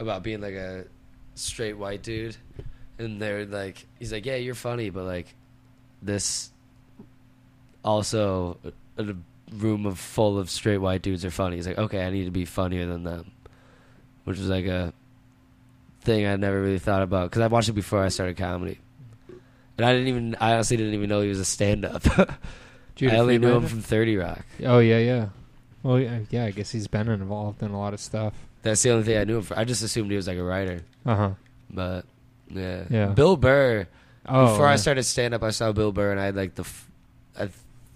[SPEAKER 2] about being like a straight white dude. And they're like, he's like, yeah, you're funny, but like, this also a a room of full of straight white dudes are funny. He's like, okay, I need to be funnier than them, which was like a thing I never really thought about because I watched it before I started comedy. And I didn't even, I honestly didn't even know he was a stand up.
[SPEAKER 5] Judah
[SPEAKER 2] I only knew him
[SPEAKER 5] Friedlander?
[SPEAKER 2] from 30 Rock.
[SPEAKER 5] Oh yeah, yeah. Well, yeah, yeah. I guess he's been involved in a lot of stuff.
[SPEAKER 2] That's the only thing I knew him for. I just assumed he was like a writer.
[SPEAKER 5] Uh huh.
[SPEAKER 2] But yeah,
[SPEAKER 5] Yeah.
[SPEAKER 2] Bill Burr.
[SPEAKER 5] Oh,
[SPEAKER 2] before I
[SPEAKER 5] yeah.
[SPEAKER 2] started stand up, I saw Bill Burr, and I had like the, f- I th-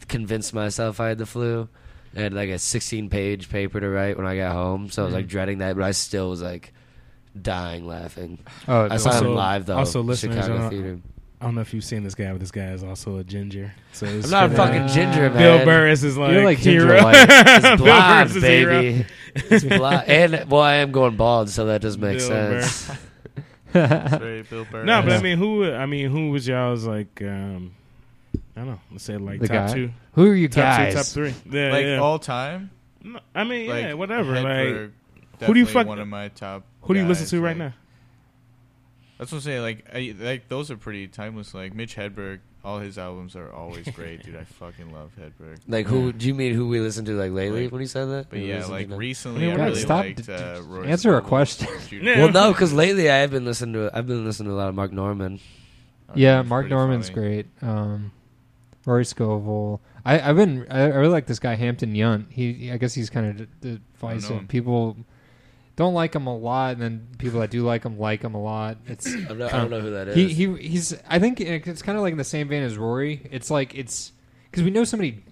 [SPEAKER 2] convinced myself I had the flu. I had like a 16 page paper to write when I got home, so I was
[SPEAKER 4] Mm.
[SPEAKER 2] like dreading that, but I still was like dying laughing.
[SPEAKER 5] Oh,
[SPEAKER 2] I saw
[SPEAKER 4] Also-
[SPEAKER 2] him live though.
[SPEAKER 4] also,
[SPEAKER 2] in
[SPEAKER 4] listeners,
[SPEAKER 2] Chicago
[SPEAKER 4] uh,
[SPEAKER 2] theater.
[SPEAKER 4] I don't know if you've seen this guy, but this guy is also a ginger. So it's
[SPEAKER 2] I'm not a
[SPEAKER 5] kinda-
[SPEAKER 2] fucking ginger, man.
[SPEAKER 4] Bill Burr is his like,
[SPEAKER 5] You're like ginger
[SPEAKER 4] hero.
[SPEAKER 5] light.
[SPEAKER 2] It's
[SPEAKER 4] Bill
[SPEAKER 2] blonde,
[SPEAKER 4] Burr's his hero.
[SPEAKER 2] baby. It's blonde. And well, I am going bald, so that does make
[SPEAKER 4] Bill Burr.
[SPEAKER 2] sense.
[SPEAKER 3] it's very Bill Burr.
[SPEAKER 4] No, but I mean, who? I mean, who was y'all's like? um I don't know. Let's say like
[SPEAKER 5] The
[SPEAKER 4] top
[SPEAKER 5] guy?
[SPEAKER 4] two,
[SPEAKER 5] Who are you
[SPEAKER 4] top
[SPEAKER 5] guys?
[SPEAKER 4] two, top three. Yeah,
[SPEAKER 3] like
[SPEAKER 4] yeah.
[SPEAKER 3] all time.
[SPEAKER 4] No, I mean,
[SPEAKER 3] Like
[SPEAKER 4] yeah, whatever. Like,
[SPEAKER 3] Hedberg,
[SPEAKER 4] who do
[SPEAKER 3] definitely
[SPEAKER 4] you fuck-
[SPEAKER 3] One of my top.
[SPEAKER 4] who do you listen
[SPEAKER 3] guys,
[SPEAKER 4] to right
[SPEAKER 3] like-
[SPEAKER 4] now?
[SPEAKER 3] That's what I'm saying. Like, I, like those are pretty timeless. Like Mitch Hedberg, all his albums are always great, dude. I fucking love Hedberg.
[SPEAKER 2] Like who do you mean? Who we listened to like lately?
[SPEAKER 3] Like-
[SPEAKER 2] when he said that?
[SPEAKER 3] But
[SPEAKER 2] We
[SPEAKER 3] yeah,
[SPEAKER 2] listened to
[SPEAKER 3] like
[SPEAKER 2] nothing.
[SPEAKER 3] recently, I,
[SPEAKER 5] God,
[SPEAKER 3] really
[SPEAKER 5] stop.
[SPEAKER 3] liked.
[SPEAKER 5] D-
[SPEAKER 3] Uh,
[SPEAKER 5] d-
[SPEAKER 3] Royce
[SPEAKER 5] answer a
[SPEAKER 3] Noble's
[SPEAKER 5] question.
[SPEAKER 3] Judas.
[SPEAKER 4] Yeah.
[SPEAKER 2] Well, no, because lately I have been listening to I've been listening to a lot of Mark Norman.
[SPEAKER 5] yeah,
[SPEAKER 3] That's
[SPEAKER 5] Mark
[SPEAKER 3] pretty
[SPEAKER 5] Norman's
[SPEAKER 3] funny.
[SPEAKER 5] great. Um, Rory Scovel. I, I've been. I, I really like this guy Hampton Yunt. He. I guess he's kind of d- d-
[SPEAKER 3] know
[SPEAKER 5] divisive.
[SPEAKER 3] him.
[SPEAKER 5] People don't like him a lot, and then people that do like him like him a lot. It's
[SPEAKER 2] I don't know, I don't know who that is.
[SPEAKER 5] he, he he's. I think it's kind of like in the same vein as Rory. It's like it's because we know somebody.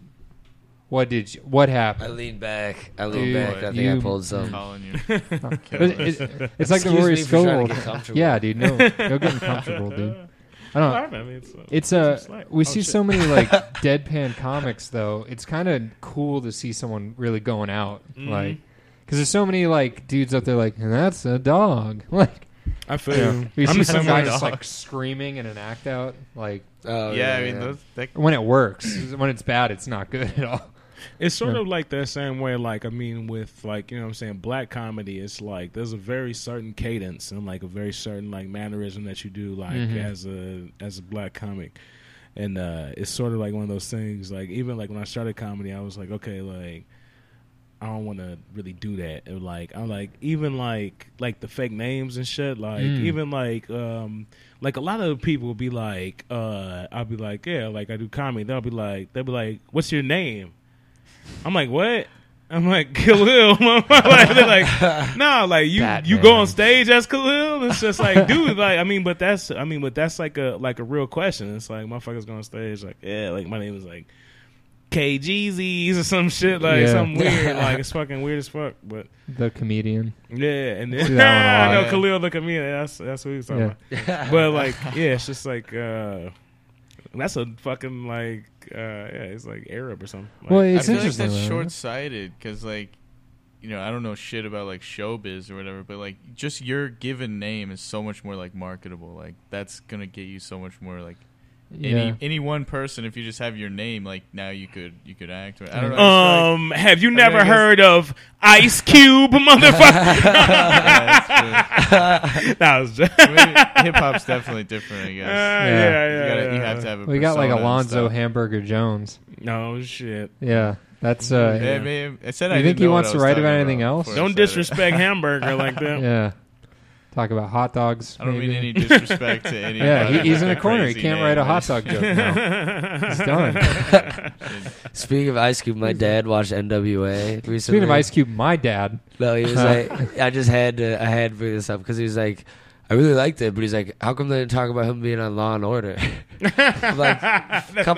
[SPEAKER 5] What did you, what
[SPEAKER 2] I
[SPEAKER 5] happened?
[SPEAKER 2] lean back. I lean
[SPEAKER 5] Dude,
[SPEAKER 2] back. I think I
[SPEAKER 5] you-
[SPEAKER 2] pulled some.
[SPEAKER 3] Calling you.
[SPEAKER 5] It- it- it's like the
[SPEAKER 2] Excuse
[SPEAKER 5] Rory
[SPEAKER 2] me for trying
[SPEAKER 5] Scovel.
[SPEAKER 2] to get comfortable.
[SPEAKER 5] Yeah, dude. No, no getting comfortable, dude. I don't.
[SPEAKER 4] I mean, it's, uh,
[SPEAKER 5] It's a
[SPEAKER 4] It's like-
[SPEAKER 5] we
[SPEAKER 4] oh,
[SPEAKER 5] see
[SPEAKER 4] shit.
[SPEAKER 5] so many like deadpan comics though. It's kind of cool to see someone really going out Like
[SPEAKER 4] Mm-hmm.
[SPEAKER 5] 'cause like because there's so many like dudes out there like and that's a dog like
[SPEAKER 4] I feel you.
[SPEAKER 5] we
[SPEAKER 4] I'm
[SPEAKER 5] see
[SPEAKER 4] the
[SPEAKER 5] some
[SPEAKER 4] same
[SPEAKER 5] guy
[SPEAKER 4] way.
[SPEAKER 5] just like
[SPEAKER 3] Dog.
[SPEAKER 5] screaming in an act out like
[SPEAKER 2] Oh,
[SPEAKER 3] yeah, I mean, those, that,
[SPEAKER 5] when it works when it's bad it's not good at all.
[SPEAKER 4] It's sort
[SPEAKER 5] Yeah.
[SPEAKER 4] of like that same way, like I mean, with like you know, what I'm saying black comedy. It's like there's a very certain cadence and like a very certain like mannerism that you do, like
[SPEAKER 5] Mhm.
[SPEAKER 4] as a as a black comic. And uh it's sort of like one of those things. Like even like when I started comedy, I was like, okay, like I don't want to really do that. And like I'm like even like like the fake names and shit. Like
[SPEAKER 5] Mm.
[SPEAKER 4] even like um like a lot of people be like uh I'll be like yeah like I do comedy. They'll be like they'll be like what's your name? I'm like what? I'm like Khalil. like, they're like nah like you you
[SPEAKER 2] Batman.
[SPEAKER 4] go on stage as Khalil. It's just like dude like I mean but that's I mean but that's like a like a real question. It's like motherfuckers go on stage like yeah like my name is like KGZs or some shit like
[SPEAKER 5] Yeah.
[SPEAKER 4] something weird. like it's fucking weird as fuck. But
[SPEAKER 5] The comedian.
[SPEAKER 4] yeah, and then
[SPEAKER 5] See that
[SPEAKER 4] I
[SPEAKER 5] one a
[SPEAKER 4] know
[SPEAKER 3] lot.
[SPEAKER 4] Khalil look at me. and That's that's what he was talking
[SPEAKER 5] Yeah.
[SPEAKER 4] about. But like, yeah, it's just like uh, that's a fucking like uh, yeah, it's like Arab or something. Like,
[SPEAKER 5] Well,
[SPEAKER 3] I
[SPEAKER 5] it's
[SPEAKER 3] feel like
[SPEAKER 5] interesting.
[SPEAKER 3] that's
[SPEAKER 5] though.
[SPEAKER 3] short sighted because like. You know, I don't know shit about like showbiz or whatever, but like just your given name is so much more like marketable. Like that's gonna get you so much more like any
[SPEAKER 5] yeah.
[SPEAKER 3] any one person if you just have your name. Like now you could you could act. I don't know. I feel
[SPEAKER 5] Oh.
[SPEAKER 3] like-
[SPEAKER 4] um, have you never
[SPEAKER 3] I guess-
[SPEAKER 4] heard of Ice Cube, motherfucker?
[SPEAKER 3] Yeah, that's true.
[SPEAKER 4] that was just.
[SPEAKER 3] I mean, Hip hop's definitely different, I
[SPEAKER 4] Yeah,
[SPEAKER 3] guess.
[SPEAKER 4] yeah,
[SPEAKER 5] Yeah.
[SPEAKER 3] you,
[SPEAKER 4] yeah.
[SPEAKER 3] gotta, you
[SPEAKER 4] yeah.
[SPEAKER 3] have to have a.
[SPEAKER 5] We got like
[SPEAKER 3] persona and
[SPEAKER 5] Alonzo
[SPEAKER 3] stuff.
[SPEAKER 5] Hamburger Jones.
[SPEAKER 4] No shit.
[SPEAKER 5] Yeah, that's uh.
[SPEAKER 3] Yeah, man, I said
[SPEAKER 5] You
[SPEAKER 3] I
[SPEAKER 5] think
[SPEAKER 3] didn't
[SPEAKER 5] he
[SPEAKER 3] know what
[SPEAKER 5] wants
[SPEAKER 3] I
[SPEAKER 5] to
[SPEAKER 3] was
[SPEAKER 5] write
[SPEAKER 3] talking
[SPEAKER 5] about anything
[SPEAKER 3] about
[SPEAKER 5] else?
[SPEAKER 3] before I
[SPEAKER 4] Don't
[SPEAKER 3] said it.
[SPEAKER 4] disrespect hamburger like that.
[SPEAKER 5] Yeah. Talk about hot dogs.
[SPEAKER 3] I don't mean
[SPEAKER 5] maybe.
[SPEAKER 3] any disrespect to anybody.
[SPEAKER 5] Yeah, he, he's in a
[SPEAKER 3] Crazy
[SPEAKER 5] corner. He can't
[SPEAKER 3] name,
[SPEAKER 5] write a
[SPEAKER 3] but
[SPEAKER 5] hot
[SPEAKER 3] it's-
[SPEAKER 5] dog joke. now. He's done.
[SPEAKER 2] Speaking of Ice Cube, my dad watched NWA recently.
[SPEAKER 5] Speaking of Ice Cube, my dad.
[SPEAKER 2] No, he was like, I just had to, I had to bring this up because he was like, I really liked it, but he's like, how come they didn't talk about him being on Law and Order? I'm like, come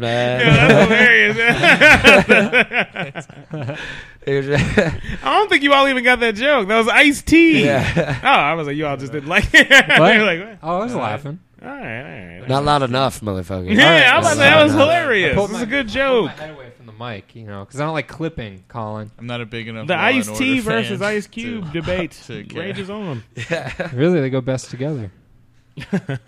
[SPEAKER 4] Yeah,
[SPEAKER 2] man.
[SPEAKER 4] that's hilarious.
[SPEAKER 2] It was just-
[SPEAKER 4] I don't think you all even got that joke. That was iced tea.
[SPEAKER 2] yeah,
[SPEAKER 4] Oh, I was like, you all just didn't like it. They
[SPEAKER 5] What?
[SPEAKER 4] were like,
[SPEAKER 5] Oh, I was laughing.
[SPEAKER 4] all right, all right.
[SPEAKER 2] not loud enough, motherfucker.
[SPEAKER 4] yeah, I was
[SPEAKER 2] All
[SPEAKER 4] like,
[SPEAKER 2] right.
[SPEAKER 4] that was
[SPEAKER 2] Not loud
[SPEAKER 4] hilarious.
[SPEAKER 5] I pulled
[SPEAKER 4] This is
[SPEAKER 5] my-
[SPEAKER 4] a good
[SPEAKER 3] Oh.
[SPEAKER 4] joke.
[SPEAKER 5] head away from the mic, you know, because I don't like clipping, Colin.
[SPEAKER 3] I'm not a big enough.
[SPEAKER 4] The
[SPEAKER 3] Law and
[SPEAKER 4] Ice T
[SPEAKER 3] Order fan
[SPEAKER 4] versus Ice Cube
[SPEAKER 3] to-
[SPEAKER 4] debate
[SPEAKER 3] to care.
[SPEAKER 4] rages on.
[SPEAKER 5] Really, they go best together.
[SPEAKER 3] It's
[SPEAKER 2] There-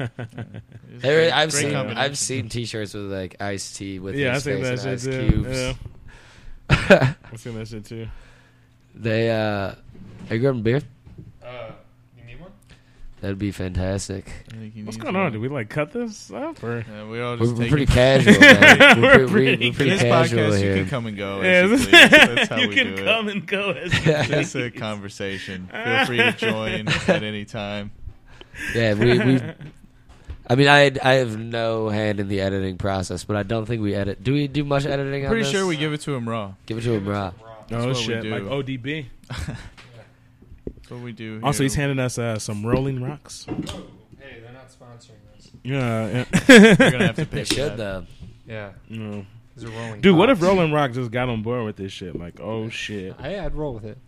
[SPEAKER 3] great-
[SPEAKER 2] I've
[SPEAKER 3] great
[SPEAKER 2] seen
[SPEAKER 3] combination.
[SPEAKER 2] I've seen T-shirts with like Ice T with
[SPEAKER 4] yeah, I
[SPEAKER 2] his
[SPEAKER 4] seen
[SPEAKER 2] face
[SPEAKER 4] that
[SPEAKER 2] and
[SPEAKER 4] shit
[SPEAKER 2] Ice
[SPEAKER 4] too.
[SPEAKER 2] Cubes.
[SPEAKER 4] Yeah, I seen that shit too.
[SPEAKER 2] They uh, are you grabbing beer?
[SPEAKER 3] Uh, you need one?
[SPEAKER 2] That'd be fantastic.
[SPEAKER 3] I think he
[SPEAKER 4] What's
[SPEAKER 3] needs
[SPEAKER 4] going on?
[SPEAKER 3] one.
[SPEAKER 4] Did we like cut this up or?
[SPEAKER 3] Uh, we all
[SPEAKER 2] We're,
[SPEAKER 3] just
[SPEAKER 2] we're
[SPEAKER 3] take
[SPEAKER 2] pretty
[SPEAKER 3] it-
[SPEAKER 2] casual. man.
[SPEAKER 4] We're
[SPEAKER 2] We're,
[SPEAKER 4] pretty-
[SPEAKER 2] pre- we're, we're
[SPEAKER 3] In
[SPEAKER 2] pretty
[SPEAKER 3] this
[SPEAKER 2] casual
[SPEAKER 3] podcast,
[SPEAKER 2] here.
[SPEAKER 3] you can come and go.
[SPEAKER 4] Yeah,
[SPEAKER 3] As you please. That's how
[SPEAKER 4] you
[SPEAKER 3] we
[SPEAKER 4] can
[SPEAKER 3] do
[SPEAKER 4] come
[SPEAKER 3] it.
[SPEAKER 4] and go. As
[SPEAKER 3] It's a conversation. Feel free to join at any time.
[SPEAKER 2] Yeah, we, we. I mean, I I have no hand in the editing process, but I don't think we edit. Do we do much editing? on
[SPEAKER 3] Pretty
[SPEAKER 2] this?
[SPEAKER 3] sure we give it to him raw.
[SPEAKER 2] give it to him raw.
[SPEAKER 4] oh
[SPEAKER 3] what we
[SPEAKER 4] shit!
[SPEAKER 3] do.
[SPEAKER 4] Like ODB.
[SPEAKER 3] That's what we do. Here.
[SPEAKER 4] Also, he's handing us uh, some Rolling Rocks.
[SPEAKER 5] Hey, they're not sponsoring this.
[SPEAKER 4] Yeah,
[SPEAKER 3] We're gonna have to
[SPEAKER 2] They
[SPEAKER 3] pay for
[SPEAKER 2] should
[SPEAKER 3] that.
[SPEAKER 2] though.
[SPEAKER 5] Yeah,
[SPEAKER 4] yeah.
[SPEAKER 5] these are rolling.
[SPEAKER 4] Dude,
[SPEAKER 3] Oh.
[SPEAKER 4] what if
[SPEAKER 5] tops.
[SPEAKER 4] Rolling Rock just got on board with this shit? Like, oh shit,
[SPEAKER 5] I, I'd roll with it.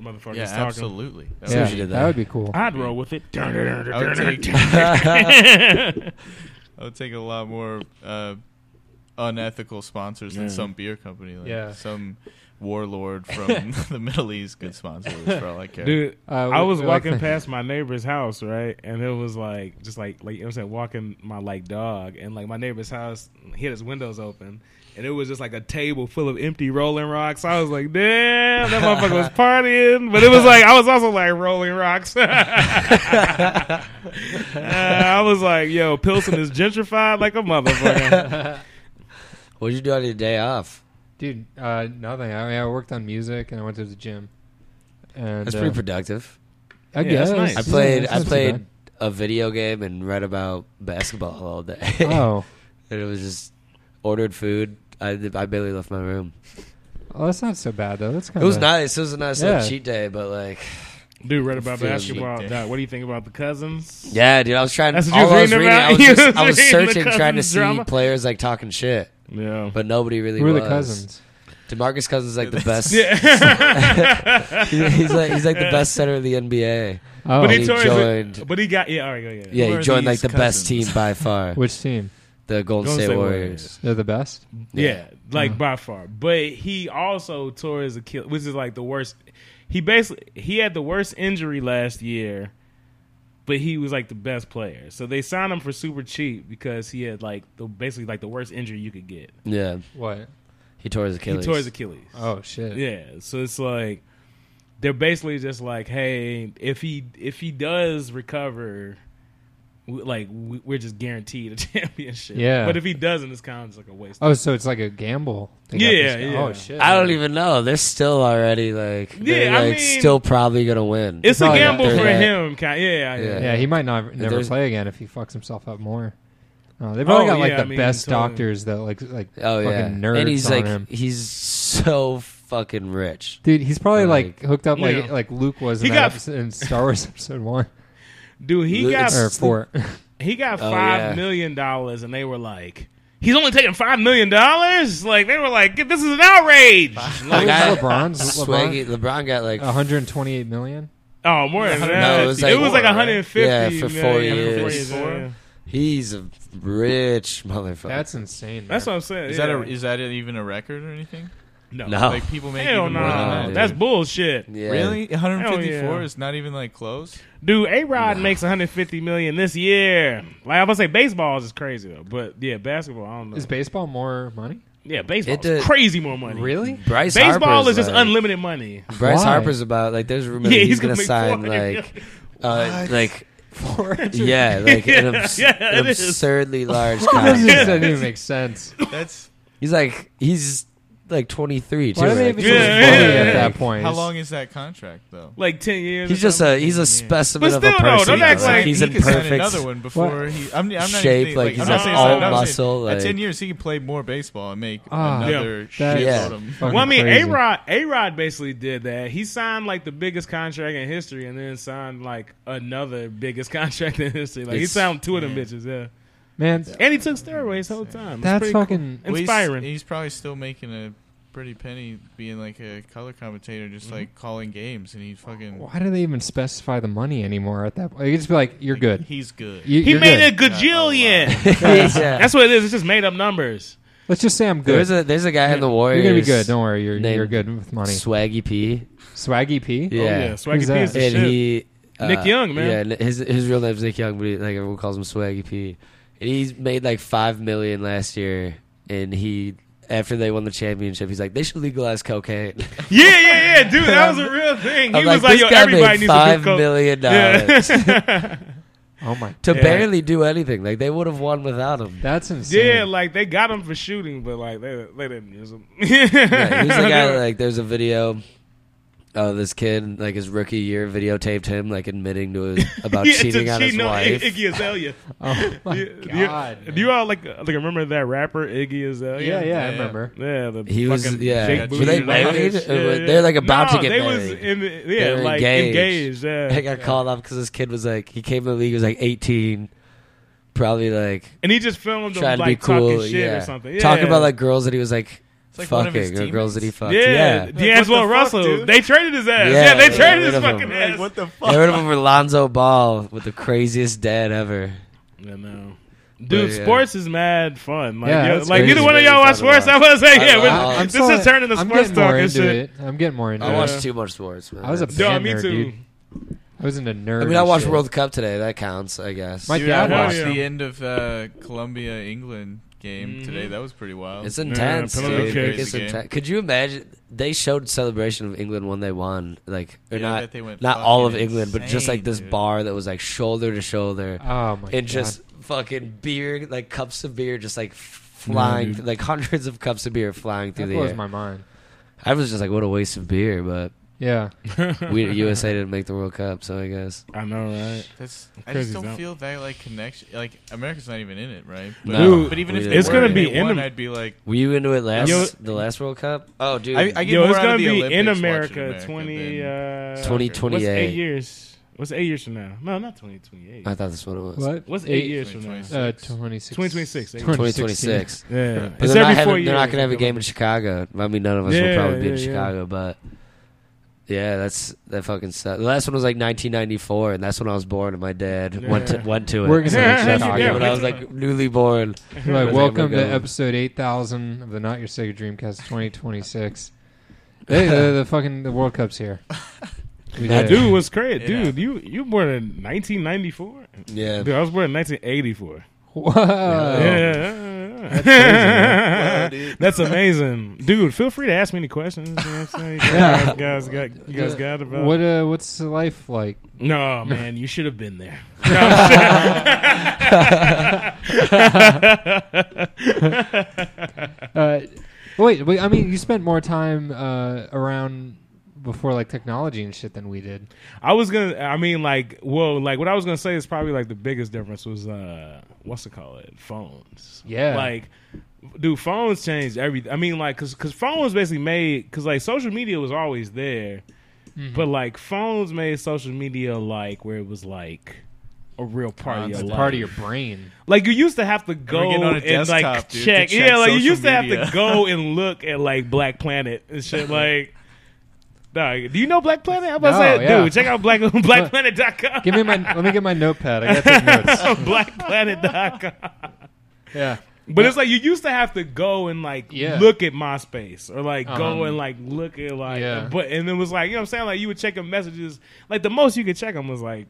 [SPEAKER 4] motherfuckers
[SPEAKER 3] Yeah,
[SPEAKER 4] talking.
[SPEAKER 3] absolutely. That
[SPEAKER 2] So
[SPEAKER 5] yeah,
[SPEAKER 3] would
[SPEAKER 2] she
[SPEAKER 3] be-
[SPEAKER 2] did
[SPEAKER 5] that.
[SPEAKER 2] that.
[SPEAKER 5] would be cool.
[SPEAKER 4] I'd roll with it.
[SPEAKER 3] I would take.
[SPEAKER 4] yeah,
[SPEAKER 3] I would take a lot more uh, unethical sponsors
[SPEAKER 4] Yeah.
[SPEAKER 3] than some beer company. Like
[SPEAKER 5] Yeah.
[SPEAKER 3] Some warlord from the Middle East could sponsor this for all I care.
[SPEAKER 4] Dude,
[SPEAKER 5] Uh, we-
[SPEAKER 4] I was
[SPEAKER 5] we like
[SPEAKER 4] walking
[SPEAKER 5] the-
[SPEAKER 4] past my neighbor's house, right? And it was like just like like you know what I'm saying, walking my like dog and like my neighbor's house he had his windows open and it was just like a table full of empty rolling rocks. I was like, damn, that motherfucker was partying. But it was like I was also like rolling rocks. Uh, I was like, yo, Pilsen is gentrified like a motherfucker.
[SPEAKER 2] What'd you do on your day off?
[SPEAKER 5] dude. Uh, nothing. I mean, I worked on music and I went to the gym. And
[SPEAKER 2] That's
[SPEAKER 5] uh,
[SPEAKER 2] pretty productive.
[SPEAKER 5] I
[SPEAKER 4] Yeah, that's
[SPEAKER 5] guess
[SPEAKER 4] nice.
[SPEAKER 2] I
[SPEAKER 5] Yeah,
[SPEAKER 2] played.
[SPEAKER 5] that's
[SPEAKER 2] I
[SPEAKER 5] not too
[SPEAKER 2] played a video game and read about basketball all day.
[SPEAKER 5] bad. Oh,
[SPEAKER 2] and it was just ordered food. I, I barely left my room.
[SPEAKER 5] well, oh, that's not so bad though. That's kind
[SPEAKER 2] It
[SPEAKER 5] of
[SPEAKER 2] was nice. It was a nice little
[SPEAKER 5] Oh, Yeah.
[SPEAKER 2] cheat day, but like,
[SPEAKER 4] Dude, read about
[SPEAKER 2] Feel
[SPEAKER 4] basketball.
[SPEAKER 3] cheated.
[SPEAKER 4] Doc, what do you think about the cousins?
[SPEAKER 2] yeah, dude. I was trying.
[SPEAKER 4] That's what you
[SPEAKER 2] all
[SPEAKER 4] was
[SPEAKER 2] I was
[SPEAKER 4] reading
[SPEAKER 2] reading,
[SPEAKER 4] about?
[SPEAKER 2] I was,
[SPEAKER 4] You
[SPEAKER 2] just,
[SPEAKER 4] was
[SPEAKER 2] I was
[SPEAKER 4] reading the
[SPEAKER 2] searching, trying to
[SPEAKER 4] Cousins
[SPEAKER 2] see
[SPEAKER 4] drama?
[SPEAKER 2] players like talking shit,
[SPEAKER 4] Yeah.
[SPEAKER 2] but nobody really
[SPEAKER 5] Who are
[SPEAKER 2] was.
[SPEAKER 5] the cousins?
[SPEAKER 2] Demarcus Cousins is like the
[SPEAKER 3] Yeah,
[SPEAKER 2] best.
[SPEAKER 4] yeah.
[SPEAKER 2] he's like he's like the best center of the NBA.
[SPEAKER 5] Oh,
[SPEAKER 4] But he,
[SPEAKER 2] he
[SPEAKER 4] tore His,
[SPEAKER 2] joined-
[SPEAKER 4] but he got yeah. All right, go, yeah.
[SPEAKER 2] Yeah,
[SPEAKER 3] Who
[SPEAKER 2] he
[SPEAKER 3] are
[SPEAKER 2] joined like the
[SPEAKER 3] these
[SPEAKER 2] best
[SPEAKER 3] cousins?
[SPEAKER 2] team by far.
[SPEAKER 5] which team?
[SPEAKER 2] the Golden,
[SPEAKER 4] Golden
[SPEAKER 2] State,
[SPEAKER 4] State
[SPEAKER 2] Warriors.
[SPEAKER 4] Warriors.
[SPEAKER 5] They're the best.
[SPEAKER 4] Yeah, like by far. But he also tore his Achilles, which is like the worst. He basically he had the worst injury last year, but he was like the best player. So they signed him for super cheap because he had like the basically like the worst injury you could get.
[SPEAKER 2] Yeah,
[SPEAKER 5] What?
[SPEAKER 2] he tore his Achilles.
[SPEAKER 4] He tore his Achilles.
[SPEAKER 5] Oh shit.
[SPEAKER 4] Yeah, so it's like they're basically just like, hey, if he if he does recover, we, like we- we're just guaranteed a championship.
[SPEAKER 5] Yeah.
[SPEAKER 4] but if he doesn't, it's kind of just like a waste.
[SPEAKER 5] Oh, so it's like a gamble. They got
[SPEAKER 4] Yeah,
[SPEAKER 5] this-
[SPEAKER 4] yeah.
[SPEAKER 5] Oh shit.
[SPEAKER 2] I don't even know. They're still already like they're
[SPEAKER 4] Yeah, I
[SPEAKER 2] like
[SPEAKER 4] mean-
[SPEAKER 2] still probably gonna win.
[SPEAKER 4] it's a
[SPEAKER 5] probably
[SPEAKER 4] gamble
[SPEAKER 2] after
[SPEAKER 4] for
[SPEAKER 2] that.
[SPEAKER 4] him. Kind yeah, yeah, yeah.
[SPEAKER 5] Yeah, he might not never
[SPEAKER 2] there's-
[SPEAKER 5] play again if he fucks himself up more. Oh, they probably
[SPEAKER 4] Oh,
[SPEAKER 5] got like
[SPEAKER 4] yeah,
[SPEAKER 5] the
[SPEAKER 4] I mean,
[SPEAKER 5] best
[SPEAKER 4] totally.
[SPEAKER 5] doctors that like like
[SPEAKER 2] oh
[SPEAKER 5] fucking
[SPEAKER 2] yeah,
[SPEAKER 5] nerds
[SPEAKER 2] and he's
[SPEAKER 5] on
[SPEAKER 2] like
[SPEAKER 5] him.
[SPEAKER 2] he's so fucking rich.
[SPEAKER 5] Dude, he's probably like,
[SPEAKER 2] Like-
[SPEAKER 5] hooked up like
[SPEAKER 4] Yeah.
[SPEAKER 5] like Luke was
[SPEAKER 4] He
[SPEAKER 5] in, that
[SPEAKER 4] got-
[SPEAKER 5] episode, in Star Wars episode one
[SPEAKER 4] Dude, he
[SPEAKER 2] Lu-
[SPEAKER 4] got
[SPEAKER 2] it's-
[SPEAKER 5] or four.
[SPEAKER 4] he got
[SPEAKER 2] Oh,
[SPEAKER 4] five million
[SPEAKER 2] yeah.
[SPEAKER 4] dollars, and they were like. He's only taking five million dollars. Like they were like, "This is an outrage."
[SPEAKER 2] Like
[SPEAKER 5] Wasn't
[SPEAKER 2] I-
[SPEAKER 5] LeBron's LeBron, Oh.
[SPEAKER 2] Swaggy LeBron got like
[SPEAKER 5] 128 million.
[SPEAKER 4] Oh, more than that.
[SPEAKER 2] No, it was like more,
[SPEAKER 4] one hundred and fifty.
[SPEAKER 2] right? Yeah, for four years.
[SPEAKER 4] yeah.
[SPEAKER 2] he's a rich motherfucker.
[SPEAKER 5] That's insane.
[SPEAKER 4] That's
[SPEAKER 5] man.
[SPEAKER 4] what I'm saying.
[SPEAKER 3] Is
[SPEAKER 4] yeah.
[SPEAKER 3] that a, is that even a record or anything?
[SPEAKER 4] no?
[SPEAKER 2] no,
[SPEAKER 3] Like people make
[SPEAKER 4] Hell
[SPEAKER 3] even
[SPEAKER 4] no,
[SPEAKER 3] more than
[SPEAKER 2] Nah,
[SPEAKER 3] that.
[SPEAKER 2] dude.
[SPEAKER 4] that's bullshit,
[SPEAKER 2] yeah.
[SPEAKER 3] Really? 154
[SPEAKER 4] Hell yeah.
[SPEAKER 3] is not even like close.
[SPEAKER 4] dude. A Rod makes 150 million this year. Like I'm gonna say, baseball is just crazy though, but yeah, basketball. I don't know.
[SPEAKER 5] Is baseball more money?
[SPEAKER 4] yeah, baseball
[SPEAKER 2] It did-
[SPEAKER 4] crazy more money.
[SPEAKER 5] Really?
[SPEAKER 2] Bryce
[SPEAKER 4] Baseball
[SPEAKER 2] Harper's
[SPEAKER 4] is just
[SPEAKER 2] like,
[SPEAKER 4] unlimited money.
[SPEAKER 2] Bryce
[SPEAKER 5] Why?
[SPEAKER 2] Harper's about like there's rumors
[SPEAKER 4] yeah,
[SPEAKER 2] he's, gonna,
[SPEAKER 4] make
[SPEAKER 2] sign
[SPEAKER 4] 400
[SPEAKER 2] like uh, like
[SPEAKER 5] Four.
[SPEAKER 2] yeah like an,
[SPEAKER 4] Yeah,
[SPEAKER 2] abs-
[SPEAKER 4] yeah,
[SPEAKER 2] an
[SPEAKER 4] it is.
[SPEAKER 2] absurdly large
[SPEAKER 5] This
[SPEAKER 2] contract.
[SPEAKER 5] doesn't even make sense.
[SPEAKER 3] That's
[SPEAKER 2] He's like he's like 23 too.
[SPEAKER 5] Why do they
[SPEAKER 2] like,
[SPEAKER 5] even
[SPEAKER 4] Yeah,
[SPEAKER 5] yeah,
[SPEAKER 4] yeah,
[SPEAKER 5] money
[SPEAKER 4] yeah,
[SPEAKER 5] at
[SPEAKER 4] yeah.
[SPEAKER 5] that point?
[SPEAKER 3] how
[SPEAKER 5] It's-
[SPEAKER 3] long is that contract though?
[SPEAKER 4] like 10 years.
[SPEAKER 2] He's
[SPEAKER 4] or
[SPEAKER 2] just
[SPEAKER 4] something.
[SPEAKER 2] a he's a specimen
[SPEAKER 4] But
[SPEAKER 2] of a
[SPEAKER 4] still, though,
[SPEAKER 2] person.
[SPEAKER 4] don't act
[SPEAKER 2] though.
[SPEAKER 4] like-
[SPEAKER 2] he's
[SPEAKER 3] he
[SPEAKER 2] in
[SPEAKER 3] could sign
[SPEAKER 2] perfect.
[SPEAKER 3] another one before he. I'm, I'm not even
[SPEAKER 2] shape,
[SPEAKER 3] thinking-
[SPEAKER 2] like, he's
[SPEAKER 3] I'm not
[SPEAKER 4] all
[SPEAKER 3] saying sign, I'm saying
[SPEAKER 2] muscle,
[SPEAKER 3] At ten
[SPEAKER 2] like-
[SPEAKER 3] years, he could play more baseball and make
[SPEAKER 5] Ah,
[SPEAKER 3] another
[SPEAKER 5] Yeah.
[SPEAKER 3] shit
[SPEAKER 2] That's-
[SPEAKER 3] out of him.
[SPEAKER 5] Fuck.
[SPEAKER 4] Well, I mean,
[SPEAKER 5] Crazy.
[SPEAKER 4] A Rod, A Rod basically did that. He signed like the biggest contract in history, and then signed like another biggest contract in history. Like he
[SPEAKER 2] It's-
[SPEAKER 4] signed two of them bitches, yeah.
[SPEAKER 5] man,
[SPEAKER 4] And he took steroids the whole time. It's
[SPEAKER 5] that's
[SPEAKER 4] pretty cool.
[SPEAKER 5] fucking.
[SPEAKER 3] Well, he's-
[SPEAKER 4] inspiring.
[SPEAKER 3] He's, probably still making a pretty penny being like a color commentator, just like calling games, and he fucking.
[SPEAKER 5] Why do they even specify the money anymore at that point? You just be like, you're good.
[SPEAKER 3] He's good.
[SPEAKER 5] You,
[SPEAKER 4] He
[SPEAKER 5] you're
[SPEAKER 4] made
[SPEAKER 5] good.
[SPEAKER 4] a gajillion.
[SPEAKER 2] yeah.
[SPEAKER 4] That's what it is. It's just made up numbers.
[SPEAKER 5] Let's just say I'm good.
[SPEAKER 2] There's a there's a guy in the
[SPEAKER 5] you're
[SPEAKER 2] Warriors.
[SPEAKER 5] gonna be good. Don't worry. You're
[SPEAKER 2] Name-
[SPEAKER 5] you're good with money.
[SPEAKER 2] Swaggy P.
[SPEAKER 5] Swaggy P.
[SPEAKER 2] Yeah.
[SPEAKER 4] Oh, yeah.
[SPEAKER 5] Who's
[SPEAKER 4] Swaggy
[SPEAKER 5] that?
[SPEAKER 4] P is the
[SPEAKER 2] and
[SPEAKER 4] shit.
[SPEAKER 2] he uh,
[SPEAKER 4] Nick Young, man.
[SPEAKER 2] Yeah, his his real name's Nick Young, but he, like everyone calls him Swaggy P. And he's made like five million last year, and he after they won the championship, he's like they should legalize cocaine.
[SPEAKER 4] yeah, yeah, yeah, dude. That was a real thing. He
[SPEAKER 2] I'm
[SPEAKER 4] was like,
[SPEAKER 2] this
[SPEAKER 4] yo,
[SPEAKER 2] guy
[SPEAKER 4] everybody
[SPEAKER 2] made
[SPEAKER 4] needs to
[SPEAKER 2] five
[SPEAKER 4] do coke.
[SPEAKER 2] million dollars
[SPEAKER 4] Yeah.
[SPEAKER 5] Oh my.
[SPEAKER 2] to
[SPEAKER 4] Yeah.
[SPEAKER 2] barely do anything. Like they would have won without him.
[SPEAKER 5] That's insane.
[SPEAKER 4] yeah, like they got him for shooting, but like they, they didn't use him.
[SPEAKER 2] Yeah,
[SPEAKER 4] yeah,
[SPEAKER 2] he was the guy that, like there's a video of this kid like his rookie year videotaped him like admitting to his, about cheating on his wife.
[SPEAKER 4] Iggy Azalea.
[SPEAKER 5] Oh my
[SPEAKER 4] Do you- do you-
[SPEAKER 5] god.
[SPEAKER 4] Do you all like like remember that rapper Iggy Azalea?
[SPEAKER 5] yeah, yeah, I
[SPEAKER 3] Yeah, yeah.
[SPEAKER 5] remember.
[SPEAKER 4] Yeah, the
[SPEAKER 2] He was-
[SPEAKER 4] fucking
[SPEAKER 2] yeah.
[SPEAKER 4] Jake
[SPEAKER 3] Were
[SPEAKER 4] Booty
[SPEAKER 3] they
[SPEAKER 4] and all
[SPEAKER 2] married?
[SPEAKER 4] that shit.
[SPEAKER 2] Or
[SPEAKER 4] Yeah,
[SPEAKER 2] were-
[SPEAKER 4] yeah.
[SPEAKER 2] they're, like, about to
[SPEAKER 4] No,
[SPEAKER 2] get
[SPEAKER 4] they Was
[SPEAKER 2] married.
[SPEAKER 4] in the, yeah,
[SPEAKER 2] They're
[SPEAKER 4] like engaged.
[SPEAKER 2] engaged. I
[SPEAKER 4] yeah.
[SPEAKER 2] got called off because this kid was like he came to the league he was like 18, probably like
[SPEAKER 4] And he just filmed them
[SPEAKER 2] trying to be
[SPEAKER 4] like
[SPEAKER 2] cool,
[SPEAKER 4] talking shit
[SPEAKER 2] yeah.
[SPEAKER 4] or something. Yeah.
[SPEAKER 2] talking about like girls that he was like,
[SPEAKER 3] It's like one of his
[SPEAKER 2] fucking or
[SPEAKER 3] teammates.
[SPEAKER 2] girls that he fucked.
[SPEAKER 4] yeah,
[SPEAKER 2] Yeah,
[SPEAKER 4] D'Angelo
[SPEAKER 3] Like, what the fuck,
[SPEAKER 4] Russell.
[SPEAKER 3] dude?
[SPEAKER 4] they traded his ass. Yeah,
[SPEAKER 2] Yeah,
[SPEAKER 4] they
[SPEAKER 2] they
[SPEAKER 4] traded
[SPEAKER 2] rid
[SPEAKER 4] his
[SPEAKER 2] of him.
[SPEAKER 4] fucking
[SPEAKER 3] Like,
[SPEAKER 4] ass.
[SPEAKER 3] what the fuck?
[SPEAKER 2] Get rid of him for Lonzo Ball with the craziest dad ever.
[SPEAKER 4] Yeah, no. Dude,
[SPEAKER 2] But, yeah.
[SPEAKER 4] sports is mad fun. Like,
[SPEAKER 5] Yeah,
[SPEAKER 4] yo-
[SPEAKER 5] that's
[SPEAKER 4] like
[SPEAKER 5] crazy.
[SPEAKER 4] neither one of y'all watch
[SPEAKER 2] It's really
[SPEAKER 4] sports. I was like,
[SPEAKER 2] I-
[SPEAKER 4] yeah,
[SPEAKER 2] I-
[SPEAKER 4] we're-
[SPEAKER 2] I'm
[SPEAKER 4] this is turning the
[SPEAKER 5] I'm
[SPEAKER 4] sports
[SPEAKER 5] getting more
[SPEAKER 4] talk and
[SPEAKER 5] into
[SPEAKER 4] shit.
[SPEAKER 5] it. I'm getting more into
[SPEAKER 2] I
[SPEAKER 4] Yeah.
[SPEAKER 5] it.
[SPEAKER 2] watched too much sports. Man.
[SPEAKER 5] I was a
[SPEAKER 4] No,
[SPEAKER 5] fan
[SPEAKER 4] me
[SPEAKER 5] nerd,
[SPEAKER 4] too.
[SPEAKER 5] dude. I was into nerd.
[SPEAKER 2] I mean, I
[SPEAKER 5] and
[SPEAKER 2] watched
[SPEAKER 5] shit.
[SPEAKER 2] World Cup today. That counts, I guess.
[SPEAKER 5] My
[SPEAKER 4] Yeah,
[SPEAKER 5] dad
[SPEAKER 4] hell
[SPEAKER 5] watched.
[SPEAKER 4] yeah.
[SPEAKER 5] it.
[SPEAKER 3] the end of uh, Columbia England game today. That was pretty wild.
[SPEAKER 2] It's intense.
[SPEAKER 4] penalty
[SPEAKER 2] dude.
[SPEAKER 4] kicks.
[SPEAKER 2] It's
[SPEAKER 3] Crazy game.
[SPEAKER 2] intense. Could you imagine? They showed celebration of England when they won, like
[SPEAKER 3] Yeah,
[SPEAKER 2] or
[SPEAKER 3] I bet
[SPEAKER 2] not,
[SPEAKER 3] they went
[SPEAKER 2] not all of
[SPEAKER 3] fucking
[SPEAKER 2] England, but just like
[SPEAKER 3] insane,
[SPEAKER 2] this
[SPEAKER 3] dude.
[SPEAKER 2] bar that was like shoulder to shoulder,
[SPEAKER 5] Oh my god!
[SPEAKER 2] and just fucking beer, like cups of beer, just like flying,
[SPEAKER 4] dude.
[SPEAKER 2] like hundreds of cups of beer flying
[SPEAKER 5] that
[SPEAKER 2] through the
[SPEAKER 5] blows
[SPEAKER 2] air.
[SPEAKER 5] my mind.
[SPEAKER 2] I was just like, what a waste of beer. But
[SPEAKER 5] Yeah,
[SPEAKER 2] we USA didn't make the World Cup, so I guess
[SPEAKER 4] I know, right?
[SPEAKER 3] That's, I
[SPEAKER 4] Crazy
[SPEAKER 3] just
[SPEAKER 4] as
[SPEAKER 3] don't
[SPEAKER 4] hell.
[SPEAKER 3] feel that like connection. Like America's not even in it, right? But,
[SPEAKER 2] No.
[SPEAKER 3] but even
[SPEAKER 2] We
[SPEAKER 3] if
[SPEAKER 2] didn't.
[SPEAKER 3] they
[SPEAKER 2] It's
[SPEAKER 3] were
[SPEAKER 2] gonna
[SPEAKER 3] and
[SPEAKER 4] be
[SPEAKER 3] they
[SPEAKER 4] in
[SPEAKER 3] won,
[SPEAKER 4] Am-
[SPEAKER 3] I'd be like,
[SPEAKER 2] were you into it last
[SPEAKER 4] Yo-
[SPEAKER 2] the last World Cup? Oh, dude,
[SPEAKER 3] I, I get
[SPEAKER 4] Yo,
[SPEAKER 3] more
[SPEAKER 4] it's
[SPEAKER 3] out
[SPEAKER 4] gonna
[SPEAKER 3] of the
[SPEAKER 4] be
[SPEAKER 3] Olympics
[SPEAKER 4] in
[SPEAKER 3] watching
[SPEAKER 4] America,
[SPEAKER 3] America
[SPEAKER 4] twenty.
[SPEAKER 3] than-
[SPEAKER 4] Uh,
[SPEAKER 2] twenty
[SPEAKER 4] What's
[SPEAKER 2] twenty
[SPEAKER 4] eight
[SPEAKER 2] eight.
[SPEAKER 4] years? What's eight years from now? No, not twenty twenty eight.
[SPEAKER 2] I thought that's what it was.
[SPEAKER 5] what?
[SPEAKER 4] What's eight, years from now?
[SPEAKER 3] 2026.
[SPEAKER 5] Uh, twenty six.
[SPEAKER 4] 2026, eh?
[SPEAKER 2] Twenty twenty six.
[SPEAKER 4] Yeah,
[SPEAKER 2] But
[SPEAKER 4] it's every
[SPEAKER 2] they're,
[SPEAKER 4] four
[SPEAKER 2] not having, they're
[SPEAKER 4] years.
[SPEAKER 2] not going to have a game in Chicago. I mean, none of us will
[SPEAKER 4] Yeah,
[SPEAKER 2] probably be in
[SPEAKER 4] yeah, yeah.
[SPEAKER 2] Chicago, but yeah, that's that fucking sucks. The last one was like 1994, and that's when I was born, and my dad went to
[SPEAKER 4] Yeah.
[SPEAKER 2] went to it.
[SPEAKER 5] We're gonna
[SPEAKER 2] That's
[SPEAKER 5] be in
[SPEAKER 2] when
[SPEAKER 5] Chicago.
[SPEAKER 2] I was like newly born.
[SPEAKER 5] You're like,
[SPEAKER 2] Where's
[SPEAKER 5] welcome to
[SPEAKER 2] everyone going?
[SPEAKER 5] episode eight thousand of the Not Your Sega Dreamcast 2026. hey, the, the fucking the World Cup's here. We
[SPEAKER 2] That
[SPEAKER 5] did it.
[SPEAKER 4] Dude was crazy.
[SPEAKER 3] Yeah.
[SPEAKER 4] Dude, you you born in 1994?
[SPEAKER 2] Yeah,
[SPEAKER 4] Dude, I was born in 1984.
[SPEAKER 5] Whoa.
[SPEAKER 2] Oh.
[SPEAKER 4] Yeah.
[SPEAKER 3] man. Wow, dude.
[SPEAKER 4] That's amazing. Dude, feel free to ask me any questions. You know what I'm saying? You
[SPEAKER 5] Yeah.
[SPEAKER 4] guys, got, you guys got about
[SPEAKER 5] What uh, what's the life like?
[SPEAKER 4] No, man, you should have been there.
[SPEAKER 5] Uh, wait, wait, I mean, you spent more time uh, around before like technology and shit than we did.
[SPEAKER 4] I was gonna. I mean, like, whoa, like what I was gonna say is probably like the biggest difference was uh, what's it called? Phones.
[SPEAKER 5] Yeah.
[SPEAKER 4] Like, dude, phones changed everything. I mean, like, cause cause phones basically made cause like social media was always there,
[SPEAKER 5] Mm-hmm.
[SPEAKER 4] but like phones made social media like where it was like a real part of your
[SPEAKER 5] It's
[SPEAKER 4] life.
[SPEAKER 5] part of your brain.
[SPEAKER 4] Like you used to have to go
[SPEAKER 3] getting on a
[SPEAKER 4] and like
[SPEAKER 3] desktop, dude, to
[SPEAKER 4] check.
[SPEAKER 3] check
[SPEAKER 4] yeah, like you
[SPEAKER 3] social
[SPEAKER 4] used to have
[SPEAKER 3] media.
[SPEAKER 4] to go and look at like Black Planet and shit. Like, dog, do you know Black Planet? I'm about
[SPEAKER 5] No,
[SPEAKER 4] to say,
[SPEAKER 5] yeah.
[SPEAKER 4] dude, check out Black BlackPlanet.com.
[SPEAKER 5] Give me my. let me get my notepad. I got to take notes.
[SPEAKER 4] BlackPlanet.com.
[SPEAKER 5] Yeah.
[SPEAKER 4] But it's like you used to have to go and like
[SPEAKER 5] Yeah.
[SPEAKER 4] look at MySpace or like
[SPEAKER 5] Um,
[SPEAKER 4] go and like look at like
[SPEAKER 5] yeah.
[SPEAKER 4] but and it was like you know what I'm saying like you would check them messages like the most you could check them was like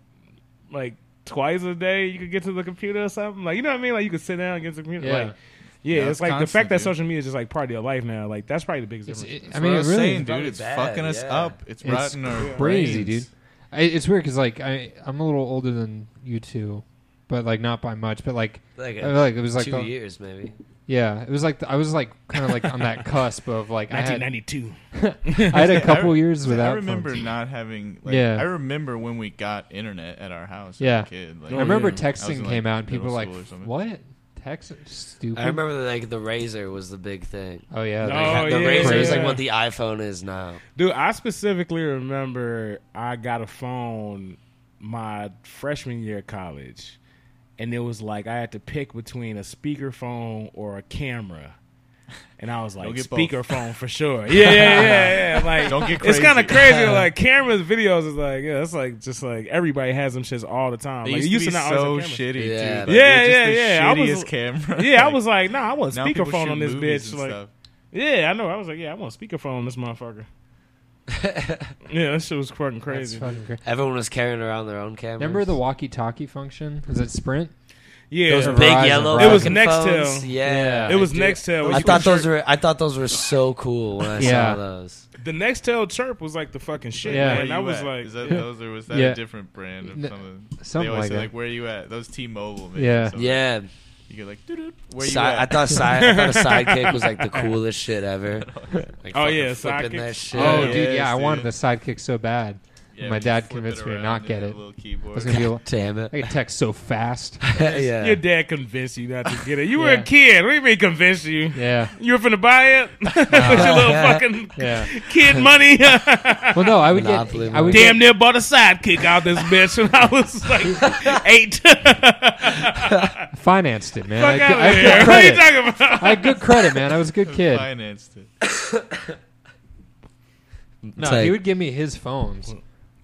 [SPEAKER 4] like twice a day you could get to the computer or something like you know what I mean like you could sit down and get to the computer
[SPEAKER 5] Yeah.
[SPEAKER 4] like yeah
[SPEAKER 3] Yeah,
[SPEAKER 4] it's,
[SPEAKER 3] it's
[SPEAKER 4] like the
[SPEAKER 3] constant,
[SPEAKER 4] fact that
[SPEAKER 3] dude.
[SPEAKER 4] social media is just like part of your life now like that's probably the biggest
[SPEAKER 5] It's,
[SPEAKER 4] difference.
[SPEAKER 5] it, I
[SPEAKER 3] That's
[SPEAKER 5] mean,
[SPEAKER 3] what
[SPEAKER 5] it
[SPEAKER 3] was
[SPEAKER 5] really.
[SPEAKER 3] saying, dude,
[SPEAKER 2] probably
[SPEAKER 3] it's
[SPEAKER 2] bad,
[SPEAKER 3] fucking us
[SPEAKER 2] yeah.
[SPEAKER 3] up. It's,
[SPEAKER 5] It's
[SPEAKER 3] rotten our
[SPEAKER 5] crazy,
[SPEAKER 3] brains.
[SPEAKER 5] dude. I, it's weird because like I I'm a little older than you two, but like not by much. But like
[SPEAKER 2] like,
[SPEAKER 5] I feel like it was like
[SPEAKER 2] two
[SPEAKER 5] the-
[SPEAKER 2] years maybe.
[SPEAKER 5] yeah, it was like the- I was like kind of like on that cusp of like I had
[SPEAKER 4] 1992
[SPEAKER 5] I had a couple
[SPEAKER 3] I-
[SPEAKER 5] years
[SPEAKER 3] See,
[SPEAKER 5] without.
[SPEAKER 3] I remember
[SPEAKER 5] phones.
[SPEAKER 3] not having. Like,
[SPEAKER 5] Yeah.
[SPEAKER 3] I remember when we got internet at our house.
[SPEAKER 5] Yeah.
[SPEAKER 3] As a kid. Like,
[SPEAKER 5] I remember
[SPEAKER 4] yeah.
[SPEAKER 3] Oh, I was
[SPEAKER 5] texting
[SPEAKER 3] in,
[SPEAKER 5] came
[SPEAKER 3] like,
[SPEAKER 5] out and people
[SPEAKER 3] middle
[SPEAKER 5] were like,
[SPEAKER 3] school or something.
[SPEAKER 5] "What? Text? Stupid."
[SPEAKER 2] I remember like the razor was the big thing.
[SPEAKER 5] Oh yeah.
[SPEAKER 4] No.
[SPEAKER 5] they-
[SPEAKER 4] Oh,
[SPEAKER 2] the
[SPEAKER 4] yeah,
[SPEAKER 2] razor is like
[SPEAKER 4] yeah.
[SPEAKER 2] what the iPhone is now.
[SPEAKER 4] Dude, I specifically remember I got a phone my freshman year of college, and it was like I had to pick between a speakerphone or a camera. And I was like,
[SPEAKER 3] Don't get both.
[SPEAKER 4] speakerphone for sure. Yeah, yeah, yeah, yeah. Like,
[SPEAKER 3] Don't get
[SPEAKER 4] It's kind of
[SPEAKER 3] crazy.
[SPEAKER 4] crazy. Like, cameras, videos is like, yeah, that's like just like everybody has them shits all the time.
[SPEAKER 3] They
[SPEAKER 4] like,
[SPEAKER 3] used,
[SPEAKER 4] it
[SPEAKER 3] to be
[SPEAKER 4] always
[SPEAKER 3] so
[SPEAKER 4] have cameras.
[SPEAKER 3] shitty,
[SPEAKER 2] Yeah.
[SPEAKER 3] dude. Like,
[SPEAKER 4] Yeah,
[SPEAKER 3] they're just
[SPEAKER 4] yeah,
[SPEAKER 3] the
[SPEAKER 4] yeah. I was-
[SPEAKER 3] shittiest camera.
[SPEAKER 4] Yeah, I
[SPEAKER 3] Like,
[SPEAKER 4] was like, nah, I want
[SPEAKER 3] now people
[SPEAKER 4] speakerphone
[SPEAKER 3] shoot
[SPEAKER 4] on this
[SPEAKER 3] movies
[SPEAKER 4] bitch.
[SPEAKER 3] and
[SPEAKER 4] Like,
[SPEAKER 3] stuff.
[SPEAKER 4] yeah, I know. I was like, yeah, I want speakerphone on this motherfucker. yeah, that shit was fucking
[SPEAKER 5] That's
[SPEAKER 4] crazy.
[SPEAKER 5] fucking cra-
[SPEAKER 2] Everyone was carrying around their own cameras.
[SPEAKER 5] Remember the walkie-talkie function? Was it Sprint?
[SPEAKER 4] Yeah,
[SPEAKER 5] Those are
[SPEAKER 2] big
[SPEAKER 5] Verizon,
[SPEAKER 2] yellow?
[SPEAKER 5] Verizon. It was
[SPEAKER 2] fucking
[SPEAKER 4] Nextel.
[SPEAKER 2] phones? Yeah,
[SPEAKER 4] it was
[SPEAKER 2] dude.
[SPEAKER 4] Nextel.
[SPEAKER 2] I
[SPEAKER 4] which
[SPEAKER 2] thought
[SPEAKER 4] was-
[SPEAKER 2] those were I thought those were so cool when I
[SPEAKER 5] Yeah.
[SPEAKER 2] saw those.
[SPEAKER 4] the Nextel chirp was like the fucking shit.
[SPEAKER 5] Yeah.
[SPEAKER 4] Yeah,
[SPEAKER 3] Where
[SPEAKER 4] man.
[SPEAKER 3] you
[SPEAKER 4] I was
[SPEAKER 3] at?
[SPEAKER 4] like,
[SPEAKER 3] Is that those or was that
[SPEAKER 5] Yeah.
[SPEAKER 3] a different brand of
[SPEAKER 5] N-
[SPEAKER 3] something?
[SPEAKER 5] something
[SPEAKER 3] they always
[SPEAKER 5] like
[SPEAKER 3] say,
[SPEAKER 5] that.
[SPEAKER 3] like, where are you at? Those T-Mobile. Maybe
[SPEAKER 5] Yeah.
[SPEAKER 3] or something.
[SPEAKER 2] Yeah,
[SPEAKER 3] You get like, doo-doo, where you
[SPEAKER 2] Si-
[SPEAKER 3] at?
[SPEAKER 2] I thought si- I thought a sidekick was like the coolest shit ever. Like,
[SPEAKER 4] Oh,
[SPEAKER 2] fucking
[SPEAKER 4] yeah,
[SPEAKER 2] flipping
[SPEAKER 4] sidekicks.
[SPEAKER 2] that shit.
[SPEAKER 5] Oh,
[SPEAKER 3] Yeah.
[SPEAKER 5] dude, yeah,
[SPEAKER 3] Yes,
[SPEAKER 5] I wanted
[SPEAKER 3] dude.
[SPEAKER 5] the sidekick so bad.
[SPEAKER 3] Yeah,
[SPEAKER 5] My
[SPEAKER 3] you flip
[SPEAKER 5] dad
[SPEAKER 3] it
[SPEAKER 5] convinced me to
[SPEAKER 3] around
[SPEAKER 5] not
[SPEAKER 3] and
[SPEAKER 5] get
[SPEAKER 3] you
[SPEAKER 5] it.
[SPEAKER 3] have a little keyboard.
[SPEAKER 5] I was gonna be. like,
[SPEAKER 2] Damn it.
[SPEAKER 5] I could text so fast.
[SPEAKER 2] yeah.
[SPEAKER 4] your dad convinced you not to get it. You were
[SPEAKER 5] Yeah.
[SPEAKER 4] a kid. What do you mean convinced you?
[SPEAKER 5] Yeah,
[SPEAKER 4] You were finna buy it with your little fucking
[SPEAKER 5] yeah.
[SPEAKER 4] kid money.
[SPEAKER 5] Well, no, I would get.
[SPEAKER 2] Monopoly
[SPEAKER 5] I would
[SPEAKER 4] Damn
[SPEAKER 5] get,
[SPEAKER 4] near bought a sidekick out this bitch when I was like eight.
[SPEAKER 5] financed it, man. I,
[SPEAKER 4] Fuck
[SPEAKER 5] had
[SPEAKER 4] out
[SPEAKER 5] good- I
[SPEAKER 4] of here.
[SPEAKER 5] had good
[SPEAKER 4] What are you
[SPEAKER 5] credit.
[SPEAKER 4] talking about?
[SPEAKER 5] I had good credit, man. I was a good kid.
[SPEAKER 3] Financed it.
[SPEAKER 2] It's
[SPEAKER 5] No,
[SPEAKER 2] like-
[SPEAKER 5] he would give me his phones.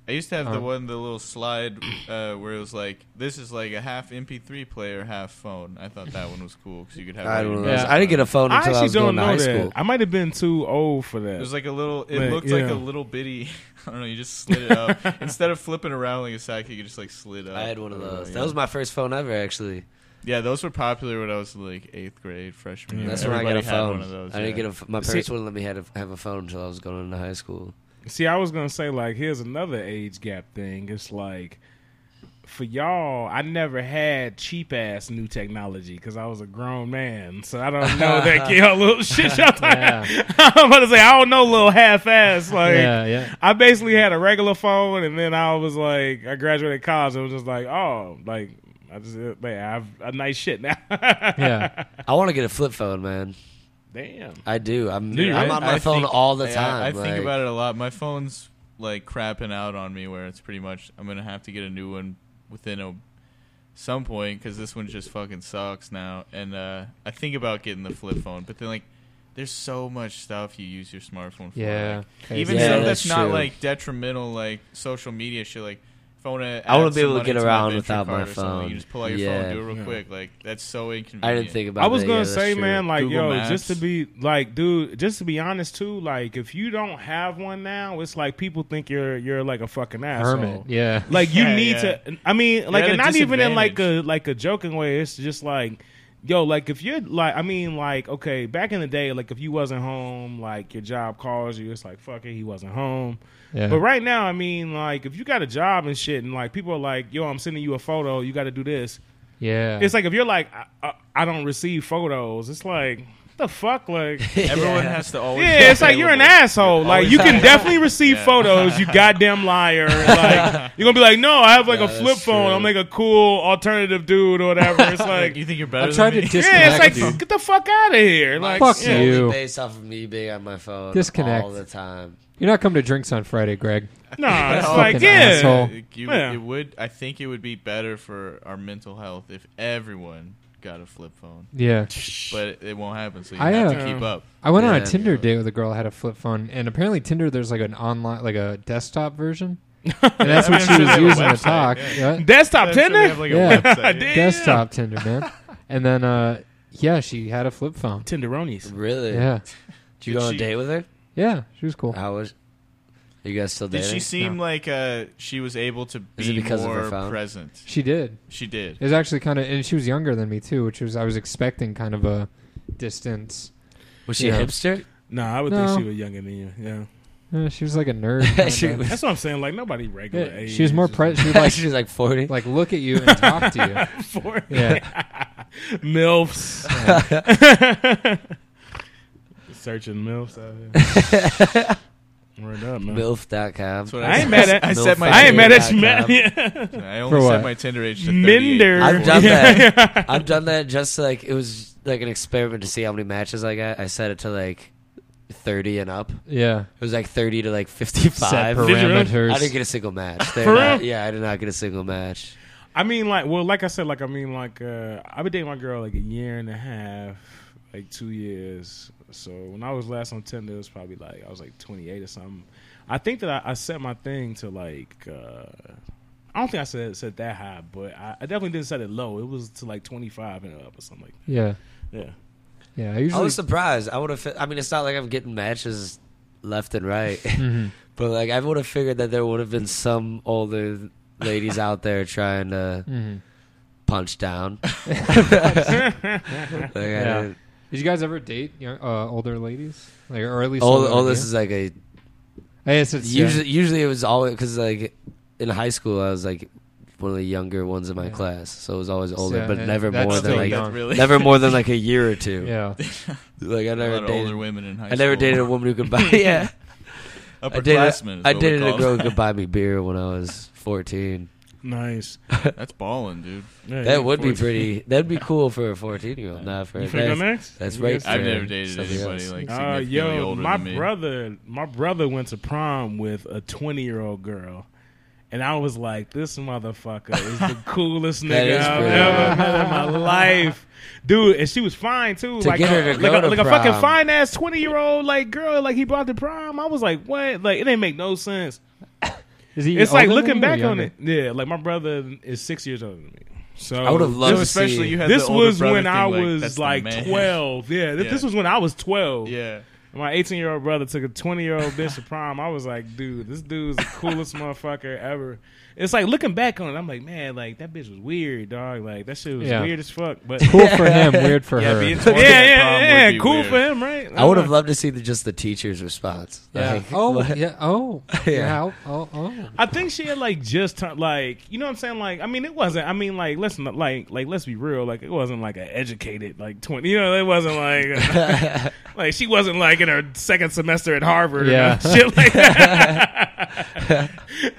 [SPEAKER 3] I used to have the
[SPEAKER 5] Um,
[SPEAKER 3] one, the little slide uh, where it was like, "This is like a half MP3 player, half phone." I thought that one was cool because you could have.
[SPEAKER 2] I
[SPEAKER 3] like,
[SPEAKER 2] don't know.
[SPEAKER 3] your-
[SPEAKER 5] Yeah.
[SPEAKER 2] I didn't get a phone
[SPEAKER 4] I
[SPEAKER 2] until I,
[SPEAKER 4] actually
[SPEAKER 2] was going
[SPEAKER 4] don't
[SPEAKER 2] to
[SPEAKER 4] know
[SPEAKER 2] high
[SPEAKER 4] that.
[SPEAKER 2] school.
[SPEAKER 4] I might have been too old for
[SPEAKER 3] It was
[SPEAKER 4] that.
[SPEAKER 3] like a little. It
[SPEAKER 4] Like,
[SPEAKER 3] looked like
[SPEAKER 4] yeah.
[SPEAKER 3] a little bitty. I don't know. You just slid it up instead of flipping around like a sack. You just like slid up.
[SPEAKER 2] I had one of
[SPEAKER 3] Uh,
[SPEAKER 2] those.
[SPEAKER 3] yeah.
[SPEAKER 2] That was my first phone ever, actually.
[SPEAKER 3] Yeah, those were popular when I was like eighth grade, freshman.
[SPEAKER 4] Yeah.
[SPEAKER 3] year.
[SPEAKER 2] That's when I got
[SPEAKER 3] Everybody
[SPEAKER 2] a
[SPEAKER 3] had
[SPEAKER 2] phone.
[SPEAKER 3] One of those,
[SPEAKER 2] I didn't
[SPEAKER 3] yeah.
[SPEAKER 2] get a. f- My
[SPEAKER 4] See-
[SPEAKER 2] parents wouldn't let me have a, have a phone until I was going into high school.
[SPEAKER 4] See, I was gonna say like here's another age gap thing. It's like for y'all, I never had cheap ass new technology because I was a grown man, so I don't know that y'all little shit y'all talking.
[SPEAKER 5] Yeah.
[SPEAKER 4] I'm about to say I don't know little half ass like.
[SPEAKER 5] yeah, yeah.
[SPEAKER 4] I basically had a regular phone, and then I was like, I graduated college. and was just like, oh, like I just man, I have a nice shit now.
[SPEAKER 5] Yeah.
[SPEAKER 2] I want to get a flip phone, man.
[SPEAKER 4] Damn.
[SPEAKER 2] I do. I'm,
[SPEAKER 4] Do you
[SPEAKER 2] I'm
[SPEAKER 4] really?
[SPEAKER 2] on my
[SPEAKER 3] I
[SPEAKER 2] phone
[SPEAKER 3] think-
[SPEAKER 2] all the
[SPEAKER 3] yeah,
[SPEAKER 2] time.
[SPEAKER 3] I, I
[SPEAKER 2] like-
[SPEAKER 3] think about it a lot. My phone's like crapping out on me, where it's pretty much I'm gonna have to get a new one within a some point because this one just fucking sucks now. And uh, I think about getting the flip phone, but then like. There's so much stuff you use your smartphone for.
[SPEAKER 5] Yeah.
[SPEAKER 3] like, even
[SPEAKER 2] Yeah,
[SPEAKER 3] stuff
[SPEAKER 2] that's
[SPEAKER 3] that's, not
[SPEAKER 2] true.
[SPEAKER 3] like detrimental, like social media shit. Like if I want to,
[SPEAKER 2] I wanna be able to get around without my
[SPEAKER 3] You
[SPEAKER 2] phone.
[SPEAKER 3] just pull out your
[SPEAKER 2] Yeah.
[SPEAKER 3] phone, do it real
[SPEAKER 4] Yeah.
[SPEAKER 3] quick. Like that's so inconvenient.
[SPEAKER 2] I didn't think about.
[SPEAKER 4] I was
[SPEAKER 2] that.
[SPEAKER 4] gonna
[SPEAKER 2] Yeah, that's
[SPEAKER 4] say,
[SPEAKER 2] true.
[SPEAKER 4] man, like
[SPEAKER 3] Google
[SPEAKER 4] yo,
[SPEAKER 3] Maps.
[SPEAKER 4] just to be like, dude, just to be honest too, like if you don't have one now, it's like people think you're you're like a fucking asshole.
[SPEAKER 5] Hermit. Yeah.
[SPEAKER 4] Like you
[SPEAKER 3] Yeah,
[SPEAKER 4] need
[SPEAKER 3] yeah.
[SPEAKER 4] to. I mean, like,
[SPEAKER 3] at
[SPEAKER 4] and
[SPEAKER 3] a
[SPEAKER 4] not even in like a like a joking way. It's just like, yo, like if you're like, I mean, like, okay, back in the day, like if you wasn't home, like your job calls you, it's like, fuck it, he wasn't home.
[SPEAKER 5] Yeah.
[SPEAKER 4] But right now, I mean, like if you got a job and shit, and like people are like, yo, I'm sending you a photo, you got to do this.
[SPEAKER 5] yeah.
[SPEAKER 4] It's like if you're like, I, I, I don't receive photos. It's like the fuck, like.
[SPEAKER 3] Everyone
[SPEAKER 2] Yeah.
[SPEAKER 3] has to always. be
[SPEAKER 4] Yeah, it's like you're an
[SPEAKER 3] available.
[SPEAKER 4] asshole. Like you can
[SPEAKER 2] available.
[SPEAKER 4] definitely receive
[SPEAKER 3] Yeah.
[SPEAKER 4] photos, you goddamn liar. Like you're gonna be like, no, I have like
[SPEAKER 2] Yeah,
[SPEAKER 4] a flip
[SPEAKER 2] that's
[SPEAKER 4] phone.
[SPEAKER 2] true.
[SPEAKER 4] I'm like a cool alternative dude or whatever. It's
[SPEAKER 3] Like
[SPEAKER 4] like,
[SPEAKER 3] you think you're better.
[SPEAKER 5] I tried
[SPEAKER 3] than
[SPEAKER 5] to
[SPEAKER 3] me?
[SPEAKER 4] yeah, it's like
[SPEAKER 5] disconnect,
[SPEAKER 4] get
[SPEAKER 5] dude.
[SPEAKER 4] the fuck out of here.
[SPEAKER 2] My
[SPEAKER 4] Like
[SPEAKER 5] Fuck
[SPEAKER 2] solely
[SPEAKER 5] you.
[SPEAKER 2] Based off of me being on my phone
[SPEAKER 5] Disconnect.
[SPEAKER 2] all the time.
[SPEAKER 5] You're not coming to drinks on Friday, Greg.
[SPEAKER 4] Nah, it's
[SPEAKER 5] Fucking
[SPEAKER 4] like yeah.
[SPEAKER 5] asshole.
[SPEAKER 3] It- Uh, you-
[SPEAKER 4] Yeah.
[SPEAKER 3] it would. I think it would be better for our mental health if everyone got a flip phone,
[SPEAKER 5] Yeah.
[SPEAKER 3] but it won't happen. So you
[SPEAKER 5] I,
[SPEAKER 3] have
[SPEAKER 5] uh,
[SPEAKER 3] to keep up.
[SPEAKER 5] I went on
[SPEAKER 2] Yeah.
[SPEAKER 5] a Tinder date with a girl that had a flip phone, and apparently Tinder there's like an online, like a desktop version, and that's
[SPEAKER 3] I
[SPEAKER 5] what
[SPEAKER 3] mean,
[SPEAKER 5] she
[SPEAKER 3] I'm sure
[SPEAKER 5] was
[SPEAKER 3] they have a
[SPEAKER 5] using to
[SPEAKER 3] website,
[SPEAKER 5] talk.
[SPEAKER 3] yeah.
[SPEAKER 5] yeah.
[SPEAKER 4] Desktop Tinder.
[SPEAKER 3] Have like
[SPEAKER 5] Yeah.
[SPEAKER 3] a website.
[SPEAKER 4] Damn.
[SPEAKER 5] Desktop Tinder, man. And then, uh, yeah, she had a flip phone.
[SPEAKER 4] Tinderonies.
[SPEAKER 2] Really?
[SPEAKER 5] Yeah,
[SPEAKER 2] Did you
[SPEAKER 3] Did
[SPEAKER 2] go on
[SPEAKER 3] she-
[SPEAKER 2] a date with her?
[SPEAKER 5] yeah, she was cool.
[SPEAKER 2] How was? Are you guys still
[SPEAKER 3] Did
[SPEAKER 2] dating?
[SPEAKER 3] she seem like uh, she was able to
[SPEAKER 2] Is it
[SPEAKER 3] be
[SPEAKER 2] because of her
[SPEAKER 3] more
[SPEAKER 2] phone?
[SPEAKER 3] present?
[SPEAKER 5] She did.
[SPEAKER 3] She did.
[SPEAKER 5] It was actually kind of, and she was younger than me too, which was I was expecting kind of a distance.
[SPEAKER 2] was she
[SPEAKER 5] Yeah.
[SPEAKER 2] a hipster?
[SPEAKER 4] Nah, I would
[SPEAKER 5] No.
[SPEAKER 4] think she was younger than you. Yeah,
[SPEAKER 5] Uh, she was like a nerd.
[SPEAKER 2] She
[SPEAKER 5] kinda.
[SPEAKER 2] was-
[SPEAKER 4] that's what I'm saying. Like nobody regular.
[SPEAKER 5] Yeah,
[SPEAKER 4] age
[SPEAKER 5] she was more
[SPEAKER 4] is
[SPEAKER 5] pre- she would like
[SPEAKER 2] she was like forty.
[SPEAKER 5] like look at you and talk to
[SPEAKER 4] for
[SPEAKER 5] you. Yeah,
[SPEAKER 4] milfs. Searching milfs out here. Word up, man.
[SPEAKER 2] Milf.com.
[SPEAKER 3] That's what
[SPEAKER 4] I
[SPEAKER 3] I,
[SPEAKER 4] ain't mad at-
[SPEAKER 3] I set my.
[SPEAKER 2] Milf.
[SPEAKER 4] I ain't mad at you,
[SPEAKER 2] Tinder.com.
[SPEAKER 4] man. Yeah.
[SPEAKER 3] I
[SPEAKER 5] For
[SPEAKER 3] only set
[SPEAKER 5] what?
[SPEAKER 3] my Tinder age to 38.
[SPEAKER 4] Minder.
[SPEAKER 2] I've done
[SPEAKER 4] Yeah.
[SPEAKER 2] I've done that just to, like it was like an experiment to see how many matches I got. I set it to like thirty and up. It
[SPEAKER 5] yeah.
[SPEAKER 2] was like thirty to like fifty-five.
[SPEAKER 5] Set
[SPEAKER 4] Did you really?
[SPEAKER 5] parameters.
[SPEAKER 2] I didn't get a single match. They're
[SPEAKER 4] For
[SPEAKER 2] not-
[SPEAKER 4] real?
[SPEAKER 2] Yeah, I did not get a single match.
[SPEAKER 4] I mean, like, well, like I said, like, I mean, like, uh, I've been dating my girl like a year and a half, like two years. So when I was last on Tinder, it was probably like I was like 28 or something. I think that I, I set my thing to like, uh, I don't think I said set that high, but I, I definitely didn't set it low. It was to like 25 and up or something like
[SPEAKER 5] yeah,
[SPEAKER 4] that. Yeah.
[SPEAKER 5] yeah. I
[SPEAKER 2] I
[SPEAKER 5] usually
[SPEAKER 2] was surprised. I would have. I mean, it's not like I'm getting matches left and right,
[SPEAKER 5] Mhm.
[SPEAKER 2] but like I would have figured that there would have been some older ladies out there trying to
[SPEAKER 5] Mhm.
[SPEAKER 2] punch down. like, I
[SPEAKER 5] Yeah.
[SPEAKER 2] didn't-
[SPEAKER 5] Did you guys ever date young, uh, older ladies, like or at least
[SPEAKER 2] all,
[SPEAKER 5] older
[SPEAKER 2] all
[SPEAKER 5] than
[SPEAKER 2] this
[SPEAKER 5] you?
[SPEAKER 2] is like a
[SPEAKER 5] I guess it's yeah.
[SPEAKER 2] usually. Usually it was always because like in high school I was like one of the younger ones in my
[SPEAKER 5] Yeah.
[SPEAKER 2] class, so it was always older,
[SPEAKER 5] Yeah,
[SPEAKER 2] but
[SPEAKER 5] and
[SPEAKER 2] never
[SPEAKER 5] that's
[SPEAKER 2] more
[SPEAKER 5] still
[SPEAKER 2] than like
[SPEAKER 5] young.
[SPEAKER 3] really.
[SPEAKER 2] never more than like a year or two.
[SPEAKER 5] Yeah,
[SPEAKER 2] Like
[SPEAKER 3] A
[SPEAKER 2] I
[SPEAKER 3] lot
[SPEAKER 2] never
[SPEAKER 3] of older
[SPEAKER 2] dated.
[SPEAKER 3] women in high
[SPEAKER 2] I never
[SPEAKER 3] school.
[SPEAKER 2] dated a woman who could buy. Yeah. I
[SPEAKER 3] Upperclassmen.
[SPEAKER 2] dated,
[SPEAKER 3] is
[SPEAKER 2] I
[SPEAKER 3] what we
[SPEAKER 2] dated a
[SPEAKER 3] call
[SPEAKER 2] girl
[SPEAKER 3] them.
[SPEAKER 2] who could buy me beer when I was 14.
[SPEAKER 4] Nice.
[SPEAKER 3] That's balling, dude.
[SPEAKER 4] Yeah,
[SPEAKER 2] That
[SPEAKER 4] you-
[SPEAKER 2] would be pretty. That'd be cool for a 14 year old, not for.
[SPEAKER 4] You
[SPEAKER 2] a
[SPEAKER 4] finna go
[SPEAKER 2] that's,
[SPEAKER 4] next?
[SPEAKER 2] that's
[SPEAKER 4] You
[SPEAKER 2] right.
[SPEAKER 4] guys-
[SPEAKER 2] for
[SPEAKER 3] I've never dated
[SPEAKER 2] something
[SPEAKER 3] anybody
[SPEAKER 2] else.
[SPEAKER 3] like
[SPEAKER 4] Uh,
[SPEAKER 3] significantly
[SPEAKER 4] yo,
[SPEAKER 3] older
[SPEAKER 4] my
[SPEAKER 3] than me.
[SPEAKER 4] brother, my brother went to prom with a twenty-year-old girl, and I was like, "This motherfucker is the coolest
[SPEAKER 2] That
[SPEAKER 4] nigga
[SPEAKER 2] is
[SPEAKER 4] I've
[SPEAKER 2] pretty
[SPEAKER 4] ever
[SPEAKER 2] hot.
[SPEAKER 4] met in my life, dude." And she was fine too,
[SPEAKER 2] To
[SPEAKER 4] like
[SPEAKER 2] get
[SPEAKER 4] a,
[SPEAKER 2] her
[SPEAKER 4] like,
[SPEAKER 2] to go
[SPEAKER 4] a,
[SPEAKER 2] to
[SPEAKER 4] like a fucking
[SPEAKER 2] prom.
[SPEAKER 4] fine-ass twenty-year-old like girl, like he brought to prom. I was like, "What?" Like it didn't make no sense.
[SPEAKER 5] Is he?
[SPEAKER 4] It's like
[SPEAKER 5] older than
[SPEAKER 4] looking
[SPEAKER 5] you or
[SPEAKER 4] back on
[SPEAKER 5] younger?
[SPEAKER 4] it. Yeah, like my brother is six years older than me. So
[SPEAKER 2] I would have loved
[SPEAKER 3] No,
[SPEAKER 2] to
[SPEAKER 3] especially
[SPEAKER 2] see.
[SPEAKER 3] you had
[SPEAKER 4] This
[SPEAKER 3] the older
[SPEAKER 4] was
[SPEAKER 3] brother
[SPEAKER 4] when
[SPEAKER 3] thing,
[SPEAKER 4] I
[SPEAKER 3] like, that's
[SPEAKER 4] was
[SPEAKER 3] the
[SPEAKER 4] like
[SPEAKER 3] man.
[SPEAKER 4] twelve. Yeah, th-
[SPEAKER 3] Yeah.
[SPEAKER 4] this was when I was twelve.
[SPEAKER 3] Yeah.
[SPEAKER 4] My 18 year old brother took a 20 year old bitch to prom. I was like, dude, this dude's the coolest motherfucker ever. It's like looking back on it, I'm like, man, like that bitch was weird, dog. Like that shit was
[SPEAKER 5] Yeah.
[SPEAKER 4] weird as fuck. But yeah,
[SPEAKER 5] Cool for him, weird for
[SPEAKER 3] Yeah,
[SPEAKER 5] her.
[SPEAKER 3] being 20
[SPEAKER 4] yeah,
[SPEAKER 3] at prom would
[SPEAKER 4] yeah,
[SPEAKER 3] be
[SPEAKER 4] cool
[SPEAKER 3] weird.
[SPEAKER 4] for him, right?
[SPEAKER 2] I would have loved to see the, just the teacher's response.
[SPEAKER 5] Yeah.
[SPEAKER 2] Like,
[SPEAKER 5] oh,
[SPEAKER 2] what?
[SPEAKER 5] yeah. Oh,
[SPEAKER 2] Yeah.
[SPEAKER 5] yeah. Oh, oh, oh.
[SPEAKER 4] I think she had like just tu- like you know what I'm saying like I mean it wasn't I mean like let's not like like let's be real like it wasn't like an educated like 20 you know it wasn't like like she wasn't like in her second semester at Harvard
[SPEAKER 5] Yeah.
[SPEAKER 4] or no shit like that.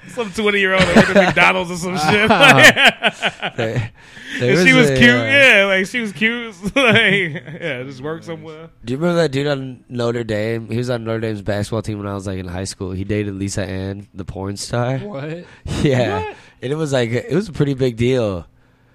[SPEAKER 4] some 20 year old that worked at McDonald's or some shit
[SPEAKER 2] There- there
[SPEAKER 4] and she was
[SPEAKER 2] a,
[SPEAKER 4] cute
[SPEAKER 2] uh,
[SPEAKER 4] yeah like she was cute like yeah just worked somewhere
[SPEAKER 2] Do you remember that dude on Notre Dame? He was on Notre Dame's basketball team when I was like in high school. He dated Lisa Ann, the porn star.
[SPEAKER 5] What?
[SPEAKER 2] Yeah, and it was like it was a pretty big deal.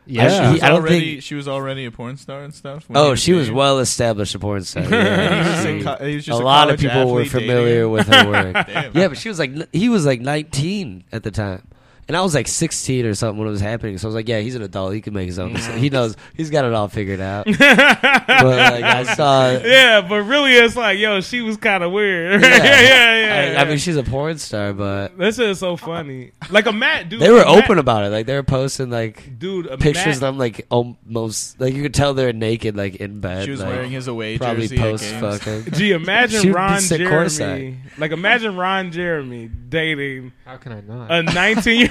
[SPEAKER 5] Yeah.
[SPEAKER 2] I
[SPEAKER 3] She was
[SPEAKER 2] I don't
[SPEAKER 3] already,
[SPEAKER 2] think-
[SPEAKER 3] she was already a porn star and stuff. when
[SPEAKER 2] Oh, she was
[SPEAKER 3] dating.
[SPEAKER 2] well established a porn star.
[SPEAKER 3] He was
[SPEAKER 2] Yeah.
[SPEAKER 3] just
[SPEAKER 2] She-
[SPEAKER 3] a co- he was
[SPEAKER 2] a
[SPEAKER 3] just
[SPEAKER 2] lot of
[SPEAKER 3] college
[SPEAKER 2] people were
[SPEAKER 3] athlete dating.
[SPEAKER 2] familiar with her work.
[SPEAKER 3] Damn.
[SPEAKER 2] yeah, but she was like he was like 19 at the time. And I was like 16 or something when it was happening. So I was like, yeah, he's an adult. He can make his own decisions. He knows. He's got it all figured out. but like I saw
[SPEAKER 4] yeah but really it's like yo she was kind of weird yeah yeah yeah,
[SPEAKER 2] I, I mean, she's a porn star, but
[SPEAKER 4] This is so funny. Like a Matt dude.
[SPEAKER 2] they were
[SPEAKER 4] ima-
[SPEAKER 2] open about it. Like they were posting like
[SPEAKER 4] dude. A
[SPEAKER 2] pictures of
[SPEAKER 4] Matt,
[SPEAKER 2] them like almost like you could tell they're naked like in bed.
[SPEAKER 3] She was
[SPEAKER 2] like,
[SPEAKER 3] wearing his away
[SPEAKER 2] probably
[SPEAKER 3] jersey. at
[SPEAKER 2] post
[SPEAKER 3] games.
[SPEAKER 2] fucking.
[SPEAKER 4] Gee, imagine
[SPEAKER 2] She would be
[SPEAKER 4] Ron
[SPEAKER 2] sick
[SPEAKER 4] Jeremy.
[SPEAKER 2] courtside.
[SPEAKER 4] Like imagine Ron Jeremy dating
[SPEAKER 5] How can I not?
[SPEAKER 4] a nineteen.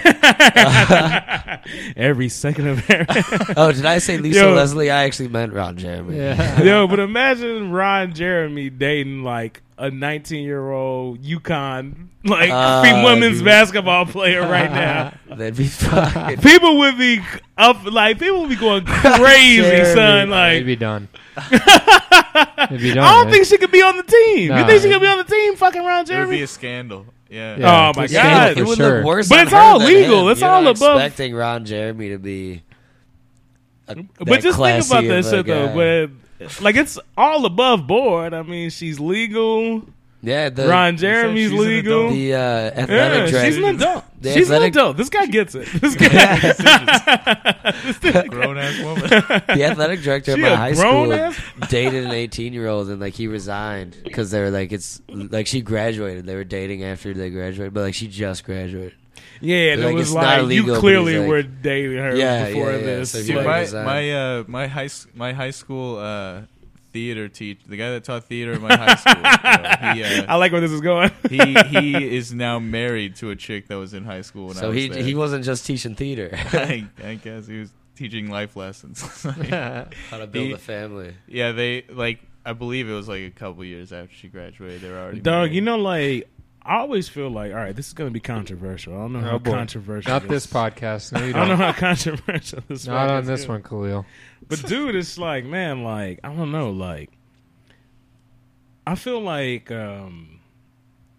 [SPEAKER 4] Every second of every.
[SPEAKER 2] oh, did I say Lisa
[SPEAKER 4] Yo.
[SPEAKER 2] Leslie? I actually meant Ron Jeremy.
[SPEAKER 5] yeah.
[SPEAKER 4] Yo, but imagine Ron Jeremy dating like a nineteen-year-old Yukon like
[SPEAKER 2] Ah,
[SPEAKER 4] free women's
[SPEAKER 2] dude.
[SPEAKER 4] basketball player right now.
[SPEAKER 2] That'd be fucking.
[SPEAKER 4] People would be up, like people would be going crazy,
[SPEAKER 2] Jeremy.
[SPEAKER 4] son. Like
[SPEAKER 5] It'd be done. It'd be done.
[SPEAKER 4] I don't
[SPEAKER 5] right?
[SPEAKER 4] think she could be on the team. you
[SPEAKER 5] Nah.
[SPEAKER 4] think she could be on the team? Fucking Ron
[SPEAKER 3] It would
[SPEAKER 4] Jeremy.
[SPEAKER 3] be a scandal. Yeah.
[SPEAKER 5] Yeah.
[SPEAKER 4] oh my
[SPEAKER 5] It's scandal
[SPEAKER 4] god!
[SPEAKER 2] it
[SPEAKER 5] for
[SPEAKER 2] would
[SPEAKER 5] sure.
[SPEAKER 2] look worse.
[SPEAKER 4] But
[SPEAKER 2] on
[SPEAKER 4] it's
[SPEAKER 2] her
[SPEAKER 4] all
[SPEAKER 2] than
[SPEAKER 4] legal.
[SPEAKER 2] him.
[SPEAKER 4] It's
[SPEAKER 2] You're
[SPEAKER 4] all
[SPEAKER 2] not
[SPEAKER 4] above-
[SPEAKER 2] Expecting Ron Jeremy to be. a-
[SPEAKER 4] but just
[SPEAKER 2] that
[SPEAKER 4] think
[SPEAKER 2] classy
[SPEAKER 4] about that
[SPEAKER 2] of a
[SPEAKER 4] shit though.
[SPEAKER 2] guy.
[SPEAKER 4] But like it's all above board. I mean, she's legal.
[SPEAKER 2] yeah, the
[SPEAKER 4] Ron Jeremy's
[SPEAKER 3] she's an
[SPEAKER 4] legal.
[SPEAKER 3] adult.
[SPEAKER 2] the uh,
[SPEAKER 4] Yeah,
[SPEAKER 2] athletic
[SPEAKER 4] she's an
[SPEAKER 2] director.
[SPEAKER 4] adult.
[SPEAKER 2] The
[SPEAKER 4] she's an
[SPEAKER 2] athletic-
[SPEAKER 4] adult. This guy gets it. This guy,
[SPEAKER 3] Grown ass woman.
[SPEAKER 2] the athletic director at
[SPEAKER 4] She
[SPEAKER 2] my
[SPEAKER 4] a
[SPEAKER 2] high
[SPEAKER 4] grown
[SPEAKER 2] school
[SPEAKER 4] ass-
[SPEAKER 2] dated an 18 year old and like he resigned because they were like it's like she graduated they were dating after they graduated but like she just graduated
[SPEAKER 4] yeah, and
[SPEAKER 2] Like,
[SPEAKER 4] it was
[SPEAKER 2] it's not
[SPEAKER 4] like
[SPEAKER 2] illegal,
[SPEAKER 4] you
[SPEAKER 2] but
[SPEAKER 4] clearly
[SPEAKER 2] he's like-
[SPEAKER 4] were dating her
[SPEAKER 2] Yeah,
[SPEAKER 4] before
[SPEAKER 2] yeah, yeah.
[SPEAKER 4] this.
[SPEAKER 2] So if you
[SPEAKER 3] Dude,
[SPEAKER 2] Like
[SPEAKER 3] my
[SPEAKER 2] design.
[SPEAKER 3] my uh, my high s- my high school uh, theater teacher, the guy that taught theater at my high school, you know, he, uh,
[SPEAKER 4] I like where this is going.
[SPEAKER 3] he he is now married to a chick that was in high school when I
[SPEAKER 2] so
[SPEAKER 3] was
[SPEAKER 2] he
[SPEAKER 3] there.
[SPEAKER 2] he wasn't just teaching theater
[SPEAKER 3] I, I guess he was teaching life lessons.
[SPEAKER 2] how to build
[SPEAKER 3] He-
[SPEAKER 2] a family
[SPEAKER 3] yeah, they like I believe it was like a couple years after she graduated. They were already
[SPEAKER 4] Dog,
[SPEAKER 3] married.
[SPEAKER 4] you know, like I always feel like, all right, this is going to be controversial. I don't know how
[SPEAKER 5] Oh, boy.
[SPEAKER 4] controversial.
[SPEAKER 5] Not this podcast. No, you
[SPEAKER 4] I don't know
[SPEAKER 5] don't.
[SPEAKER 4] how controversial this.
[SPEAKER 5] Not on
[SPEAKER 4] podcast
[SPEAKER 5] this
[SPEAKER 4] is.
[SPEAKER 5] one, Khalil.
[SPEAKER 4] But dude, it's like, man, like I don't know, like I feel like um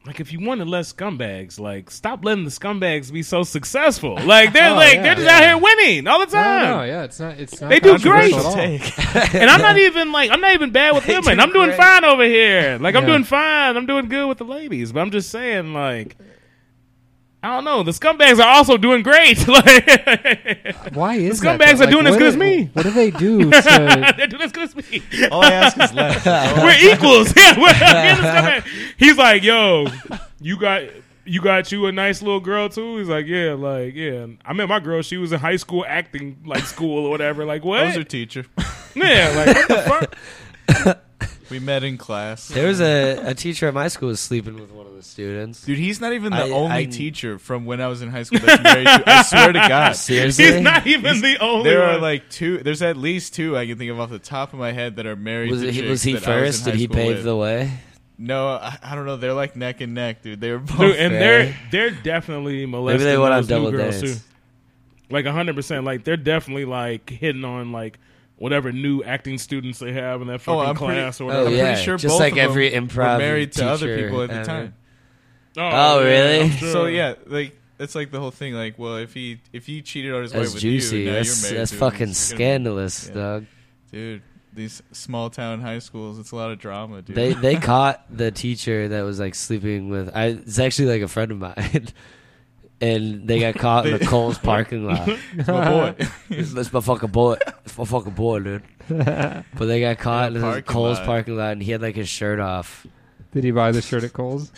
[SPEAKER 4] like if you wanted less scumbags, like stop letting the scumbags be so successful. Like they're
[SPEAKER 5] Oh,
[SPEAKER 4] like
[SPEAKER 5] yeah,
[SPEAKER 4] they're just
[SPEAKER 5] yeah.
[SPEAKER 4] out here winning all the
[SPEAKER 5] No,
[SPEAKER 4] time.
[SPEAKER 5] no, yeah, it's not. It's not.
[SPEAKER 4] They do great.
[SPEAKER 5] controversial at all.
[SPEAKER 4] And I'm not even like I'm not even bad with
[SPEAKER 2] They
[SPEAKER 4] women.
[SPEAKER 2] do
[SPEAKER 4] I'm doing
[SPEAKER 2] great.
[SPEAKER 4] fine over here. Like I'm
[SPEAKER 5] Yeah.
[SPEAKER 4] doing fine. I'm doing good with the ladies. But I'm just saying, like I don't know. The scumbags are also doing great. like
[SPEAKER 5] Why is
[SPEAKER 4] The
[SPEAKER 5] that, though?
[SPEAKER 4] scumbags are doing as good
[SPEAKER 5] what do-
[SPEAKER 4] as me.
[SPEAKER 5] What do they do? To,
[SPEAKER 4] they're doing as good as me.
[SPEAKER 3] all I ask is less.
[SPEAKER 4] we're equals. Yeah, we're, here's this guy. he's like, yo, you got you got you a nice little girl too. He's like, yeah, like yeah. I met my girl. She was in high school acting like school or whatever. Like
[SPEAKER 3] I
[SPEAKER 4] what?
[SPEAKER 3] was her teacher.
[SPEAKER 4] yeah, like what the fuck?
[SPEAKER 3] We met in class.
[SPEAKER 2] there was a, a teacher at my school was sleeping with one of the students
[SPEAKER 3] Dude, he's not even the
[SPEAKER 2] I-
[SPEAKER 3] only
[SPEAKER 2] I-
[SPEAKER 3] teacher from when I was in high school that's married to. I swear to God.
[SPEAKER 2] seriously
[SPEAKER 4] He's not even the only.
[SPEAKER 3] There are
[SPEAKER 4] one.
[SPEAKER 3] like two. There's at least two I can think of off the top of my head that are married.
[SPEAKER 2] was,
[SPEAKER 3] to
[SPEAKER 2] it,
[SPEAKER 3] chicks
[SPEAKER 2] was he
[SPEAKER 3] that I was in
[SPEAKER 2] first did
[SPEAKER 3] high
[SPEAKER 2] he
[SPEAKER 3] school
[SPEAKER 2] pave
[SPEAKER 3] with.
[SPEAKER 2] the way
[SPEAKER 3] No, I, I don't know. They're like neck and neck, dude. They were both.
[SPEAKER 4] Dude, and
[SPEAKER 2] Yeah.
[SPEAKER 4] they're they're definitely molesting
[SPEAKER 2] they went on
[SPEAKER 4] those new
[SPEAKER 2] double
[SPEAKER 4] girls
[SPEAKER 2] dates.
[SPEAKER 4] too. Like hundred percent. Like they're definitely like hitting on like whatever new acting students they have in that fucking
[SPEAKER 3] oh, I'm
[SPEAKER 4] class
[SPEAKER 3] pretty,
[SPEAKER 4] or
[SPEAKER 2] Oh,
[SPEAKER 4] whatever.
[SPEAKER 3] I'm
[SPEAKER 2] yeah.
[SPEAKER 3] pretty sure
[SPEAKER 2] Just
[SPEAKER 3] both
[SPEAKER 2] like
[SPEAKER 3] of them
[SPEAKER 2] every improv
[SPEAKER 3] were married to other
[SPEAKER 2] teacher
[SPEAKER 3] people at the
[SPEAKER 2] ever.
[SPEAKER 3] time.
[SPEAKER 2] Oh,
[SPEAKER 4] yeah,
[SPEAKER 2] really?
[SPEAKER 4] I'm sure.
[SPEAKER 3] So yeah, like that's like the whole thing. Like, well, if he if you cheated on his
[SPEAKER 2] that's
[SPEAKER 3] wife
[SPEAKER 2] juicy
[SPEAKER 3] with you, now
[SPEAKER 2] that's,
[SPEAKER 3] you're married
[SPEAKER 2] that's
[SPEAKER 3] to him.
[SPEAKER 2] fucking
[SPEAKER 3] It's gonna be-
[SPEAKER 2] scandalous
[SPEAKER 3] yeah.
[SPEAKER 2] dog
[SPEAKER 3] dude. These small town high schools, it's a lot of drama, dude.
[SPEAKER 2] They they caught the teacher that was like sleeping with. I it's actually like a friend of mine, and they got caught in the Coles parking lot.
[SPEAKER 3] My boy.
[SPEAKER 2] That's my fucking boy. That's my fucking boy, dude. But they got caught in
[SPEAKER 3] In a
[SPEAKER 2] the
[SPEAKER 3] parking
[SPEAKER 2] Coles
[SPEAKER 3] lot.
[SPEAKER 2] parking lot, and he had like his shirt off.
[SPEAKER 5] Did he buy the shirt at Kohl's?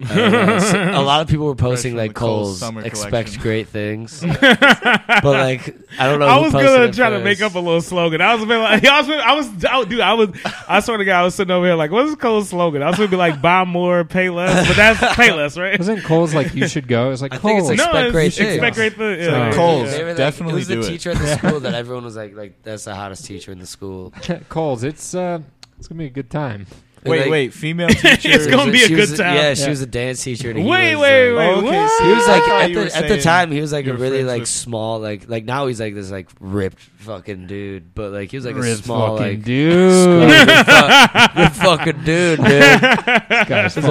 [SPEAKER 2] I don't know. S- a lot of people were
[SPEAKER 3] Fresh
[SPEAKER 2] posting
[SPEAKER 3] from
[SPEAKER 2] like
[SPEAKER 3] the Kohl's
[SPEAKER 2] Coles
[SPEAKER 3] summer
[SPEAKER 2] expects
[SPEAKER 3] collection."
[SPEAKER 2] great things, but like I don't know.
[SPEAKER 4] I
[SPEAKER 2] who
[SPEAKER 4] was
[SPEAKER 2] posted
[SPEAKER 4] gonna
[SPEAKER 2] it
[SPEAKER 4] try to make
[SPEAKER 2] first.
[SPEAKER 4] up a little slogan. I was been like, I was, I was, I, dude, I was, I swear to God, I was sitting over here like, what's Cole's slogan? I was gonna be like, buy more, pay less, but that's pay less, right?
[SPEAKER 5] Wasn't Kohl's like you should go? It was like
[SPEAKER 2] I think
[SPEAKER 5] Kohl's.
[SPEAKER 2] it's like-
[SPEAKER 4] no,
[SPEAKER 2] Expect
[SPEAKER 4] it's-
[SPEAKER 2] great
[SPEAKER 4] expect
[SPEAKER 2] things.
[SPEAKER 4] great things.
[SPEAKER 5] So,
[SPEAKER 4] Yeah,
[SPEAKER 3] Kohl's.
[SPEAKER 2] They
[SPEAKER 4] yeah.
[SPEAKER 2] were, like-
[SPEAKER 3] Definitely
[SPEAKER 2] it was
[SPEAKER 3] do
[SPEAKER 2] the
[SPEAKER 3] it.
[SPEAKER 2] teacher at the school that everyone was like, like that's the hottest teacher in the school.
[SPEAKER 5] Kohl's. It's uh, it's gonna be a good time.
[SPEAKER 2] And,
[SPEAKER 3] Wait,
[SPEAKER 2] like,
[SPEAKER 3] wait, female teacher.
[SPEAKER 4] It's gonna
[SPEAKER 2] she
[SPEAKER 4] be a
[SPEAKER 2] she
[SPEAKER 4] good
[SPEAKER 2] was
[SPEAKER 4] time.
[SPEAKER 2] Yeah, she
[SPEAKER 5] Yeah.
[SPEAKER 2] was a dance teacher. And he
[SPEAKER 4] Wait,
[SPEAKER 2] was,
[SPEAKER 4] wait,
[SPEAKER 2] uh,
[SPEAKER 4] wait,
[SPEAKER 3] Oh, okay,
[SPEAKER 4] what?
[SPEAKER 3] so
[SPEAKER 2] He was like
[SPEAKER 3] I thought
[SPEAKER 2] at
[SPEAKER 3] you
[SPEAKER 2] the,
[SPEAKER 3] were
[SPEAKER 2] at the
[SPEAKER 3] saying
[SPEAKER 2] time he was like
[SPEAKER 3] you
[SPEAKER 2] a
[SPEAKER 3] were
[SPEAKER 2] really
[SPEAKER 3] friends
[SPEAKER 2] like
[SPEAKER 3] with-
[SPEAKER 2] small like like now he's like this like ripped fucking dude but like he was like a
[SPEAKER 5] Ripped
[SPEAKER 2] small
[SPEAKER 5] fucking
[SPEAKER 2] like
[SPEAKER 5] dude.
[SPEAKER 2] ripped fu- ripped fucking dude dude
[SPEAKER 5] Guys,
[SPEAKER 2] It's a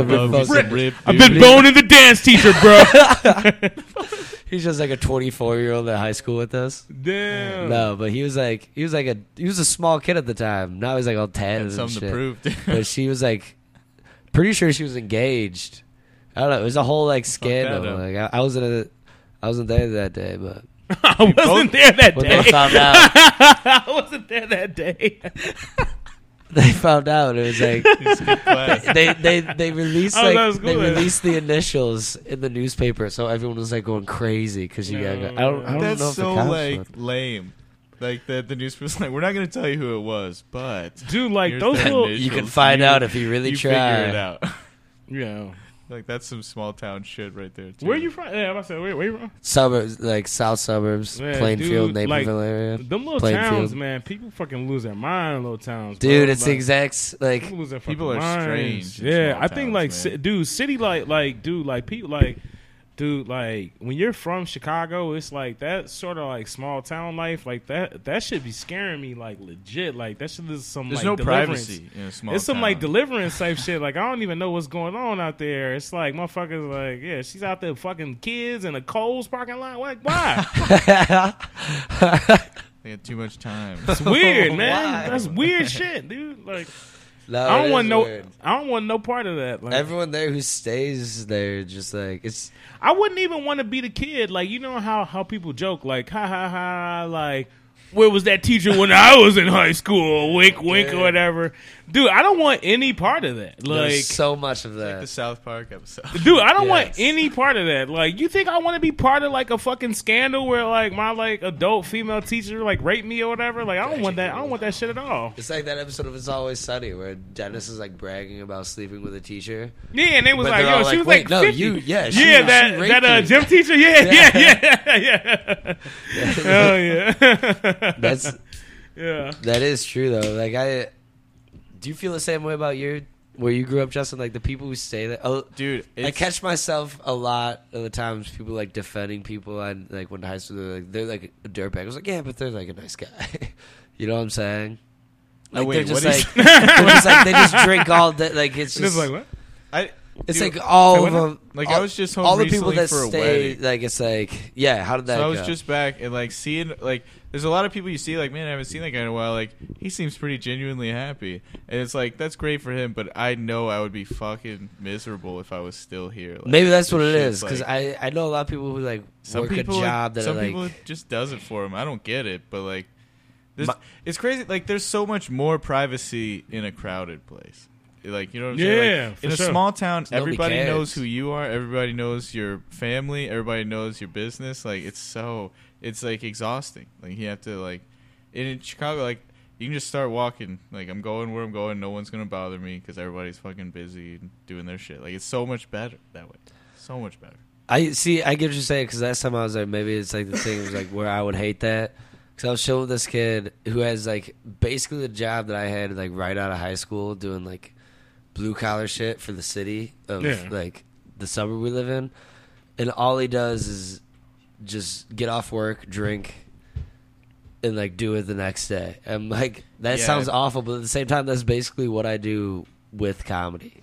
[SPEAKER 5] fuck.
[SPEAKER 2] ripped fucking-
[SPEAKER 4] I've been boning the dance teacher, bro.
[SPEAKER 2] he's just like a 24 year old at high school with us
[SPEAKER 4] Damn.
[SPEAKER 2] no but he was like he was like a he was a small kid at the time now he's like all 10
[SPEAKER 3] and
[SPEAKER 2] and
[SPEAKER 3] something to
[SPEAKER 2] shit
[SPEAKER 3] prove. dude.
[SPEAKER 2] but she was like pretty sure she was engaged I don't know it was a whole like scandal
[SPEAKER 3] up.
[SPEAKER 2] like I, I wasn't a, I wasn't there that day but
[SPEAKER 4] I wasn't there that
[SPEAKER 2] when they
[SPEAKER 4] day.
[SPEAKER 2] found out.
[SPEAKER 4] I wasn't there that day.
[SPEAKER 2] they found out it was like
[SPEAKER 3] But
[SPEAKER 2] they they they released
[SPEAKER 4] I Oh, was out of
[SPEAKER 2] like
[SPEAKER 4] school
[SPEAKER 2] they
[SPEAKER 4] then.
[SPEAKER 2] released the initials in the newspaper, so everyone was like going crazy because you
[SPEAKER 4] No.
[SPEAKER 2] got. I don't. I don't know
[SPEAKER 3] that's
[SPEAKER 2] if
[SPEAKER 3] so
[SPEAKER 2] the cops
[SPEAKER 3] like
[SPEAKER 2] would.
[SPEAKER 3] lame. Like that, the news was like, "We're not going to tell you who it was, but
[SPEAKER 4] Dude, like
[SPEAKER 3] here's
[SPEAKER 4] those
[SPEAKER 3] their
[SPEAKER 4] little.
[SPEAKER 3] initials.
[SPEAKER 2] You can find out if you really
[SPEAKER 3] you
[SPEAKER 2] try.
[SPEAKER 3] figure it out."
[SPEAKER 4] Yeah.
[SPEAKER 3] like that's some small town shit right there. Too.
[SPEAKER 4] Where you from? Yeah, I'm about to say, where, where you from?
[SPEAKER 2] Suburbs like south suburbs,
[SPEAKER 4] Man,
[SPEAKER 2] Plainfield,
[SPEAKER 4] dude, like,
[SPEAKER 2] Naperville area.
[SPEAKER 4] Them little
[SPEAKER 2] Plainfield.
[SPEAKER 4] towns, man. Oh People fucking lose their mind in little towns. bro.
[SPEAKER 2] Dude, it's the
[SPEAKER 4] Like,
[SPEAKER 2] exact s- like
[SPEAKER 4] people lose their
[SPEAKER 3] People
[SPEAKER 4] fucking
[SPEAKER 3] are
[SPEAKER 4] minds.
[SPEAKER 3] strange in
[SPEAKER 4] Yeah,
[SPEAKER 3] small
[SPEAKER 4] I think
[SPEAKER 3] towns,
[SPEAKER 4] like,
[SPEAKER 3] man.
[SPEAKER 4] ci- dude, city like like dude like people like. Dude, like when you're from Chicago, it's like that sort of like small town life, like that. That should be scaring me, like legit. Like that shit is some.
[SPEAKER 3] There's
[SPEAKER 4] like,
[SPEAKER 3] no
[SPEAKER 4] deliverance.
[SPEAKER 3] privacy in a small.
[SPEAKER 4] it's some
[SPEAKER 3] town.
[SPEAKER 4] like deliverance type shit. Like I don't even know what's going on out there. It's like motherfuckers, like yeah, she's out there fucking kids in a Coles parking lot. Like why?
[SPEAKER 3] They had too much time.
[SPEAKER 4] It's weird,
[SPEAKER 2] Why?
[SPEAKER 4] man. That's weird shit, dude. Like I
[SPEAKER 2] No, Oh, it
[SPEAKER 4] don't
[SPEAKER 2] is
[SPEAKER 4] want no,
[SPEAKER 2] weird.
[SPEAKER 4] I don't want no part of that. Like
[SPEAKER 2] Everyone there who stays there, just like it's
[SPEAKER 4] I wouldn't even want to be the kid. Like you know how how people joke, like ha ha ha, like. Where was that teacher when I was in high school? Wink, wink,
[SPEAKER 2] Yeah.
[SPEAKER 4] or whatever. Dude, I don't want any part of that. Like,
[SPEAKER 2] there's so much of that.
[SPEAKER 3] the South Park episode.
[SPEAKER 4] Dude, I don't want
[SPEAKER 2] Yes.
[SPEAKER 4] any part of that. Like, you think I want to be part of like a fucking scandal where like my like adult female teacher like raped me or whatever? Like, I don't want that. I don't want that shit at all.
[SPEAKER 2] It's like that episode of It's Always Sunny where Dennis is like bragging about sleeping with a teacher.
[SPEAKER 4] Yeah, and they was
[SPEAKER 2] But
[SPEAKER 4] like,
[SPEAKER 2] they're
[SPEAKER 4] yo,
[SPEAKER 2] all
[SPEAKER 4] she
[SPEAKER 2] like,
[SPEAKER 4] was
[SPEAKER 2] wait,
[SPEAKER 4] like,
[SPEAKER 2] no,
[SPEAKER 4] 50.
[SPEAKER 2] you- yeah, she-
[SPEAKER 4] yeah,
[SPEAKER 2] she
[SPEAKER 4] that
[SPEAKER 2] raped
[SPEAKER 4] that uh,
[SPEAKER 2] you.
[SPEAKER 4] gym teacher, yeah, yeah, yeah, yeah, yeah. Hell yeah,
[SPEAKER 2] That's
[SPEAKER 4] yeah.
[SPEAKER 2] That is true though. Like I, do you feel the same way about your where you grew up, Justin? Like the people who stay there. Oh,
[SPEAKER 3] Dude,
[SPEAKER 2] I
[SPEAKER 3] it's-
[SPEAKER 2] catch myself a lot of the times people like defending people. I like went to high school. They're like they're like a dirtbag. I was like, yeah, but they're like a nice guy. you know what I'm saying?
[SPEAKER 3] No,
[SPEAKER 2] Like
[SPEAKER 3] wait,
[SPEAKER 2] they're just
[SPEAKER 3] what
[SPEAKER 2] like
[SPEAKER 3] is-
[SPEAKER 2] they're just like they just drink all day. Like it's
[SPEAKER 4] And it's
[SPEAKER 2] just
[SPEAKER 4] like what?
[SPEAKER 3] I,
[SPEAKER 2] it's
[SPEAKER 3] dude,
[SPEAKER 2] like all
[SPEAKER 4] Wait,
[SPEAKER 2] of
[SPEAKER 4] what?
[SPEAKER 2] them.
[SPEAKER 3] Like,
[SPEAKER 2] all,
[SPEAKER 3] I was just home
[SPEAKER 2] all the people
[SPEAKER 3] recently
[SPEAKER 2] that
[SPEAKER 3] for a
[SPEAKER 2] stay.
[SPEAKER 3] wedding.
[SPEAKER 2] Like it's like yeah. How did that?
[SPEAKER 3] So I was
[SPEAKER 2] go?
[SPEAKER 3] just back and like seeing like there's a lot of people you see like man I haven't seen that guy in a while like he seems pretty genuinely happy and it's like that's great for him but I know I would be fucking miserable if I was still here. Like,
[SPEAKER 2] Maybe that's what
[SPEAKER 3] this
[SPEAKER 2] it is
[SPEAKER 3] shit's, like-
[SPEAKER 2] because I I know a lot of people who like
[SPEAKER 3] some
[SPEAKER 2] work
[SPEAKER 3] people
[SPEAKER 2] a job that
[SPEAKER 3] some
[SPEAKER 2] are like
[SPEAKER 3] people it just does it for them. I don't get it but like there's,
[SPEAKER 2] My-
[SPEAKER 3] it's crazy like there's so much more privacy in a crowded place. Like you know what I'm
[SPEAKER 4] Yeah,
[SPEAKER 3] saying? Like,
[SPEAKER 4] for
[SPEAKER 3] in a
[SPEAKER 4] sure.
[SPEAKER 3] small town,
[SPEAKER 2] nobody
[SPEAKER 3] everybody
[SPEAKER 2] cares.
[SPEAKER 3] knows who you are. Everybody knows your family. Everybody knows your business. Like it's so, it's like exhausting. Like you have to like, and in Chicago, like you can just start walking. Like I'm going where I'm going. No one's gonna bother me because everybody's fucking busy and doing their shit. Like it's so much better that way. So much better.
[SPEAKER 2] I see. I get what you're saying because last time I was like, maybe it's like the thing was like where I would hate that because I was chilling with this kid who has like basically the job that I had like right out of high school doing like blue collar shit for the city of
[SPEAKER 4] Yeah.
[SPEAKER 2] like the suburb we live in, and all he does is just get off work, drink, and like do it the next day. I'm like, that
[SPEAKER 3] Yeah.
[SPEAKER 2] sounds awful, but at the same time, that's basically what I do with comedy.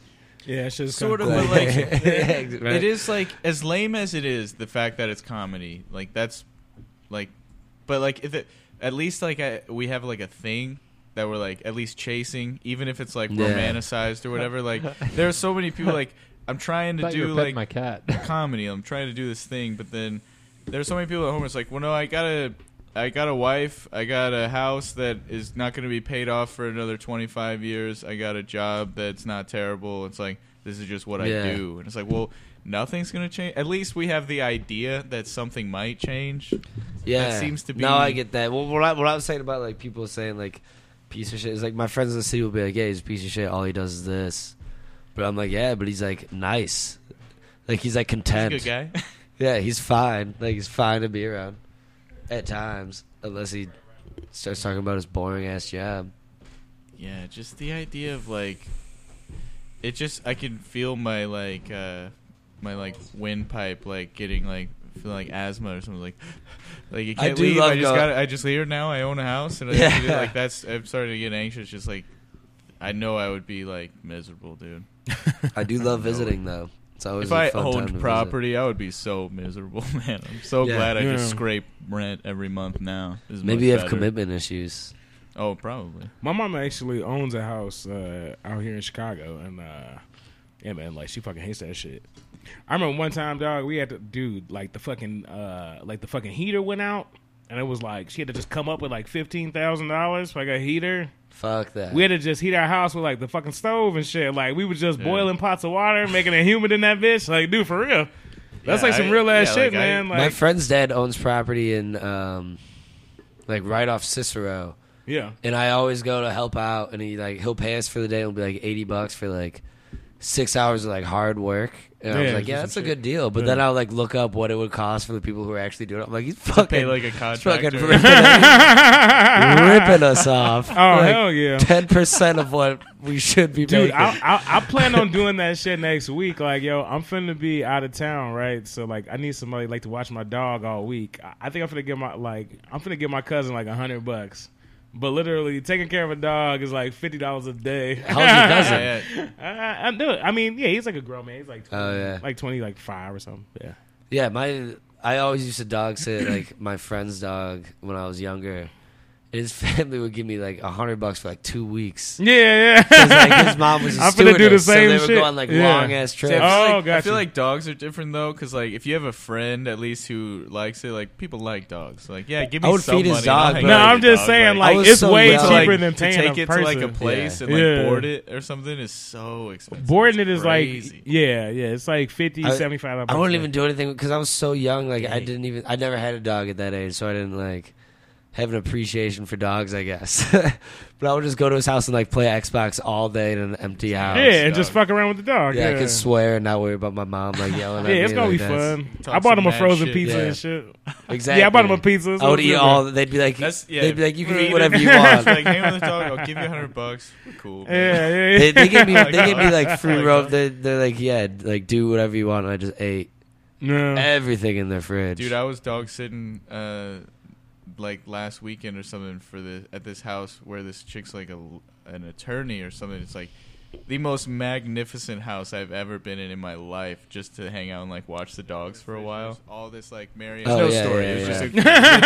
[SPEAKER 4] Yeah, it's just
[SPEAKER 3] sort of,
[SPEAKER 2] Right.
[SPEAKER 3] but like
[SPEAKER 2] Yeah, right.
[SPEAKER 3] it is like as lame as it is, the fact that it's comedy, like that's like, but like if it, at least like I, we have like a thing that we're like at least chasing, even if it's like
[SPEAKER 2] Yeah.
[SPEAKER 3] romanticized or whatever. Like there are so many people like I'm trying to
[SPEAKER 5] thought you
[SPEAKER 3] do
[SPEAKER 5] were petting
[SPEAKER 3] like
[SPEAKER 5] my cat.
[SPEAKER 3] comedy. I'm trying to do this thing, but then there's so many people at home. It's like, well, no, I got a, I got a wife. I got a house that is not going to be paid off for another 25 years. I got a job that's not terrible. It's like this is just what I
[SPEAKER 2] Yeah.
[SPEAKER 3] do, and it's like, well, nothing's going to change. At least we have the idea that something might change.
[SPEAKER 2] Yeah,
[SPEAKER 3] seems to
[SPEAKER 2] No,
[SPEAKER 3] be-
[SPEAKER 2] I get that. Well, what I, what I was saying about like people saying like piece of shit is like my friends in the city will be like, "Yeah, he's a piece of shit. All he does is this," but I'm like, "Yeah, but he's like nice, like he's like
[SPEAKER 3] He's a
[SPEAKER 2] content.
[SPEAKER 3] good guy.
[SPEAKER 2] Yeah, he's fine. Like he's fine to be around at times, unless he starts talking about his boring ass job.
[SPEAKER 3] Yeah, just the idea of like it just I can feel my like uh my like windpipe like getting like feel like asthma or something like like you
[SPEAKER 2] I
[SPEAKER 3] can't
[SPEAKER 2] do
[SPEAKER 3] leave.
[SPEAKER 2] love
[SPEAKER 3] I just
[SPEAKER 2] going-
[SPEAKER 3] got I just leave now. I own a house and I
[SPEAKER 2] Yeah.
[SPEAKER 3] have to do- like that's I'm starting to get anxious just like I know I would be like miserable, dude.
[SPEAKER 2] I do love visiting though. It's always
[SPEAKER 3] If
[SPEAKER 2] a
[SPEAKER 3] I
[SPEAKER 2] fun time to
[SPEAKER 3] owned
[SPEAKER 2] visit.
[SPEAKER 3] property, I would be so miserable, man. I'm so
[SPEAKER 2] Yeah.
[SPEAKER 3] glad I
[SPEAKER 4] Yeah.
[SPEAKER 3] just scrape rent every month now. It's much
[SPEAKER 2] Maybe you have
[SPEAKER 3] better.
[SPEAKER 2] commitment issues.
[SPEAKER 3] Oh, probably.
[SPEAKER 4] My mom actually owns a house uh, out here in Chicago, and uh, yeah, man, like she fucking hates that shit. I remember one time, dog, we had to, dude, like the fucking, uh, like the fucking heater went out, and it was like she had to just come up with like fifteen thousand dollars for like a heater.
[SPEAKER 2] Fuck that.
[SPEAKER 4] We had to just heat our house with like the fucking stove and shit. Like we was just
[SPEAKER 3] Yeah.
[SPEAKER 4] boiling pots of water, making it humid in that bitch. Like, dude, for real, that's
[SPEAKER 3] Yeah,
[SPEAKER 4] like some
[SPEAKER 3] I-
[SPEAKER 4] real ass
[SPEAKER 3] yeah,
[SPEAKER 4] shit,
[SPEAKER 3] like, I-
[SPEAKER 4] man.
[SPEAKER 2] my
[SPEAKER 4] like,
[SPEAKER 2] friend's dad owns property in um like right off Cicero.
[SPEAKER 4] yeah,
[SPEAKER 2] And I always go to help out and he like he'll pay us for the day and it'll be like eighty bucks for like six hours of like hard work. And I was
[SPEAKER 4] Yeah,
[SPEAKER 2] like, Yeah,
[SPEAKER 4] some
[SPEAKER 2] that's a
[SPEAKER 4] shit.
[SPEAKER 2] good deal. But then I'll like look up what it would cost for the people who are actually doing it. I'm like, he's
[SPEAKER 3] To
[SPEAKER 2] fucking
[SPEAKER 3] pay like a
[SPEAKER 2] he's fucking
[SPEAKER 3] contractor.
[SPEAKER 2] ripping, us, ripping us off.
[SPEAKER 4] oh hell yeah.
[SPEAKER 2] Ten percent of what we should be
[SPEAKER 4] Dude,
[SPEAKER 2] making.
[SPEAKER 4] I, I I plan on doing that shit next week. Like, yo, I'm finna be out of town, right? So, like, I need somebody like to watch my dog all week. I, I think I'm finna give my like, I'm finna give my cousin like a hundred bucks. But literally, taking care of a dog is like fifty dollars a day.
[SPEAKER 2] How's your cousin?
[SPEAKER 3] Yeah, yeah.
[SPEAKER 4] I, I do it. I mean, yeah, he's like a grown man. He's like, 20,
[SPEAKER 2] Oh, yeah.
[SPEAKER 4] like twenty, like five or something. Yeah,
[SPEAKER 2] Yeah, my I always used to dog sit like my friend's dog when I was younger. And his family would give me like a hundred bucks for like two weeks.
[SPEAKER 4] yeah,
[SPEAKER 2] 'Cause,
[SPEAKER 4] yeah.
[SPEAKER 2] Like his mom was a
[SPEAKER 4] I'm finna do the
[SPEAKER 2] stewardess, so
[SPEAKER 4] same
[SPEAKER 2] they would
[SPEAKER 4] shit.
[SPEAKER 2] go on like
[SPEAKER 4] Yeah.
[SPEAKER 2] long ass trips.
[SPEAKER 4] Yeah.
[SPEAKER 3] I feel
[SPEAKER 4] Oh,
[SPEAKER 3] like, I
[SPEAKER 4] gotcha.
[SPEAKER 3] feel like dogs are different though, because like if you have a friend at least who likes it, like people like dogs. Like yeah, give me
[SPEAKER 2] I would
[SPEAKER 3] some
[SPEAKER 2] feed his
[SPEAKER 3] money, I'll
[SPEAKER 2] dog,
[SPEAKER 3] hang
[SPEAKER 2] but-
[SPEAKER 4] no,
[SPEAKER 3] out with
[SPEAKER 4] I'm
[SPEAKER 3] your
[SPEAKER 4] just
[SPEAKER 3] dog.
[SPEAKER 4] saying,
[SPEAKER 2] like-
[SPEAKER 4] like,
[SPEAKER 2] I was
[SPEAKER 4] it's
[SPEAKER 2] so
[SPEAKER 4] way
[SPEAKER 2] young.
[SPEAKER 3] to,
[SPEAKER 4] cheaper
[SPEAKER 2] like,
[SPEAKER 4] than
[SPEAKER 3] to
[SPEAKER 4] paying
[SPEAKER 3] take
[SPEAKER 4] a
[SPEAKER 3] it
[SPEAKER 4] person.
[SPEAKER 3] to like a place
[SPEAKER 2] Yeah.
[SPEAKER 3] and like
[SPEAKER 4] Yeah.
[SPEAKER 3] board it or something is so expensive.
[SPEAKER 4] Boarding it
[SPEAKER 3] It's
[SPEAKER 4] is like,
[SPEAKER 3] crazy.
[SPEAKER 4] yeah, yeah, it's like 50,
[SPEAKER 2] I-
[SPEAKER 4] 75
[SPEAKER 2] I wouldn't even do anything because I was so young. Like I didn't even I never had a dog at that age, so I didn't like have an appreciation for dogs. I guess, but I would just go to his house and like play Xbox all day in an empty house.
[SPEAKER 4] Yeah, and
[SPEAKER 3] Oh, dog.
[SPEAKER 4] just fuck around with the dog.
[SPEAKER 2] Yeah,
[SPEAKER 4] Yeah,
[SPEAKER 2] I could swear and not worry about my mom like yelling
[SPEAKER 4] Yeah,
[SPEAKER 2] at me.
[SPEAKER 4] it's gonna
[SPEAKER 2] like,
[SPEAKER 4] be
[SPEAKER 2] that's-
[SPEAKER 4] fun.
[SPEAKER 3] Talk
[SPEAKER 4] I bought
[SPEAKER 3] some
[SPEAKER 4] him a
[SPEAKER 3] mad
[SPEAKER 4] frozen
[SPEAKER 3] shit.
[SPEAKER 4] pizza
[SPEAKER 2] Yeah.
[SPEAKER 4] and shit.
[SPEAKER 2] Exactly.
[SPEAKER 4] Yeah, I bought him a pizza. so
[SPEAKER 2] I would
[SPEAKER 4] it's
[SPEAKER 2] eat
[SPEAKER 4] good.
[SPEAKER 2] all. They'd be like,
[SPEAKER 3] That's- yeah,
[SPEAKER 2] they'd be like, you can
[SPEAKER 3] feed
[SPEAKER 2] eat whatever
[SPEAKER 3] it.
[SPEAKER 2] you want.
[SPEAKER 3] like hang with the dog, I'll give you a hundred bucks. Cool.
[SPEAKER 4] Yeah,
[SPEAKER 3] man.
[SPEAKER 4] yeah, yeah.
[SPEAKER 2] they, they give me,
[SPEAKER 3] Like,
[SPEAKER 2] they give
[SPEAKER 4] uh,
[SPEAKER 2] me like
[SPEAKER 3] like,
[SPEAKER 2] free
[SPEAKER 3] like,
[SPEAKER 2] rope. They, they're like, yeah, like do whatever you want. And I just ate eh,
[SPEAKER 4] no.
[SPEAKER 2] everything in their fridge.
[SPEAKER 3] Dude, I was dog sitting uh, like last weekend or something for the at this house where this chick's like a an attorney or something. It's like the most magnificent house I've ever been in in my life, just to hang out and like watch the dogs for a while. All this like Marion Snow
[SPEAKER 2] Oh, yeah,
[SPEAKER 3] story.
[SPEAKER 2] yeah,
[SPEAKER 3] it was just
[SPEAKER 2] yeah.
[SPEAKER 3] a,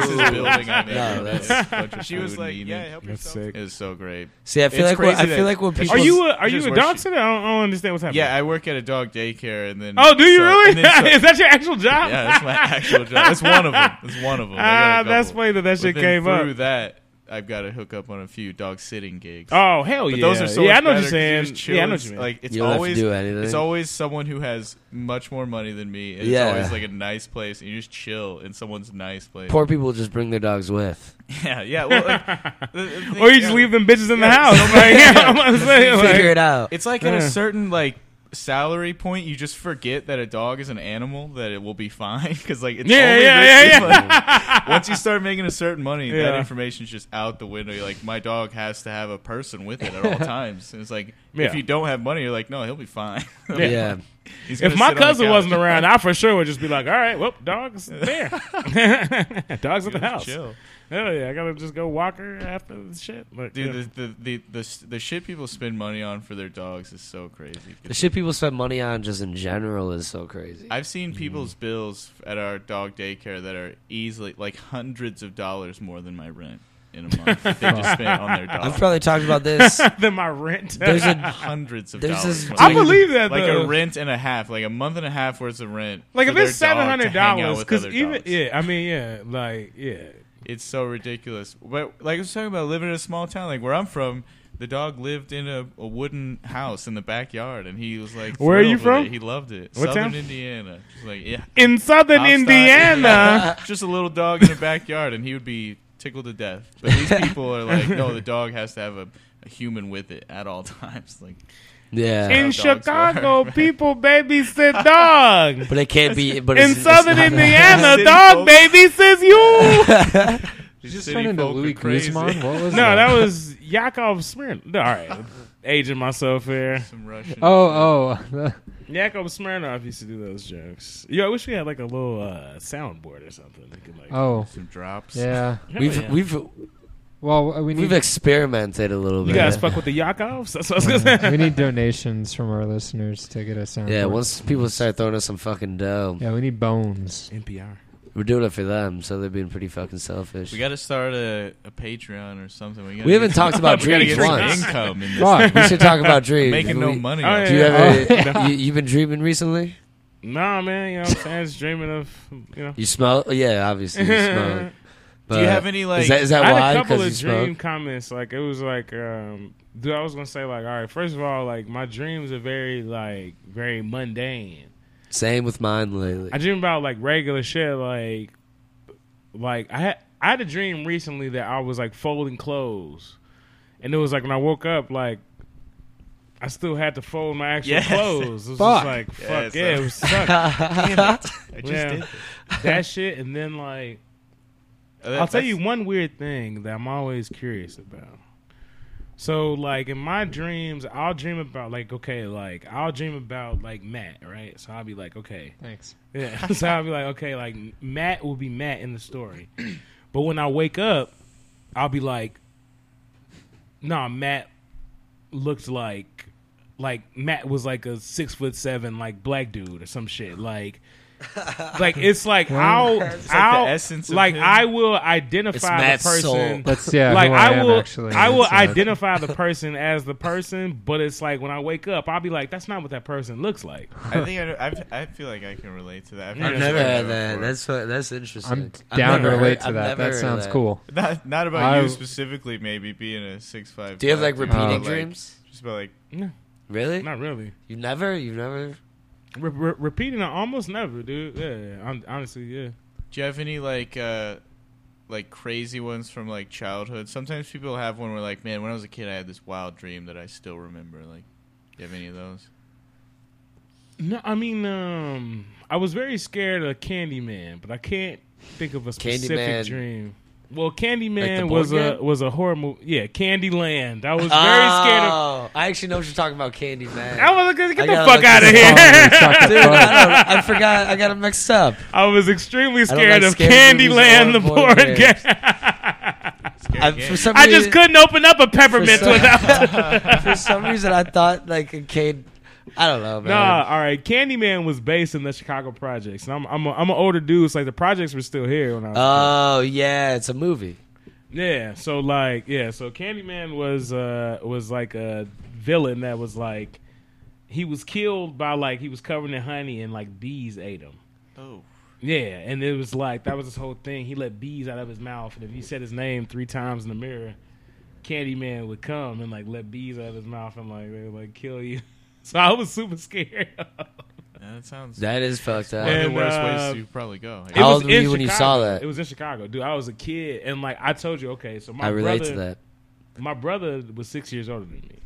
[SPEAKER 3] the nicest building I've
[SPEAKER 2] No,
[SPEAKER 3] ever been. in.
[SPEAKER 2] that's-
[SPEAKER 3] Bunch of She food was and like, eating. "Yeah, help
[SPEAKER 4] That's
[SPEAKER 3] yourself."
[SPEAKER 4] sick.
[SPEAKER 3] It was so great.
[SPEAKER 2] See, I feel
[SPEAKER 3] It's
[SPEAKER 2] like what, I
[SPEAKER 3] crazy
[SPEAKER 2] feel
[SPEAKER 3] that-
[SPEAKER 2] like when
[SPEAKER 3] that's
[SPEAKER 2] people.
[SPEAKER 4] Are you a, are
[SPEAKER 3] Just
[SPEAKER 4] you a
[SPEAKER 3] worship.
[SPEAKER 4] dog sitter? I don't, I don't understand what's happening.
[SPEAKER 3] Yeah, I work at a dog daycare, and then
[SPEAKER 4] oh, do you
[SPEAKER 3] so-
[SPEAKER 4] really?
[SPEAKER 3] and then so-
[SPEAKER 4] is that your actual job?
[SPEAKER 3] yeah, that's my actual job. That's one of them. That's one of them. I got a
[SPEAKER 4] ah, that's
[SPEAKER 3] couple.
[SPEAKER 4] funny that that shit
[SPEAKER 3] But then
[SPEAKER 4] came
[SPEAKER 3] through
[SPEAKER 4] up.
[SPEAKER 3] that, I've got to hook up on a few dog sitting gigs.
[SPEAKER 4] Oh hell yeah!
[SPEAKER 3] But those are so
[SPEAKER 4] yeah,
[SPEAKER 3] much
[SPEAKER 4] I know
[SPEAKER 3] better
[SPEAKER 4] what you're
[SPEAKER 3] 'cause
[SPEAKER 4] saying.
[SPEAKER 3] just chill
[SPEAKER 4] yeah, I
[SPEAKER 3] and
[SPEAKER 4] know what you
[SPEAKER 3] s-
[SPEAKER 4] mean.
[SPEAKER 3] Like it's
[SPEAKER 2] You don't have to
[SPEAKER 3] always
[SPEAKER 2] do anything.
[SPEAKER 3] it's always someone who has much more money than me. And
[SPEAKER 2] Yeah.
[SPEAKER 3] It's always like a nice place, and you just chill in someone's nice place.
[SPEAKER 2] Poor people just bring their dogs with.
[SPEAKER 3] yeah, yeah. Well, like, the- the thing-
[SPEAKER 4] or you just
[SPEAKER 3] yeah.
[SPEAKER 4] leave them bitches in the
[SPEAKER 3] Yeah,
[SPEAKER 4] house. Like, yeah, I'm gonna say, like-
[SPEAKER 2] Figure it out.
[SPEAKER 3] It's like at
[SPEAKER 4] Yeah.
[SPEAKER 3] a certain like salary point, you just forget that a dog is an animal that it will be fine because like it's
[SPEAKER 4] Yeah,
[SPEAKER 3] only
[SPEAKER 4] yeah,
[SPEAKER 3] risky,
[SPEAKER 4] yeah,
[SPEAKER 3] like, once you start making a certain money, that
[SPEAKER 4] Yeah.
[SPEAKER 3] information's just out the window. You're like, my dog has to have a person with it at all times. And it's like
[SPEAKER 4] Yeah.
[SPEAKER 3] if you don't have money, you're like, no, he'll be fine.
[SPEAKER 2] Yeah.
[SPEAKER 3] He's
[SPEAKER 4] If
[SPEAKER 3] gonna sit
[SPEAKER 4] my
[SPEAKER 3] on the
[SPEAKER 4] cousin
[SPEAKER 3] couch.
[SPEAKER 4] wasn't around, I for sure would just be like, "All right, well, dog's there. dog's at
[SPEAKER 3] Just
[SPEAKER 4] the house.
[SPEAKER 3] chill.
[SPEAKER 4] Hell yeah, I gotta just go walk her after the shit. Like,
[SPEAKER 3] Dude,
[SPEAKER 4] yeah.
[SPEAKER 3] the, the, the, the, s- the shit people spend money on for their dogs is so crazy.
[SPEAKER 2] The shit people spend money on just in general is so crazy.
[SPEAKER 3] I've
[SPEAKER 4] Mm-hmm.
[SPEAKER 3] seen people's bills at our dog daycare that are easily like hundreds of dollars more than my rent. in a month that they just spent on their dog.
[SPEAKER 2] I've probably talked about this.
[SPEAKER 4] then my rent.
[SPEAKER 2] There's a
[SPEAKER 3] hundreds of
[SPEAKER 2] There's
[SPEAKER 3] dollars.
[SPEAKER 2] this
[SPEAKER 3] Like-
[SPEAKER 4] I believe that
[SPEAKER 3] like
[SPEAKER 4] though.
[SPEAKER 3] a rent and a half, like a month and a half worth of rent.
[SPEAKER 4] Like if
[SPEAKER 3] for
[SPEAKER 4] it's
[SPEAKER 3] their dog
[SPEAKER 4] seven
[SPEAKER 3] to
[SPEAKER 4] hundred
[SPEAKER 3] hang out
[SPEAKER 4] dollars,
[SPEAKER 3] with
[SPEAKER 4] because
[SPEAKER 3] other
[SPEAKER 4] even
[SPEAKER 3] dogs.
[SPEAKER 4] yeah, I mean yeah, like yeah,
[SPEAKER 3] it's so ridiculous. But like I was talking about living in a small town, like where I'm from, the dog lived in a, a wooden house in the backyard, and he was like,
[SPEAKER 4] Where are you
[SPEAKER 3] thrilled with
[SPEAKER 4] from?
[SPEAKER 3] it. He loved it.
[SPEAKER 4] What
[SPEAKER 3] Southern
[SPEAKER 4] town?
[SPEAKER 3] Indiana. Just like yeah,
[SPEAKER 4] in Southern
[SPEAKER 3] outside.
[SPEAKER 4] Indiana.
[SPEAKER 3] just a little dog in the backyard, and he would be tickled to death. But these people are like, no, the dog has to have a, a human with it at all times. Like
[SPEAKER 2] yeah,
[SPEAKER 3] In-
[SPEAKER 4] in
[SPEAKER 3] dogs are,
[SPEAKER 4] Chicago,
[SPEAKER 3] man.
[SPEAKER 4] people babysit dog.
[SPEAKER 2] but it can't be. But
[SPEAKER 4] In
[SPEAKER 2] it's, it's
[SPEAKER 4] Southern
[SPEAKER 2] not-
[SPEAKER 4] Indiana,
[SPEAKER 3] City
[SPEAKER 4] dog
[SPEAKER 3] folk.
[SPEAKER 4] babysits you.
[SPEAKER 3] these
[SPEAKER 5] Did this
[SPEAKER 3] city
[SPEAKER 5] turn into
[SPEAKER 3] folk are
[SPEAKER 5] Louis
[SPEAKER 3] crazy.
[SPEAKER 5] Guzman? What was
[SPEAKER 4] no, that was Yakov Smirnov. All right, aging myself here.
[SPEAKER 3] Some Russian.
[SPEAKER 5] Oh, oh,
[SPEAKER 4] Yakov Smirnov used to do those jokes. Yo, I wish we had like a little uh, soundboard or something. We could, like,
[SPEAKER 5] oh,
[SPEAKER 3] some drops.
[SPEAKER 5] yeah.
[SPEAKER 4] Hell
[SPEAKER 2] We've
[SPEAKER 4] yeah.
[SPEAKER 2] we've
[SPEAKER 5] Well, uh, we need
[SPEAKER 2] we've experimented a little
[SPEAKER 4] you
[SPEAKER 2] bit.
[SPEAKER 4] guys fuck with the Yakovs. That's what I was gonna say.
[SPEAKER 5] we need donations from our listeners to get us on.
[SPEAKER 2] yeah, once people start throwing us some fucking dough,
[SPEAKER 5] yeah, we need bones.
[SPEAKER 4] NPR.
[SPEAKER 2] we're doing it for them, so they're being pretty fucking selfish.
[SPEAKER 3] We got to start a, a Patreon or something. We, gotta
[SPEAKER 2] We haven't
[SPEAKER 3] get-
[SPEAKER 2] talked about
[SPEAKER 3] we gotta
[SPEAKER 2] dreams
[SPEAKER 3] get some
[SPEAKER 2] once.
[SPEAKER 3] income in this.
[SPEAKER 5] Fuck.
[SPEAKER 2] we should talk about dreams.
[SPEAKER 3] Making no
[SPEAKER 2] We-
[SPEAKER 3] money.
[SPEAKER 4] Oh,
[SPEAKER 3] off
[SPEAKER 4] yeah.
[SPEAKER 2] Do you ever?
[SPEAKER 4] Oh,
[SPEAKER 2] you, you've been dreaming recently.
[SPEAKER 4] Nah, man. You know, what I'm saying? Just dreaming of you know.
[SPEAKER 2] You smell? Yeah, obviously you smell. But
[SPEAKER 3] Do you have any like?
[SPEAKER 2] Is that, is that
[SPEAKER 4] I
[SPEAKER 2] why?
[SPEAKER 4] had a couple
[SPEAKER 2] Because
[SPEAKER 4] of
[SPEAKER 2] you
[SPEAKER 4] dream
[SPEAKER 2] smoke?
[SPEAKER 4] comments. Like it was like, um, dude, I was gonna say like, all right, first of all, like my dreams are very like very mundane.
[SPEAKER 2] Same with mine lately.
[SPEAKER 4] I dream about like regular shit. Like, like I had I had a dream recently that I was like folding clothes, and it was like when I woke up, like I still had to fold my actual
[SPEAKER 3] Yes.
[SPEAKER 4] clothes. It was
[SPEAKER 5] Fuck.
[SPEAKER 4] just like
[SPEAKER 3] Yeah,
[SPEAKER 4] fuck
[SPEAKER 3] it's
[SPEAKER 4] yeah,
[SPEAKER 3] like-
[SPEAKER 4] it was suck
[SPEAKER 3] I just
[SPEAKER 4] yeah.
[SPEAKER 3] did.
[SPEAKER 4] that shit. And then like
[SPEAKER 3] Oh, That-
[SPEAKER 4] I'll tell
[SPEAKER 3] that's-
[SPEAKER 4] you one weird thing that I'm always curious about. So like in my dreams, I'll dream about like okay, like I'll dream about like Matt, right? So I'll be like, okay,
[SPEAKER 5] Thanks.
[SPEAKER 4] yeah. so I'll be like, okay, like Matt will be Matt in the story, but when I wake up, I'll be like, nah, Matt looked like like Matt was like a six foot seven like black dude or some shit like. Like it's like I'll,
[SPEAKER 3] like the
[SPEAKER 4] I'll
[SPEAKER 3] essence of
[SPEAKER 4] like
[SPEAKER 3] him.
[SPEAKER 4] I will identify
[SPEAKER 2] It's
[SPEAKER 4] the
[SPEAKER 2] Matt's
[SPEAKER 4] person
[SPEAKER 2] soul.
[SPEAKER 5] That's yeah.
[SPEAKER 4] like
[SPEAKER 5] who
[SPEAKER 4] I,
[SPEAKER 5] I, am,
[SPEAKER 4] will,
[SPEAKER 5] actually.
[SPEAKER 4] I will
[SPEAKER 5] It's, uh,
[SPEAKER 4] identify the person as the person, but it's like when I wake up, I'll be like, that's not what that person looks like.
[SPEAKER 3] I think I, I've, I feel like I can relate to that. I've,
[SPEAKER 2] I've
[SPEAKER 3] heard
[SPEAKER 2] never
[SPEAKER 3] that
[SPEAKER 2] had
[SPEAKER 3] before.
[SPEAKER 2] that. That's fu- that's interesting.
[SPEAKER 5] I'm
[SPEAKER 2] I've
[SPEAKER 5] down to
[SPEAKER 2] never
[SPEAKER 5] relate
[SPEAKER 2] heard-
[SPEAKER 5] to
[SPEAKER 2] I've
[SPEAKER 5] that.
[SPEAKER 2] never
[SPEAKER 5] That
[SPEAKER 2] heard
[SPEAKER 5] sounds
[SPEAKER 2] that.
[SPEAKER 5] cool.
[SPEAKER 3] not not about
[SPEAKER 5] I-
[SPEAKER 3] you specifically. Maybe being a six five.
[SPEAKER 2] Do you have like repeating
[SPEAKER 5] Oh. like-
[SPEAKER 2] dreams?
[SPEAKER 3] Just about like
[SPEAKER 4] No,
[SPEAKER 2] Really?
[SPEAKER 4] not really.
[SPEAKER 2] You never? You never?
[SPEAKER 4] Re- re- repeating it almost never, dude. Yeah, hon- honestly, yeah.
[SPEAKER 3] Do you have any like uh like crazy ones from like childhood? Sometimes people have one where like, man, when I was a kid, I had this wild dream that I still remember. Like, do you have any of those?
[SPEAKER 4] No, I mean, um, I was very scared of Candyman, but I can't think of a specific
[SPEAKER 2] Candyman.
[SPEAKER 4] dream. Well, Candyman
[SPEAKER 2] board
[SPEAKER 4] was a
[SPEAKER 2] game?
[SPEAKER 4] was a horror movie. Yeah, Candyland. I was very scared of.
[SPEAKER 2] Oh, I actually know what you're talking about, Candy Man.
[SPEAKER 4] I was like,
[SPEAKER 2] I
[SPEAKER 4] get the
[SPEAKER 2] gotta
[SPEAKER 4] fuck
[SPEAKER 2] look
[SPEAKER 4] out of
[SPEAKER 2] this
[SPEAKER 5] Oh,
[SPEAKER 4] here.
[SPEAKER 5] we suck
[SPEAKER 2] Dude,
[SPEAKER 5] at both.
[SPEAKER 2] I, don't- I forgot. I got it mixed up.
[SPEAKER 4] I was extremely
[SPEAKER 2] don't
[SPEAKER 4] scared of
[SPEAKER 2] like scary movies
[SPEAKER 4] Candyland,
[SPEAKER 2] or
[SPEAKER 4] the
[SPEAKER 2] board
[SPEAKER 4] board
[SPEAKER 2] games.
[SPEAKER 4] game.
[SPEAKER 3] Scary
[SPEAKER 2] I,
[SPEAKER 3] game.
[SPEAKER 2] for some
[SPEAKER 4] I
[SPEAKER 2] reason,
[SPEAKER 4] just couldn't open up a peppermint
[SPEAKER 2] For some-
[SPEAKER 4] without.
[SPEAKER 2] For some reason, I thought like a Cade. I don't know, man.
[SPEAKER 4] nah, all right. Candyman was based in the Chicago projects, and I'm I'm a, I'm an older dude. so like the projects were still here when I was. a
[SPEAKER 2] Oh yeah, it's a movie.
[SPEAKER 4] kid. yeah, so like yeah, so Candyman was uh was like a villain that was like he was killed by like he was covered in honey and like bees ate him.
[SPEAKER 3] oh,
[SPEAKER 4] Yeah, and it was like that was his whole thing. He let bees out of his mouth, and if you said his name three times in the mirror, Candyman would come and like let bees out of his mouth and like they would like kill you. So I was super scared.
[SPEAKER 3] that sounds
[SPEAKER 2] That is fucked up.
[SPEAKER 3] one of
[SPEAKER 4] And,
[SPEAKER 3] the worst
[SPEAKER 4] uh,
[SPEAKER 3] ways to probably go.
[SPEAKER 2] How
[SPEAKER 4] It
[SPEAKER 2] old
[SPEAKER 4] was
[SPEAKER 2] were
[SPEAKER 4] in
[SPEAKER 2] you when you saw
[SPEAKER 4] Chicago.
[SPEAKER 2] that?
[SPEAKER 4] It was in Chicago, dude. I was a kid, and like I told you, okay. So my
[SPEAKER 2] I relate
[SPEAKER 4] brother,
[SPEAKER 2] to that.
[SPEAKER 4] my brother was six years older than me.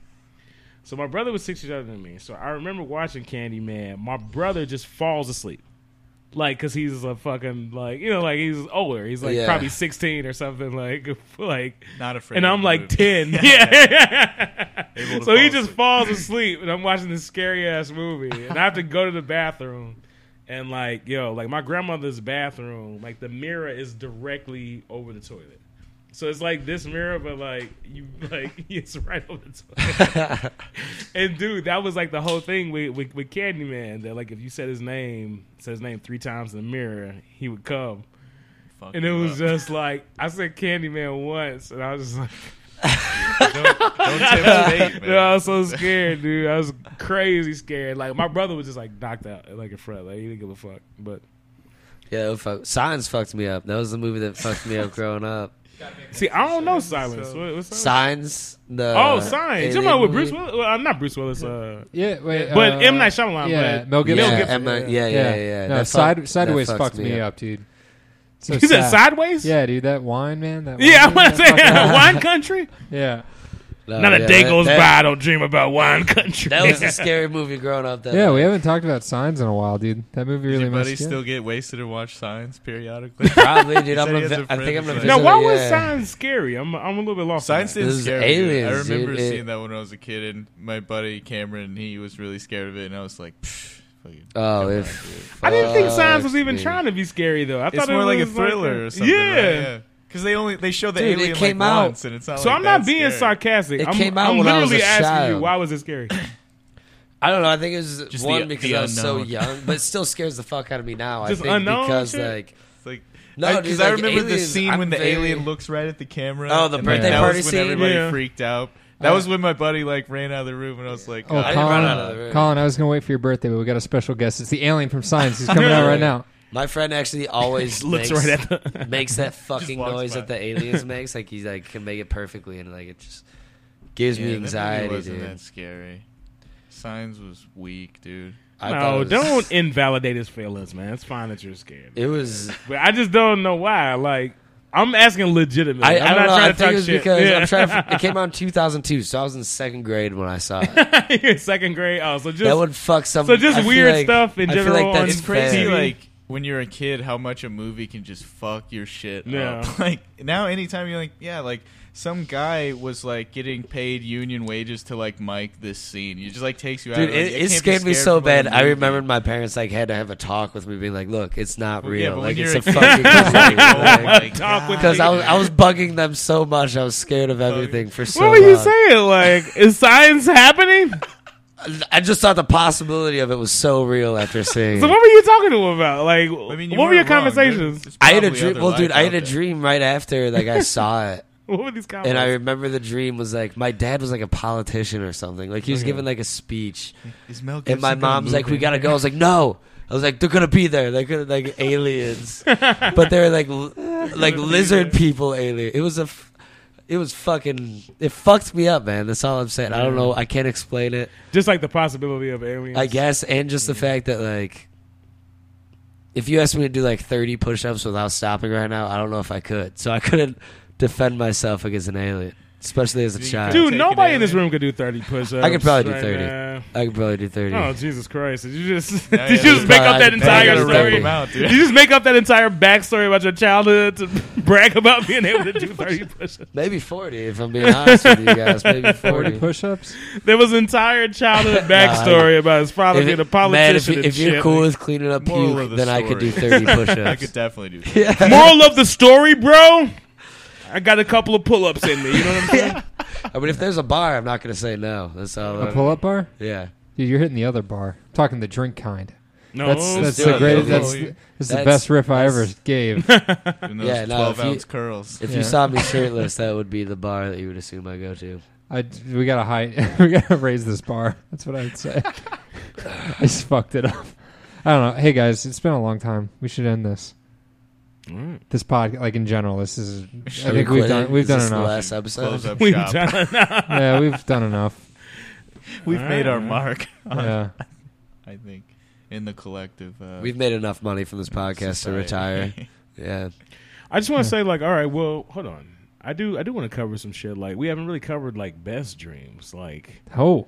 [SPEAKER 4] So my brother was six years older than me. So I remember watching Candyman. My brother just falls asleep. Like, cause he's a fucking like you know like he's older. He's like
[SPEAKER 2] Yeah.
[SPEAKER 4] probably sixteen or something. Like like,
[SPEAKER 3] Not afraid.
[SPEAKER 4] and
[SPEAKER 3] of
[SPEAKER 4] I'm
[SPEAKER 3] the
[SPEAKER 4] like
[SPEAKER 3] movie.
[SPEAKER 4] ten. Yeah.
[SPEAKER 3] Able to
[SPEAKER 4] so he
[SPEAKER 3] fall
[SPEAKER 4] just
[SPEAKER 3] asleep.
[SPEAKER 4] falls asleep, and I'm watching this scary ass movie, and I have to go to the bathroom. And like yo, like my grandmother's bathroom, like the mirror is directly over the toilet. So it's like this mirror, but like you like it's right over the toilet. and dude, that was like the whole thing with, with with Candyman that like if you said his name, said his name three times in the mirror, he would come.
[SPEAKER 3] fuck
[SPEAKER 4] and it
[SPEAKER 3] you
[SPEAKER 4] was
[SPEAKER 3] up.
[SPEAKER 4] just like I said Candyman once, and I was just like,
[SPEAKER 3] don't, don't tip state, man.
[SPEAKER 4] dude, uh, I was so scared, dude. I was crazy scared. Like my brother was just like knocked out, like in front. Like he didn't give a fuck. But
[SPEAKER 2] Yeah, it fuck. Signs fucked me up. That was the movie that fucked me up growing up.
[SPEAKER 4] see, I don't know Silence. What, what's Silence?
[SPEAKER 2] Signs. The
[SPEAKER 4] Oh, Signs. You're
[SPEAKER 2] alien
[SPEAKER 4] talking with
[SPEAKER 2] movie.
[SPEAKER 4] Bruce Willis? Well, uh, not Bruce Willis. Uh,
[SPEAKER 5] Yeah, wait.
[SPEAKER 4] But
[SPEAKER 5] uh,
[SPEAKER 4] M. Night Shyamalan,
[SPEAKER 5] Yeah,
[SPEAKER 4] but-
[SPEAKER 5] Mel
[SPEAKER 2] Yeah,
[SPEAKER 5] Gibson.
[SPEAKER 4] Mel Gibson,
[SPEAKER 2] Emma-
[SPEAKER 4] yeah.
[SPEAKER 2] yeah, yeah, yeah.
[SPEAKER 5] No,
[SPEAKER 2] That
[SPEAKER 5] side,
[SPEAKER 2] fucked-
[SPEAKER 5] sideways
[SPEAKER 2] that
[SPEAKER 5] fucked, me up, dude. So
[SPEAKER 4] you said
[SPEAKER 5] sad.
[SPEAKER 4] Sideways?
[SPEAKER 5] Yeah, dude, that wine, man. That
[SPEAKER 4] Yeah, I
[SPEAKER 5] wine,
[SPEAKER 4] want to
[SPEAKER 5] that
[SPEAKER 4] say
[SPEAKER 5] fucking-
[SPEAKER 4] wine country.
[SPEAKER 5] Yeah,
[SPEAKER 2] No,
[SPEAKER 4] Not a
[SPEAKER 2] Uh, yeah,
[SPEAKER 4] day
[SPEAKER 2] that-
[SPEAKER 4] goes
[SPEAKER 2] that-
[SPEAKER 4] by I don't dream about wine country.
[SPEAKER 2] That was a scary movie growing up. That
[SPEAKER 5] yeah. We haven't talked about signs in a while, dude. That movie
[SPEAKER 3] Does
[SPEAKER 5] really
[SPEAKER 3] your buddy
[SPEAKER 5] messed you
[SPEAKER 3] still
[SPEAKER 5] up.
[SPEAKER 3] get wasted or watch Signs periodically?
[SPEAKER 2] probably,
[SPEAKER 3] He
[SPEAKER 2] dude. I'm
[SPEAKER 3] said he
[SPEAKER 2] a,
[SPEAKER 3] has a
[SPEAKER 2] vi- I think I'm
[SPEAKER 3] friend
[SPEAKER 2] a
[SPEAKER 3] who's
[SPEAKER 2] visitor.
[SPEAKER 3] like-
[SPEAKER 4] no, why was
[SPEAKER 2] yeah.
[SPEAKER 4] Signs scary? I'm I'm a little bit lost. on
[SPEAKER 3] Signs
[SPEAKER 4] that.
[SPEAKER 3] didn't
[SPEAKER 2] This is
[SPEAKER 3] scare me. dude. I
[SPEAKER 2] aliens, dude.
[SPEAKER 3] remember
[SPEAKER 2] It-
[SPEAKER 3] seeing that when I was a kid, and my buddy Cameron, he was really scared of it, and I was like, "Psh, fucking
[SPEAKER 2] Oh,
[SPEAKER 3] come
[SPEAKER 2] if
[SPEAKER 3] on, dude."
[SPEAKER 4] I didn't
[SPEAKER 2] Uh,
[SPEAKER 4] think Signs was
[SPEAKER 2] fucked
[SPEAKER 4] even
[SPEAKER 2] me.
[SPEAKER 4] trying to be scary though. I
[SPEAKER 3] it's
[SPEAKER 4] thought it
[SPEAKER 3] more like a
[SPEAKER 4] was
[SPEAKER 3] thriller or something.
[SPEAKER 4] Yeah.
[SPEAKER 3] right? yeah. Because they only they show the
[SPEAKER 2] Dude, it
[SPEAKER 3] alien
[SPEAKER 2] came
[SPEAKER 3] like
[SPEAKER 2] out.
[SPEAKER 3] once, and it's not.
[SPEAKER 4] So
[SPEAKER 3] like
[SPEAKER 4] I'm not
[SPEAKER 3] that
[SPEAKER 4] being
[SPEAKER 3] Oh, scary.
[SPEAKER 4] sarcastic.
[SPEAKER 2] It
[SPEAKER 4] I'm,
[SPEAKER 2] came out
[SPEAKER 4] I'm
[SPEAKER 2] when I was
[SPEAKER 4] literally
[SPEAKER 2] a
[SPEAKER 4] asking you
[SPEAKER 2] child.
[SPEAKER 4] why was it scary?
[SPEAKER 2] I don't know. I think it was
[SPEAKER 3] Just
[SPEAKER 2] one
[SPEAKER 3] the-
[SPEAKER 2] because
[SPEAKER 3] the
[SPEAKER 2] I was so
[SPEAKER 3] unknown.
[SPEAKER 2] young, but it still scares the fuck out of me now.
[SPEAKER 4] Just
[SPEAKER 2] I think
[SPEAKER 4] unknown
[SPEAKER 2] because
[SPEAKER 4] shit?
[SPEAKER 2] like
[SPEAKER 3] It's like
[SPEAKER 2] No,
[SPEAKER 3] I,
[SPEAKER 2] dude,
[SPEAKER 3] because I
[SPEAKER 2] like,
[SPEAKER 3] remember the
[SPEAKER 2] aliens,
[SPEAKER 3] scene
[SPEAKER 2] I'm
[SPEAKER 3] when the
[SPEAKER 2] very-
[SPEAKER 3] alien looks right at the camera.
[SPEAKER 2] Oh, the
[SPEAKER 3] and, like,
[SPEAKER 2] birthday
[SPEAKER 3] that
[SPEAKER 2] party
[SPEAKER 3] was when
[SPEAKER 2] scene?
[SPEAKER 3] Everybody
[SPEAKER 4] Yeah.
[SPEAKER 3] freaked out. That
[SPEAKER 5] Uh,
[SPEAKER 3] was when my buddy like ran out of the room, and I was like,
[SPEAKER 5] Oh,
[SPEAKER 2] I
[SPEAKER 3] "Oh,
[SPEAKER 2] didn't run
[SPEAKER 5] Colin,
[SPEAKER 2] out of the room.
[SPEAKER 5] Colin, I was gonna wait for your birthday, but we got a special guest. It's the alien from Signs. He's coming out right now.
[SPEAKER 2] My friend actually always
[SPEAKER 4] Looks
[SPEAKER 2] makes,
[SPEAKER 4] right at the-
[SPEAKER 2] makes that fucking
[SPEAKER 3] walks
[SPEAKER 2] noise
[SPEAKER 3] by.
[SPEAKER 2] that the aliens makes. Like he's like can make it perfectly, and like it just gives
[SPEAKER 3] Yeah,
[SPEAKER 2] me
[SPEAKER 3] that movie
[SPEAKER 2] anxiety,
[SPEAKER 3] wasn't
[SPEAKER 2] dude.
[SPEAKER 3] that scary. Signs was weak, dude.
[SPEAKER 2] I thought
[SPEAKER 4] no,
[SPEAKER 2] it was-
[SPEAKER 4] don't invalidate his feelings, man. It's fine that you're scared.
[SPEAKER 2] It was.
[SPEAKER 4] But I just don't know why. Like, I'm asking legitimately.
[SPEAKER 2] I,
[SPEAKER 4] am
[SPEAKER 2] I don't
[SPEAKER 4] not
[SPEAKER 2] know.
[SPEAKER 4] trying
[SPEAKER 2] I
[SPEAKER 4] to talk
[SPEAKER 2] think it was
[SPEAKER 4] shit.
[SPEAKER 2] because
[SPEAKER 4] Yeah.
[SPEAKER 2] I'm trying. To, it came out in 2002, so I was in second grade when I saw it.
[SPEAKER 4] You're in second grade. Oh, so just
[SPEAKER 2] that would fuck some.
[SPEAKER 4] so just
[SPEAKER 2] I feel
[SPEAKER 4] weird
[SPEAKER 2] like-
[SPEAKER 4] stuff in
[SPEAKER 2] I feel
[SPEAKER 4] general
[SPEAKER 2] Like
[SPEAKER 4] on-
[SPEAKER 2] that's
[SPEAKER 3] It's crazy,
[SPEAKER 2] fair.
[SPEAKER 3] like when you're a kid, how much a movie can just fuck your shit
[SPEAKER 4] Yeah.
[SPEAKER 3] up. Like now, anytime you're like, yeah, like some guy was like getting paid union wages to like mic this scene. It just like takes you out.
[SPEAKER 2] Dude,
[SPEAKER 3] of
[SPEAKER 2] it, it scared me so bad. I remember my parents like had to have a talk with me, being like, "Look, it's not
[SPEAKER 3] Well, yeah,
[SPEAKER 2] real.
[SPEAKER 3] but
[SPEAKER 2] like
[SPEAKER 3] when
[SPEAKER 2] it's
[SPEAKER 3] you're
[SPEAKER 2] a
[SPEAKER 3] a kid,
[SPEAKER 2] fucking
[SPEAKER 3] it's like, oh my God.
[SPEAKER 2] because
[SPEAKER 4] talk with
[SPEAKER 2] I was I was bugging them so much. I was scared
[SPEAKER 3] Oh,
[SPEAKER 2] of everything for so.
[SPEAKER 4] What were you
[SPEAKER 2] long.
[SPEAKER 4] saying? Like, is science happening?
[SPEAKER 2] I just thought the possibility of it was so real after seeing.
[SPEAKER 4] So
[SPEAKER 2] it.
[SPEAKER 4] what were you talking to him about? Like, what were your conversations?
[SPEAKER 2] I had a dream. Well, dude, I had a dream right after like I saw it,
[SPEAKER 4] What were these comments?
[SPEAKER 2] and I remember the dream was like my dad was like a politician or something. Like he was giving like a speech,
[SPEAKER 3] Is Mel Gibson
[SPEAKER 2] and my
[SPEAKER 3] gonna
[SPEAKER 2] mom's
[SPEAKER 3] move
[SPEAKER 2] like, "We
[SPEAKER 3] in?
[SPEAKER 2] gotta go." I was like, "No." I was like, "They're gonna be there. They're gonna like aliens, but they're like l- like lizard people alien." It was a, f- it was fucking. It fucked me up, man. That's all I'm saying. I don't know. I can't explain it.
[SPEAKER 4] just like the possibility of aliens.
[SPEAKER 2] I guess, and just the fact that like, if you asked me to do like thirty push-ups without stopping right now, I don't know if I could. So I couldn't defend myself against an alien, especially as a
[SPEAKER 3] Dude, you
[SPEAKER 2] child.
[SPEAKER 3] could-
[SPEAKER 4] Dude,
[SPEAKER 3] Take
[SPEAKER 4] nobody
[SPEAKER 3] it
[SPEAKER 4] in this
[SPEAKER 3] alien.
[SPEAKER 4] room could do thirty push-ups.
[SPEAKER 2] I could probably do
[SPEAKER 4] right
[SPEAKER 2] 30.
[SPEAKER 4] now.
[SPEAKER 2] I could probably do thirty.
[SPEAKER 4] Oh Jesus Christ! Did you just
[SPEAKER 3] Yeah, yeah,
[SPEAKER 4] did you
[SPEAKER 3] yeah.
[SPEAKER 4] just make up that
[SPEAKER 2] Probably I
[SPEAKER 3] I
[SPEAKER 4] entire
[SPEAKER 2] gotta
[SPEAKER 3] gotta
[SPEAKER 2] wrap
[SPEAKER 3] wrap
[SPEAKER 2] them
[SPEAKER 3] him
[SPEAKER 4] story?
[SPEAKER 3] out,
[SPEAKER 4] Did
[SPEAKER 3] dude.
[SPEAKER 4] you just make up that entire backstory about your childhood to brag about being able to do thirty push-ups?
[SPEAKER 2] Maybe forty, if I'm being honest with you guys. Maybe
[SPEAKER 5] Forty
[SPEAKER 2] forty.
[SPEAKER 5] push-ups.
[SPEAKER 4] There was an entire childhood backstory about his father
[SPEAKER 2] If,
[SPEAKER 4] being a
[SPEAKER 2] it- man, if,
[SPEAKER 4] politician.
[SPEAKER 2] you- if you're
[SPEAKER 4] and shit.
[SPEAKER 2] cool with cleaning up
[SPEAKER 3] Moral
[SPEAKER 2] puke,
[SPEAKER 3] of the
[SPEAKER 2] then I could do
[SPEAKER 3] story.
[SPEAKER 2] thirty
[SPEAKER 3] I
[SPEAKER 2] push-ups.
[SPEAKER 3] could definitely do. That.
[SPEAKER 2] yeah.
[SPEAKER 4] moral of the story, bro. I got a couple of pull-ups in me. You know what I'm saying?
[SPEAKER 2] I mean, if there's a bar, I'm not gonna say no. That's all.
[SPEAKER 5] A
[SPEAKER 2] I'm-
[SPEAKER 5] pull-up bar.
[SPEAKER 2] yeah.
[SPEAKER 5] Dude, you're hitting the other bar. I'm talking the drink kind.
[SPEAKER 4] No,
[SPEAKER 5] That's that's
[SPEAKER 2] do
[SPEAKER 5] the
[SPEAKER 2] it.
[SPEAKER 5] greatest.
[SPEAKER 2] Oh, Let's
[SPEAKER 5] That's,
[SPEAKER 3] do it.
[SPEAKER 5] that's the
[SPEAKER 2] That's-
[SPEAKER 5] best riff I ever
[SPEAKER 2] that's-
[SPEAKER 5] gave.
[SPEAKER 3] And those
[SPEAKER 2] Yeah, no, if
[SPEAKER 3] twelve
[SPEAKER 2] you-
[SPEAKER 3] ounce curls.
[SPEAKER 2] If
[SPEAKER 5] Yeah.
[SPEAKER 2] you saw me shirtless, that would be the bar that you would assume I go to.
[SPEAKER 5] I we gotta hide. we gotta raise this bar. That's what I would say. I just fucked it up. I don't know. Hey guys, it's been a long time. We should end this. This podcast, like in general, this is. I
[SPEAKER 2] Are
[SPEAKER 5] think
[SPEAKER 2] we
[SPEAKER 5] we've done
[SPEAKER 2] quitting?
[SPEAKER 5] we've
[SPEAKER 2] Is
[SPEAKER 5] done
[SPEAKER 2] this the
[SPEAKER 5] enough.
[SPEAKER 2] last episode.
[SPEAKER 3] Close up
[SPEAKER 4] we've
[SPEAKER 3] shop.
[SPEAKER 4] done
[SPEAKER 5] yeah, we've done enough.
[SPEAKER 3] We've
[SPEAKER 4] All
[SPEAKER 3] made
[SPEAKER 4] right,
[SPEAKER 3] our
[SPEAKER 4] man.
[SPEAKER 3] mark. on-
[SPEAKER 5] Yeah,
[SPEAKER 3] I think in the collective. Uh,
[SPEAKER 2] We've made enough money from this podcast to
[SPEAKER 3] society.
[SPEAKER 2] retire. Yeah.
[SPEAKER 4] I just want to say, like, all right, well, hold on. I do, I do want to cover some shit. Like, we haven't really covered like best dreams, like,
[SPEAKER 5] Oh,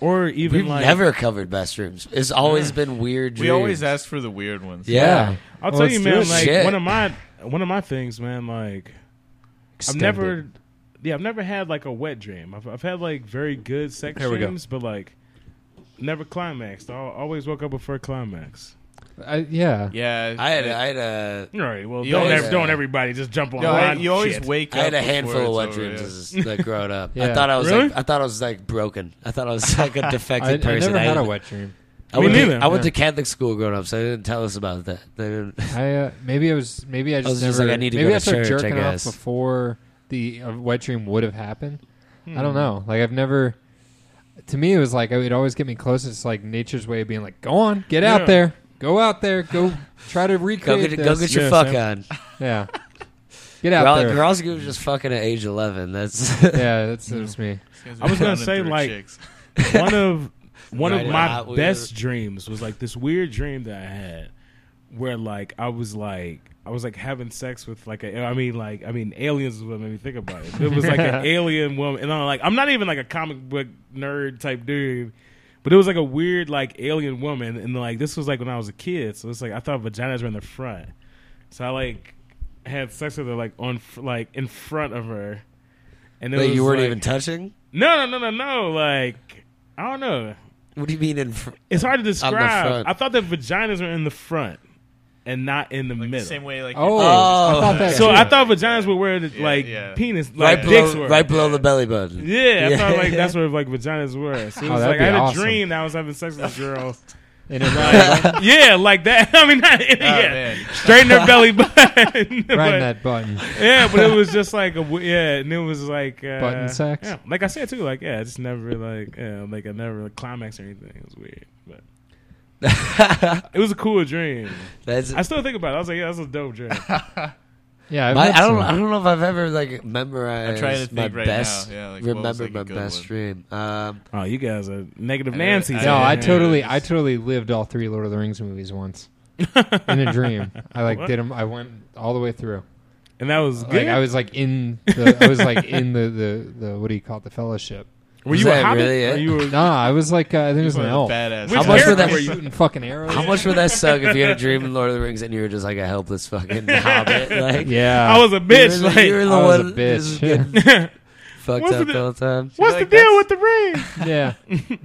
[SPEAKER 4] or even
[SPEAKER 2] We've
[SPEAKER 4] like.
[SPEAKER 2] never covered best rooms. It's always been weird dreams.
[SPEAKER 3] we always ask for the weird ones.
[SPEAKER 2] Yeah.
[SPEAKER 4] I'll
[SPEAKER 5] Well,
[SPEAKER 4] tell
[SPEAKER 5] let's
[SPEAKER 4] you,
[SPEAKER 5] do
[SPEAKER 4] man.
[SPEAKER 5] it.
[SPEAKER 4] Like
[SPEAKER 2] Shit.
[SPEAKER 4] one of my, one of my things, man. Like, I've
[SPEAKER 5] Extend
[SPEAKER 4] never,
[SPEAKER 5] it.
[SPEAKER 4] yeah, I've never had like a wet dream. I've, I've had like very good sex
[SPEAKER 5] There we go.
[SPEAKER 4] dreams, but like, never climaxed. I always woke up before climax.
[SPEAKER 5] I, yeah.
[SPEAKER 3] yeah.
[SPEAKER 2] I had I had a
[SPEAKER 4] All right, well,
[SPEAKER 3] You
[SPEAKER 4] don't,
[SPEAKER 3] always-
[SPEAKER 4] ev- don't everybody just jump on.
[SPEAKER 3] No, I-
[SPEAKER 4] line
[SPEAKER 3] you always
[SPEAKER 4] shit.
[SPEAKER 3] wake
[SPEAKER 2] I
[SPEAKER 3] up.
[SPEAKER 2] had a
[SPEAKER 3] before
[SPEAKER 2] handful of
[SPEAKER 3] it's
[SPEAKER 2] wet
[SPEAKER 3] over,
[SPEAKER 2] dreams
[SPEAKER 3] yeah.
[SPEAKER 2] as like growing up.
[SPEAKER 5] Yeah.
[SPEAKER 2] I thought I was
[SPEAKER 4] Really?
[SPEAKER 2] like I thought I was like broken. I thought I was like a
[SPEAKER 5] I, I
[SPEAKER 2] defective person.
[SPEAKER 5] never had
[SPEAKER 2] I-
[SPEAKER 5] a wet dream.
[SPEAKER 2] I
[SPEAKER 4] Me
[SPEAKER 2] went,
[SPEAKER 4] neither,
[SPEAKER 2] To, I went
[SPEAKER 5] yeah.
[SPEAKER 2] to Catholic school growing up, so they didn't tell us about that. They didn't,
[SPEAKER 5] I uh, maybe I was maybe I just
[SPEAKER 2] was
[SPEAKER 5] never
[SPEAKER 2] just like, I need to
[SPEAKER 5] maybe
[SPEAKER 2] go
[SPEAKER 5] I
[SPEAKER 2] to
[SPEAKER 5] started
[SPEAKER 2] church, I
[SPEAKER 5] jerking off
[SPEAKER 2] guess.
[SPEAKER 5] before the uh, wet dream would have happened. I
[SPEAKER 2] Hmm.
[SPEAKER 5] don't know. Like I've never. To me, it was like it would always get me close. It's like nature's way of being like, go on, get
[SPEAKER 4] Yeah.
[SPEAKER 5] out there, go out there, go try to
[SPEAKER 2] go
[SPEAKER 5] recreate
[SPEAKER 2] get
[SPEAKER 5] this.
[SPEAKER 2] go get your
[SPEAKER 4] Yeah,
[SPEAKER 2] fuck
[SPEAKER 4] same.
[SPEAKER 2] on.
[SPEAKER 5] yeah, get out
[SPEAKER 2] Girl,
[SPEAKER 5] there.
[SPEAKER 2] girls who just fucking at age eleven. That's
[SPEAKER 5] Yeah, that's, that's me.
[SPEAKER 3] These guys
[SPEAKER 4] I
[SPEAKER 3] are
[SPEAKER 4] was gonna
[SPEAKER 3] pounding
[SPEAKER 4] say,
[SPEAKER 3] through
[SPEAKER 4] like-
[SPEAKER 3] chicks.
[SPEAKER 4] one of one of
[SPEAKER 2] Right
[SPEAKER 4] my
[SPEAKER 2] out with
[SPEAKER 4] best
[SPEAKER 2] it.
[SPEAKER 4] dreams was like this weird dream that I had where like I was like I was like having sex with like a I mean like I mean aliens is what made me think about it. It was like an alien woman and I'm like I'm not even like a comic book nerd type dude. But it was like a weird like alien woman and like this was like when I was a kid. So it's like I thought vaginas were in the front. So I like had sex with her like on f- like in front of her. And it
[SPEAKER 2] that
[SPEAKER 4] was,
[SPEAKER 2] you weren't
[SPEAKER 4] like-
[SPEAKER 2] even touching.
[SPEAKER 4] no, no, no, no, no. Like, I don't know.
[SPEAKER 2] What do you mean? In fr-
[SPEAKER 4] It's hard to
[SPEAKER 2] On the
[SPEAKER 4] describe.
[SPEAKER 2] front.
[SPEAKER 4] I thought that vaginas were in the front and not in the
[SPEAKER 3] Like the
[SPEAKER 4] middle.
[SPEAKER 3] same way, like
[SPEAKER 5] Oh, I
[SPEAKER 2] Oh.
[SPEAKER 5] thought that.
[SPEAKER 4] so
[SPEAKER 5] too.
[SPEAKER 4] I thought vaginas were where the,
[SPEAKER 3] Yeah,
[SPEAKER 4] like
[SPEAKER 3] yeah.
[SPEAKER 4] penis,
[SPEAKER 2] right
[SPEAKER 4] like dicks
[SPEAKER 2] below,
[SPEAKER 4] were.
[SPEAKER 2] right below the belly button.
[SPEAKER 4] yeah, I
[SPEAKER 2] Yeah.
[SPEAKER 4] thought like that's where like vaginas were. So it
[SPEAKER 5] Oh,
[SPEAKER 4] was
[SPEAKER 5] that'd
[SPEAKER 4] like I
[SPEAKER 5] be
[SPEAKER 4] had
[SPEAKER 5] awesome.
[SPEAKER 4] a dream that I was having sex with a girl.
[SPEAKER 5] And it- right,
[SPEAKER 4] yeah, like that. I mean, not,
[SPEAKER 3] Oh,
[SPEAKER 4] yeah,
[SPEAKER 3] man.
[SPEAKER 4] straight in her belly button.
[SPEAKER 5] right
[SPEAKER 4] But-
[SPEAKER 5] in that button.
[SPEAKER 4] yeah, but it was just like a w- yeah, and it was like uh,
[SPEAKER 5] Button sex?
[SPEAKER 4] Yeah, like I said too, like yeah, I just never like yeah, like I never like, climaxed or anything. It was weird, but it was a cool dream.
[SPEAKER 2] That's
[SPEAKER 4] I still think about it. I was like, yeah, that's a dope dream.
[SPEAKER 5] Yeah, I've
[SPEAKER 2] my,
[SPEAKER 5] had
[SPEAKER 2] I don't.
[SPEAKER 5] some.
[SPEAKER 2] I don't know if I've ever like memorized.
[SPEAKER 3] I'm trying to
[SPEAKER 2] my
[SPEAKER 3] think right
[SPEAKER 2] best.
[SPEAKER 3] now. Yeah, like, what was,
[SPEAKER 2] remember
[SPEAKER 3] like, a
[SPEAKER 2] my
[SPEAKER 3] good
[SPEAKER 2] best
[SPEAKER 3] one?
[SPEAKER 2] dream. Um,
[SPEAKER 4] oh, you guys are negative
[SPEAKER 3] I-
[SPEAKER 4] Nancy's.
[SPEAKER 3] I-
[SPEAKER 5] No, I
[SPEAKER 4] man.
[SPEAKER 5] totally, I totally lived all three Lord of the Rings movies once in a dream. I like
[SPEAKER 4] What?
[SPEAKER 5] did them. I went all the way through.
[SPEAKER 4] and that was
[SPEAKER 5] Like
[SPEAKER 4] good.
[SPEAKER 5] I was like in, the, I was like in the, the the what do you call it? The Fellowship.
[SPEAKER 4] were
[SPEAKER 2] Was
[SPEAKER 4] you a
[SPEAKER 2] that
[SPEAKER 4] hobbit?
[SPEAKER 2] really
[SPEAKER 4] Or
[SPEAKER 2] it?
[SPEAKER 4] you were,
[SPEAKER 5] Nah, I was like, uh, I think it was an
[SPEAKER 3] a
[SPEAKER 5] elf.
[SPEAKER 3] badass.
[SPEAKER 4] Which
[SPEAKER 2] How much
[SPEAKER 4] character
[SPEAKER 2] were that-
[SPEAKER 4] were you?
[SPEAKER 5] Shooting fucking arrows.
[SPEAKER 2] how much would that suck if you had a dream in Lord of the Rings and you were just like a helpless fucking hobbit? Like,
[SPEAKER 5] Yeah,
[SPEAKER 4] I was a
[SPEAKER 2] you were
[SPEAKER 4] bitch.
[SPEAKER 2] the- you were
[SPEAKER 4] Like,
[SPEAKER 2] the
[SPEAKER 5] I was a
[SPEAKER 2] one
[SPEAKER 5] bitch.
[SPEAKER 2] that was
[SPEAKER 4] what's
[SPEAKER 2] fucked
[SPEAKER 4] What's
[SPEAKER 2] up
[SPEAKER 4] the-
[SPEAKER 2] the whole time.
[SPEAKER 3] Like,
[SPEAKER 4] the deal
[SPEAKER 3] that's-
[SPEAKER 4] with the ring?
[SPEAKER 5] yeah.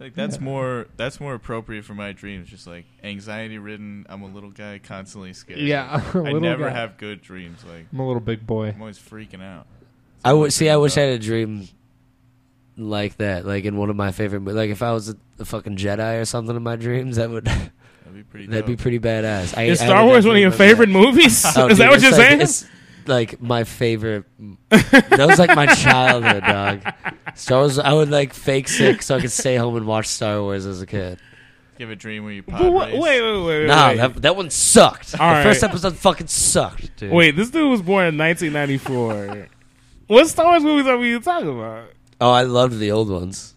[SPEAKER 3] Like that's more that's more appropriate for my dreams. Just like anxiety ridden. I'm a little guy, constantly scared.
[SPEAKER 5] Yeah, I'm a
[SPEAKER 3] I
[SPEAKER 5] little
[SPEAKER 3] never
[SPEAKER 5] guy.
[SPEAKER 3] have good dreams. Like
[SPEAKER 5] I'm a little big boy.
[SPEAKER 3] I'm always freaking out.
[SPEAKER 2] I would see. I wish I had a dream like that, like in one of my favorite. mo- Like if I was a, a fucking Jedi or something in my dreams, that would
[SPEAKER 3] That'd be pretty.
[SPEAKER 2] that'd be
[SPEAKER 3] dope.
[SPEAKER 2] pretty badass. I,
[SPEAKER 4] Is
[SPEAKER 2] I
[SPEAKER 4] Star
[SPEAKER 2] would
[SPEAKER 4] Wars one of
[SPEAKER 2] definitely
[SPEAKER 4] your
[SPEAKER 2] love that.
[SPEAKER 4] favorite movies?
[SPEAKER 2] Oh,
[SPEAKER 4] Is
[SPEAKER 2] dude,
[SPEAKER 4] that what
[SPEAKER 2] it's
[SPEAKER 4] you're
[SPEAKER 2] like-
[SPEAKER 4] saying?
[SPEAKER 2] It's like my favorite. That was like my childhood, dog. Star Wars. I would like fake sick so I could stay home and watch Star Wars as a kid.
[SPEAKER 3] Give a dream where you pod
[SPEAKER 4] But what-
[SPEAKER 3] race.
[SPEAKER 4] wait, wait, wait, wait.
[SPEAKER 2] Nah,
[SPEAKER 4] wait.
[SPEAKER 2] that, that one sucked. the
[SPEAKER 4] All right.
[SPEAKER 2] first episode fucking sucked, dude.
[SPEAKER 4] Wait, this dude was born in 1994. what Star Wars movies are we talking about?
[SPEAKER 2] Oh, I loved the old ones.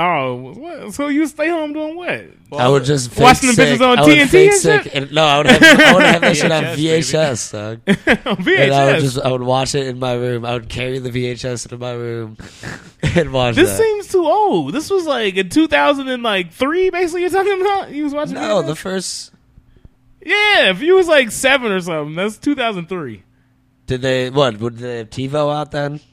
[SPEAKER 4] Oh, what? so you stay home doing what?
[SPEAKER 3] Well,
[SPEAKER 2] I would just fake
[SPEAKER 4] uh, Watching them
[SPEAKER 2] sick.
[SPEAKER 4] bitches on
[SPEAKER 2] I would
[SPEAKER 4] TNT
[SPEAKER 2] fake
[SPEAKER 4] and
[SPEAKER 2] sick
[SPEAKER 4] shit?
[SPEAKER 2] and- no, I would have, I would have that shit on
[SPEAKER 3] VHS,
[SPEAKER 2] VHS, dog. And I would
[SPEAKER 4] VHS.
[SPEAKER 2] just I would watch it in my room. I would carry the VHS into my room and watch
[SPEAKER 4] this
[SPEAKER 2] that.
[SPEAKER 4] seems too old. This was like in 2003, basically. You're talking about you was watching.
[SPEAKER 2] No,
[SPEAKER 4] VHS?
[SPEAKER 2] the first
[SPEAKER 4] yeah, if you was like seven or something, that's 2003.
[SPEAKER 2] did they what? Would they have TiVo out then?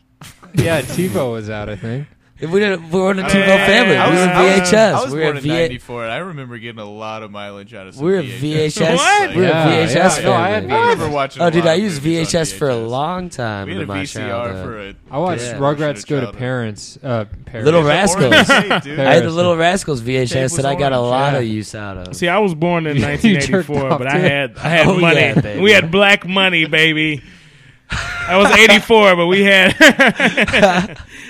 [SPEAKER 5] Yeah, TiVo was out. I think.
[SPEAKER 2] If we didn't. We were in a
[SPEAKER 3] I
[SPEAKER 2] TiVo
[SPEAKER 4] Uh,
[SPEAKER 3] was-
[SPEAKER 2] family.
[SPEAKER 3] I
[SPEAKER 2] we
[SPEAKER 3] was,
[SPEAKER 2] were in
[SPEAKER 3] I was-
[SPEAKER 2] VHS.
[SPEAKER 3] I was
[SPEAKER 2] we were
[SPEAKER 3] born
[SPEAKER 2] in
[SPEAKER 3] in
[SPEAKER 2] VH-
[SPEAKER 3] '94, and I remember getting a lot of mileage out of. Some
[SPEAKER 2] we were
[SPEAKER 3] VHS.
[SPEAKER 2] VHS.
[SPEAKER 4] What?
[SPEAKER 2] We were
[SPEAKER 5] Yeah,
[SPEAKER 2] VHS
[SPEAKER 5] yeah,
[SPEAKER 2] family.
[SPEAKER 5] no, I had
[SPEAKER 3] I remember watching.
[SPEAKER 2] Oh,
[SPEAKER 3] a
[SPEAKER 2] dude,
[SPEAKER 3] lot
[SPEAKER 2] I
[SPEAKER 3] of
[SPEAKER 2] used
[SPEAKER 3] movies on
[SPEAKER 2] VHS for a
[SPEAKER 3] VHS.
[SPEAKER 2] long time.
[SPEAKER 3] We had
[SPEAKER 2] in
[SPEAKER 3] a
[SPEAKER 2] my
[SPEAKER 3] VCR
[SPEAKER 2] childhood.
[SPEAKER 3] for a.
[SPEAKER 5] I watched
[SPEAKER 2] Yeah.
[SPEAKER 5] Rugrats go to parents. Uh, parents.
[SPEAKER 2] Little
[SPEAKER 3] Orange Tape,
[SPEAKER 2] Rascals.
[SPEAKER 3] dude.
[SPEAKER 2] I had the
[SPEAKER 5] Embarrassing.
[SPEAKER 2] Little Rascals VHS
[SPEAKER 3] Tape
[SPEAKER 2] that
[SPEAKER 3] was
[SPEAKER 2] I got a
[SPEAKER 3] orange,
[SPEAKER 2] lot
[SPEAKER 5] yeah.
[SPEAKER 2] of use out of.
[SPEAKER 4] See, I was born in
[SPEAKER 5] You jerked
[SPEAKER 4] 1984,
[SPEAKER 5] off,
[SPEAKER 4] but I
[SPEAKER 5] too.
[SPEAKER 4] had I had
[SPEAKER 2] Oh,
[SPEAKER 4] money.
[SPEAKER 2] yeah, baby.
[SPEAKER 4] we had black money, baby. I was 84, but we had.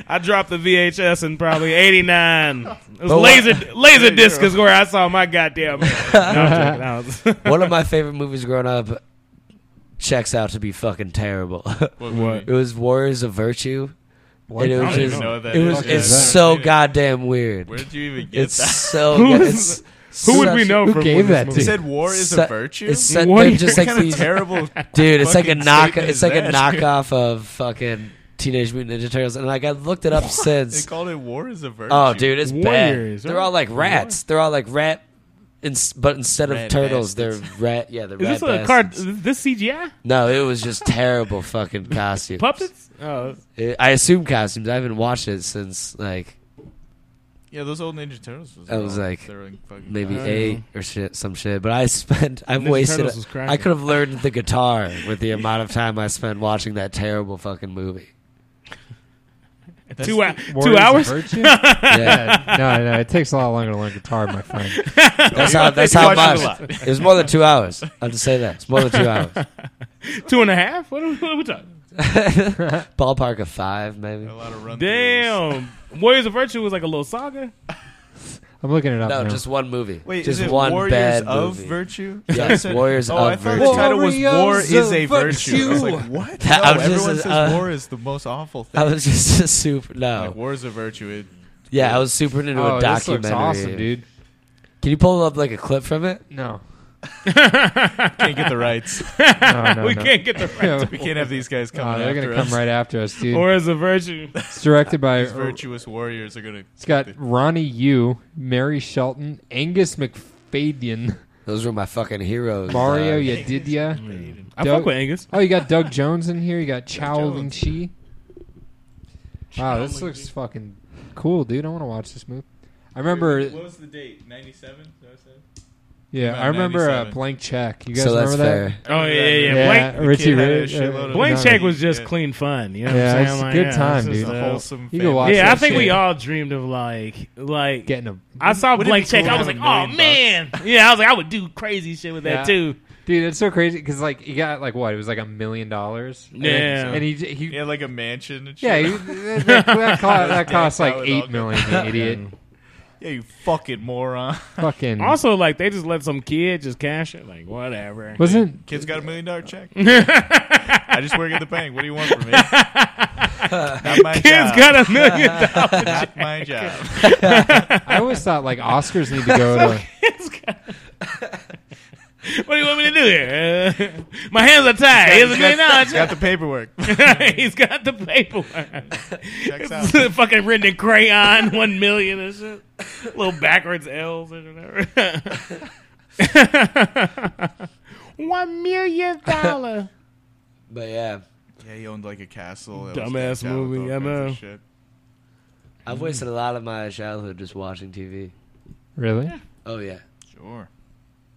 [SPEAKER 4] I dropped the VHS in probably 89. It was
[SPEAKER 2] But what-
[SPEAKER 4] laser laser disc is where I saw my goddamn. no, I'm joking. I was-
[SPEAKER 2] One of my favorite movies growing up checks out to be fucking terrible.
[SPEAKER 3] What?
[SPEAKER 4] What?
[SPEAKER 2] it was Warriors of Virtue.
[SPEAKER 4] I
[SPEAKER 2] And it was
[SPEAKER 4] don't even
[SPEAKER 2] just,
[SPEAKER 4] know what
[SPEAKER 3] that
[SPEAKER 2] it
[SPEAKER 3] is.
[SPEAKER 2] was
[SPEAKER 3] What
[SPEAKER 2] it's
[SPEAKER 5] is that?
[SPEAKER 2] so goddamn weird.
[SPEAKER 3] Where did you even get
[SPEAKER 2] It's
[SPEAKER 3] that?
[SPEAKER 2] so
[SPEAKER 4] Who
[SPEAKER 2] good.
[SPEAKER 4] is-
[SPEAKER 2] It's
[SPEAKER 4] Who would
[SPEAKER 2] such-
[SPEAKER 4] we know
[SPEAKER 5] Who
[SPEAKER 4] from when
[SPEAKER 5] gave
[SPEAKER 4] this
[SPEAKER 5] that
[SPEAKER 3] You
[SPEAKER 4] movie-
[SPEAKER 5] to?
[SPEAKER 3] said war is
[SPEAKER 2] Su-
[SPEAKER 3] a virtue.
[SPEAKER 2] It's such,
[SPEAKER 4] What
[SPEAKER 2] they're
[SPEAKER 4] is-
[SPEAKER 2] just
[SPEAKER 3] what
[SPEAKER 2] like
[SPEAKER 3] kind
[SPEAKER 2] these
[SPEAKER 3] of terrible,
[SPEAKER 2] dude. It's like a
[SPEAKER 3] fucking
[SPEAKER 2] knock.
[SPEAKER 3] statement
[SPEAKER 2] It's
[SPEAKER 3] is
[SPEAKER 2] like a
[SPEAKER 3] that?
[SPEAKER 2] knockoff of fucking Teenage Mutant Ninja Turtles. And like I looked it up
[SPEAKER 3] They
[SPEAKER 2] since.
[SPEAKER 3] called it war is a virtue.
[SPEAKER 2] Oh, dude, it's
[SPEAKER 4] Warriors,
[SPEAKER 2] bad.
[SPEAKER 4] right?
[SPEAKER 2] They're all like rats. They're all like rat, ins- but instead of
[SPEAKER 3] Rat
[SPEAKER 2] turtles,
[SPEAKER 3] bastards.
[SPEAKER 2] they're rat. Yeah, they're
[SPEAKER 4] Is
[SPEAKER 2] rat
[SPEAKER 4] this a
[SPEAKER 2] bastards.
[SPEAKER 4] card? Is this CGI
[SPEAKER 2] No, it was just terrible fucking costumes.
[SPEAKER 4] puppets? Oh,
[SPEAKER 2] It- I assume costumes. I haven't watched it since like
[SPEAKER 3] Yeah, those old Ninja Turtles. Was
[SPEAKER 2] I was
[SPEAKER 3] all-
[SPEAKER 2] like,
[SPEAKER 3] they were like fucking
[SPEAKER 2] maybe
[SPEAKER 4] I don't
[SPEAKER 2] eight or shit, some shit. But I spent. I've
[SPEAKER 4] Ninja
[SPEAKER 2] wasted.
[SPEAKER 4] Turtles was cracking.
[SPEAKER 2] I could have learned the guitar with the amount of time I spent watching that terrible fucking movie.
[SPEAKER 5] That's
[SPEAKER 4] two, hou-
[SPEAKER 5] the
[SPEAKER 4] two
[SPEAKER 5] Warriors of
[SPEAKER 4] hours?
[SPEAKER 5] Virtue?
[SPEAKER 2] Yeah.
[SPEAKER 5] Yeah. no, no, it takes a lot longer to learn guitar, my friend.
[SPEAKER 2] That's how. That's
[SPEAKER 3] You
[SPEAKER 2] how
[SPEAKER 3] watched it a
[SPEAKER 2] much. It was more than two hours. I'll just say that. It's more than two hours.
[SPEAKER 4] Two and a half? What are, we- what are we talking?
[SPEAKER 2] Ballpark of five, maybe.
[SPEAKER 3] A lot of run.
[SPEAKER 4] Damn. Warriors of Virtue was like a little saga.
[SPEAKER 5] I'm looking it up
[SPEAKER 2] No,
[SPEAKER 5] now.
[SPEAKER 2] just one movie.
[SPEAKER 3] Wait,
[SPEAKER 2] just
[SPEAKER 3] is it
[SPEAKER 2] one
[SPEAKER 3] Warriors
[SPEAKER 2] bad
[SPEAKER 3] of
[SPEAKER 2] movie.
[SPEAKER 3] Virtue?
[SPEAKER 2] Yes, Warriors
[SPEAKER 3] oh,
[SPEAKER 2] of
[SPEAKER 3] I thought
[SPEAKER 2] Virtue.
[SPEAKER 3] the title was "War
[SPEAKER 5] Warriors
[SPEAKER 3] is a
[SPEAKER 5] of
[SPEAKER 3] Virtue." I was
[SPEAKER 5] Virtue.
[SPEAKER 3] like, what? no,
[SPEAKER 2] That- I was just-
[SPEAKER 3] everyone says
[SPEAKER 2] uh,
[SPEAKER 3] war is the most awful thing.
[SPEAKER 2] I was oh. just a super.
[SPEAKER 3] like,
[SPEAKER 2] No.
[SPEAKER 3] war is a virtue. It,
[SPEAKER 2] Yeah, I was super into
[SPEAKER 5] oh,
[SPEAKER 2] a
[SPEAKER 5] this
[SPEAKER 2] documentary.
[SPEAKER 5] looks awesome, dude.
[SPEAKER 2] Can you pull up like a clip from it?
[SPEAKER 5] No,
[SPEAKER 3] can't get the rights.
[SPEAKER 5] no, no
[SPEAKER 4] we
[SPEAKER 5] no.
[SPEAKER 4] can't get the right.
[SPEAKER 3] We can't have these guys
[SPEAKER 5] Oh,
[SPEAKER 3] coming.
[SPEAKER 5] they're gonna
[SPEAKER 3] after
[SPEAKER 5] come
[SPEAKER 3] us.
[SPEAKER 5] right after us, dude.
[SPEAKER 4] Warriors of Virtue.
[SPEAKER 5] it's directed by
[SPEAKER 3] These virtuous warriors are gonna.
[SPEAKER 5] It's got Ronnie Yu, Mary Shelton, Angus McFadyen,
[SPEAKER 2] Those were my fucking heroes.
[SPEAKER 5] Mario
[SPEAKER 2] dog.
[SPEAKER 5] Yadidia.
[SPEAKER 4] I
[SPEAKER 5] Dope.
[SPEAKER 4] fuck with Angus.
[SPEAKER 5] Oh, you got Doug Jones in here. You got Chow
[SPEAKER 3] Jones.
[SPEAKER 5] Ling Chi. Wow, this looks fucking cool, dude. I want to watch this movie. I remember,
[SPEAKER 3] was the date? Ninety-seven.
[SPEAKER 5] yeah,
[SPEAKER 3] about
[SPEAKER 5] I remember uh,
[SPEAKER 3] 97?
[SPEAKER 5] blank check. You guys
[SPEAKER 2] So that's
[SPEAKER 5] remember that?
[SPEAKER 2] fair.
[SPEAKER 4] Oh, yeah, yeah, yeah.
[SPEAKER 5] Yeah,
[SPEAKER 4] Blank,
[SPEAKER 5] Richie
[SPEAKER 3] kid had a
[SPEAKER 5] Ray-
[SPEAKER 3] shitload
[SPEAKER 5] uh,
[SPEAKER 3] of-
[SPEAKER 4] Blank
[SPEAKER 5] no,
[SPEAKER 4] Check
[SPEAKER 5] no.
[SPEAKER 4] was just
[SPEAKER 3] Yeah.
[SPEAKER 4] clean fun. You know what
[SPEAKER 5] Yeah,
[SPEAKER 4] I'm
[SPEAKER 5] it's
[SPEAKER 4] saying?
[SPEAKER 5] a
[SPEAKER 4] Like,
[SPEAKER 5] good
[SPEAKER 4] yeah,
[SPEAKER 5] time,
[SPEAKER 4] this is
[SPEAKER 5] dude.
[SPEAKER 4] a
[SPEAKER 3] The
[SPEAKER 4] whole-
[SPEAKER 3] wholesome.
[SPEAKER 5] You can
[SPEAKER 3] family.
[SPEAKER 5] watch
[SPEAKER 4] yeah, I
[SPEAKER 5] that
[SPEAKER 4] think we
[SPEAKER 5] shit.
[SPEAKER 4] all dreamed of like, like
[SPEAKER 5] Getting a
[SPEAKER 4] I saw
[SPEAKER 3] Wouldn't it
[SPEAKER 4] Blank
[SPEAKER 3] be
[SPEAKER 4] Check.
[SPEAKER 3] cool
[SPEAKER 4] I
[SPEAKER 3] to
[SPEAKER 4] was
[SPEAKER 3] have
[SPEAKER 4] like,
[SPEAKER 3] a
[SPEAKER 4] oh man,
[SPEAKER 3] million
[SPEAKER 4] yeah. I was like, I would do crazy shit with that
[SPEAKER 5] Yeah.
[SPEAKER 4] too.
[SPEAKER 5] dude. It's so crazy because like you got like what it was like a million dollars. And-
[SPEAKER 4] Yeah.
[SPEAKER 5] and he he
[SPEAKER 3] He had like a mansion. And shit.
[SPEAKER 5] yeah, he, that, that, that cost, that
[SPEAKER 3] Yeah,
[SPEAKER 5] cost like
[SPEAKER 3] how it all
[SPEAKER 5] eight
[SPEAKER 3] goes.
[SPEAKER 5] million, you idiot.
[SPEAKER 3] yeah, you fucking moron.
[SPEAKER 5] Fucking
[SPEAKER 4] Also, like they just let some kid just cash it, like whatever.
[SPEAKER 5] wasn't
[SPEAKER 3] Kid's got a million dollar check. I just work at the bank. What do you want from me? Not my
[SPEAKER 4] Kid's
[SPEAKER 3] job.
[SPEAKER 4] got a million dollars.
[SPEAKER 3] Not my job.
[SPEAKER 5] I always thought like Oscars need to go to.
[SPEAKER 4] Kid's got- what do you want me to do here? Uh, my hands are tied. Here's a million dollars.
[SPEAKER 3] Got the paperwork.
[SPEAKER 4] He's got the paperwork.
[SPEAKER 3] Checks out.
[SPEAKER 4] Fucking written in crayon, one million and shit. Little backwards L's and whatever. one million dollar.
[SPEAKER 2] But yeah,
[SPEAKER 3] Yeah, he owned like a castle. that was
[SPEAKER 4] Dumbass
[SPEAKER 3] decked out with
[SPEAKER 4] movie,
[SPEAKER 3] all
[SPEAKER 4] I
[SPEAKER 3] kinds of
[SPEAKER 4] know.
[SPEAKER 3] shit.
[SPEAKER 2] I've wasted a lot of my childhood just watching TV.
[SPEAKER 5] Really?
[SPEAKER 2] Oh yeah.
[SPEAKER 3] Sure.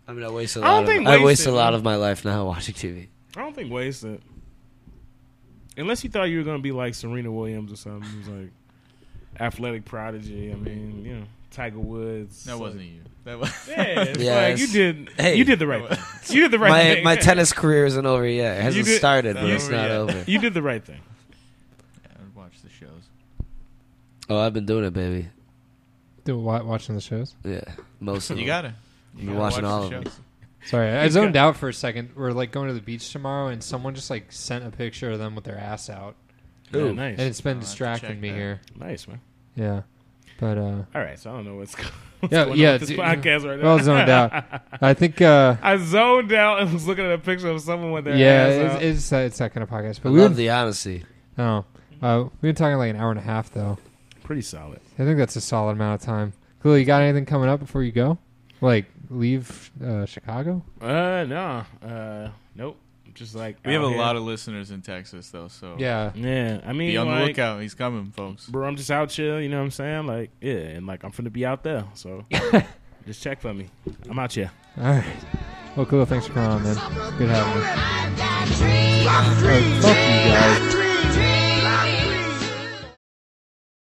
[SPEAKER 2] I mean, I waste a
[SPEAKER 4] I don't
[SPEAKER 2] lot.
[SPEAKER 4] think
[SPEAKER 2] of, I waste
[SPEAKER 4] wasted,
[SPEAKER 2] a lot of my life now watching TV.
[SPEAKER 4] I don't think wasted. Unless you thought you were gonna be like Serena Williams or something, it was like athletic prodigy. I mean, you know, Tiger Woods.
[SPEAKER 3] That wasn't you. That was.
[SPEAKER 4] Yeah, it's
[SPEAKER 2] Yeah,
[SPEAKER 4] like you
[SPEAKER 2] it's-
[SPEAKER 4] did.
[SPEAKER 2] Hey.
[SPEAKER 4] you did the right thing. You did the right
[SPEAKER 2] My
[SPEAKER 4] thing.
[SPEAKER 2] my tennis career isn't over yet. It hasn't
[SPEAKER 4] did-
[SPEAKER 2] started, but
[SPEAKER 3] not
[SPEAKER 2] it's
[SPEAKER 3] over
[SPEAKER 2] not
[SPEAKER 3] yet.
[SPEAKER 2] over.
[SPEAKER 4] you did the right thing.
[SPEAKER 3] I would watch the shows.
[SPEAKER 2] Oh, I've been doing it, baby.
[SPEAKER 5] Dude, wa- watching the shows.
[SPEAKER 2] Yeah, most of
[SPEAKER 3] You
[SPEAKER 2] them.
[SPEAKER 3] gotta. You
[SPEAKER 2] You're
[SPEAKER 3] gotta
[SPEAKER 2] watching
[SPEAKER 3] watch
[SPEAKER 2] all
[SPEAKER 3] the
[SPEAKER 2] of them.
[SPEAKER 3] shows.
[SPEAKER 5] Sorry, I zoned out for a second. We're like going to the beach tomorrow, and someone just like sent a picture of them with their ass out,
[SPEAKER 2] Ooh.
[SPEAKER 4] Yeah,
[SPEAKER 5] and it's
[SPEAKER 4] nice,
[SPEAKER 5] been
[SPEAKER 3] I'll have to
[SPEAKER 5] distracting
[SPEAKER 3] check
[SPEAKER 5] me
[SPEAKER 3] that.
[SPEAKER 5] here.
[SPEAKER 4] nice man.
[SPEAKER 5] Yeah, but uh,
[SPEAKER 4] All right, so I don't know what's, go- what's
[SPEAKER 5] Yeah,
[SPEAKER 4] going
[SPEAKER 5] yeah,
[SPEAKER 4] on with this
[SPEAKER 5] dude,
[SPEAKER 4] podcast right now.
[SPEAKER 5] well zoned out. I think uh,
[SPEAKER 4] I zoned out and was looking at a picture of someone with their
[SPEAKER 5] yeah,
[SPEAKER 4] ass out.
[SPEAKER 5] it's, it's, uh, it's that kind of podcast.
[SPEAKER 2] I
[SPEAKER 5] But we've
[SPEAKER 2] love
[SPEAKER 5] been,
[SPEAKER 2] the honesty.
[SPEAKER 5] oh, uh, we've been talking like an hour and a half though.
[SPEAKER 4] pretty solid.
[SPEAKER 5] I think that's a solid amount of time. Cool. You got anything coming up before you go? Like leave uh, Chicago?
[SPEAKER 4] Uh, no, uh, nope. Just like
[SPEAKER 3] We have a lot of listeners in Texas, though, so
[SPEAKER 5] Yeah.
[SPEAKER 4] Oh, Yeah, I mean,
[SPEAKER 3] be on the
[SPEAKER 4] like,
[SPEAKER 3] lookout. He's coming, folks.
[SPEAKER 4] Bro, I'm just out chill. You know what I'm saying? Like, yeah, and like I'm finna be out there, so just check for me. I'm out here.
[SPEAKER 5] All right. Well, cool. Thanks for coming on, man. Good having you.
[SPEAKER 6] I've got dreams.
[SPEAKER 5] Fuck you guys.
[SPEAKER 6] Dreams.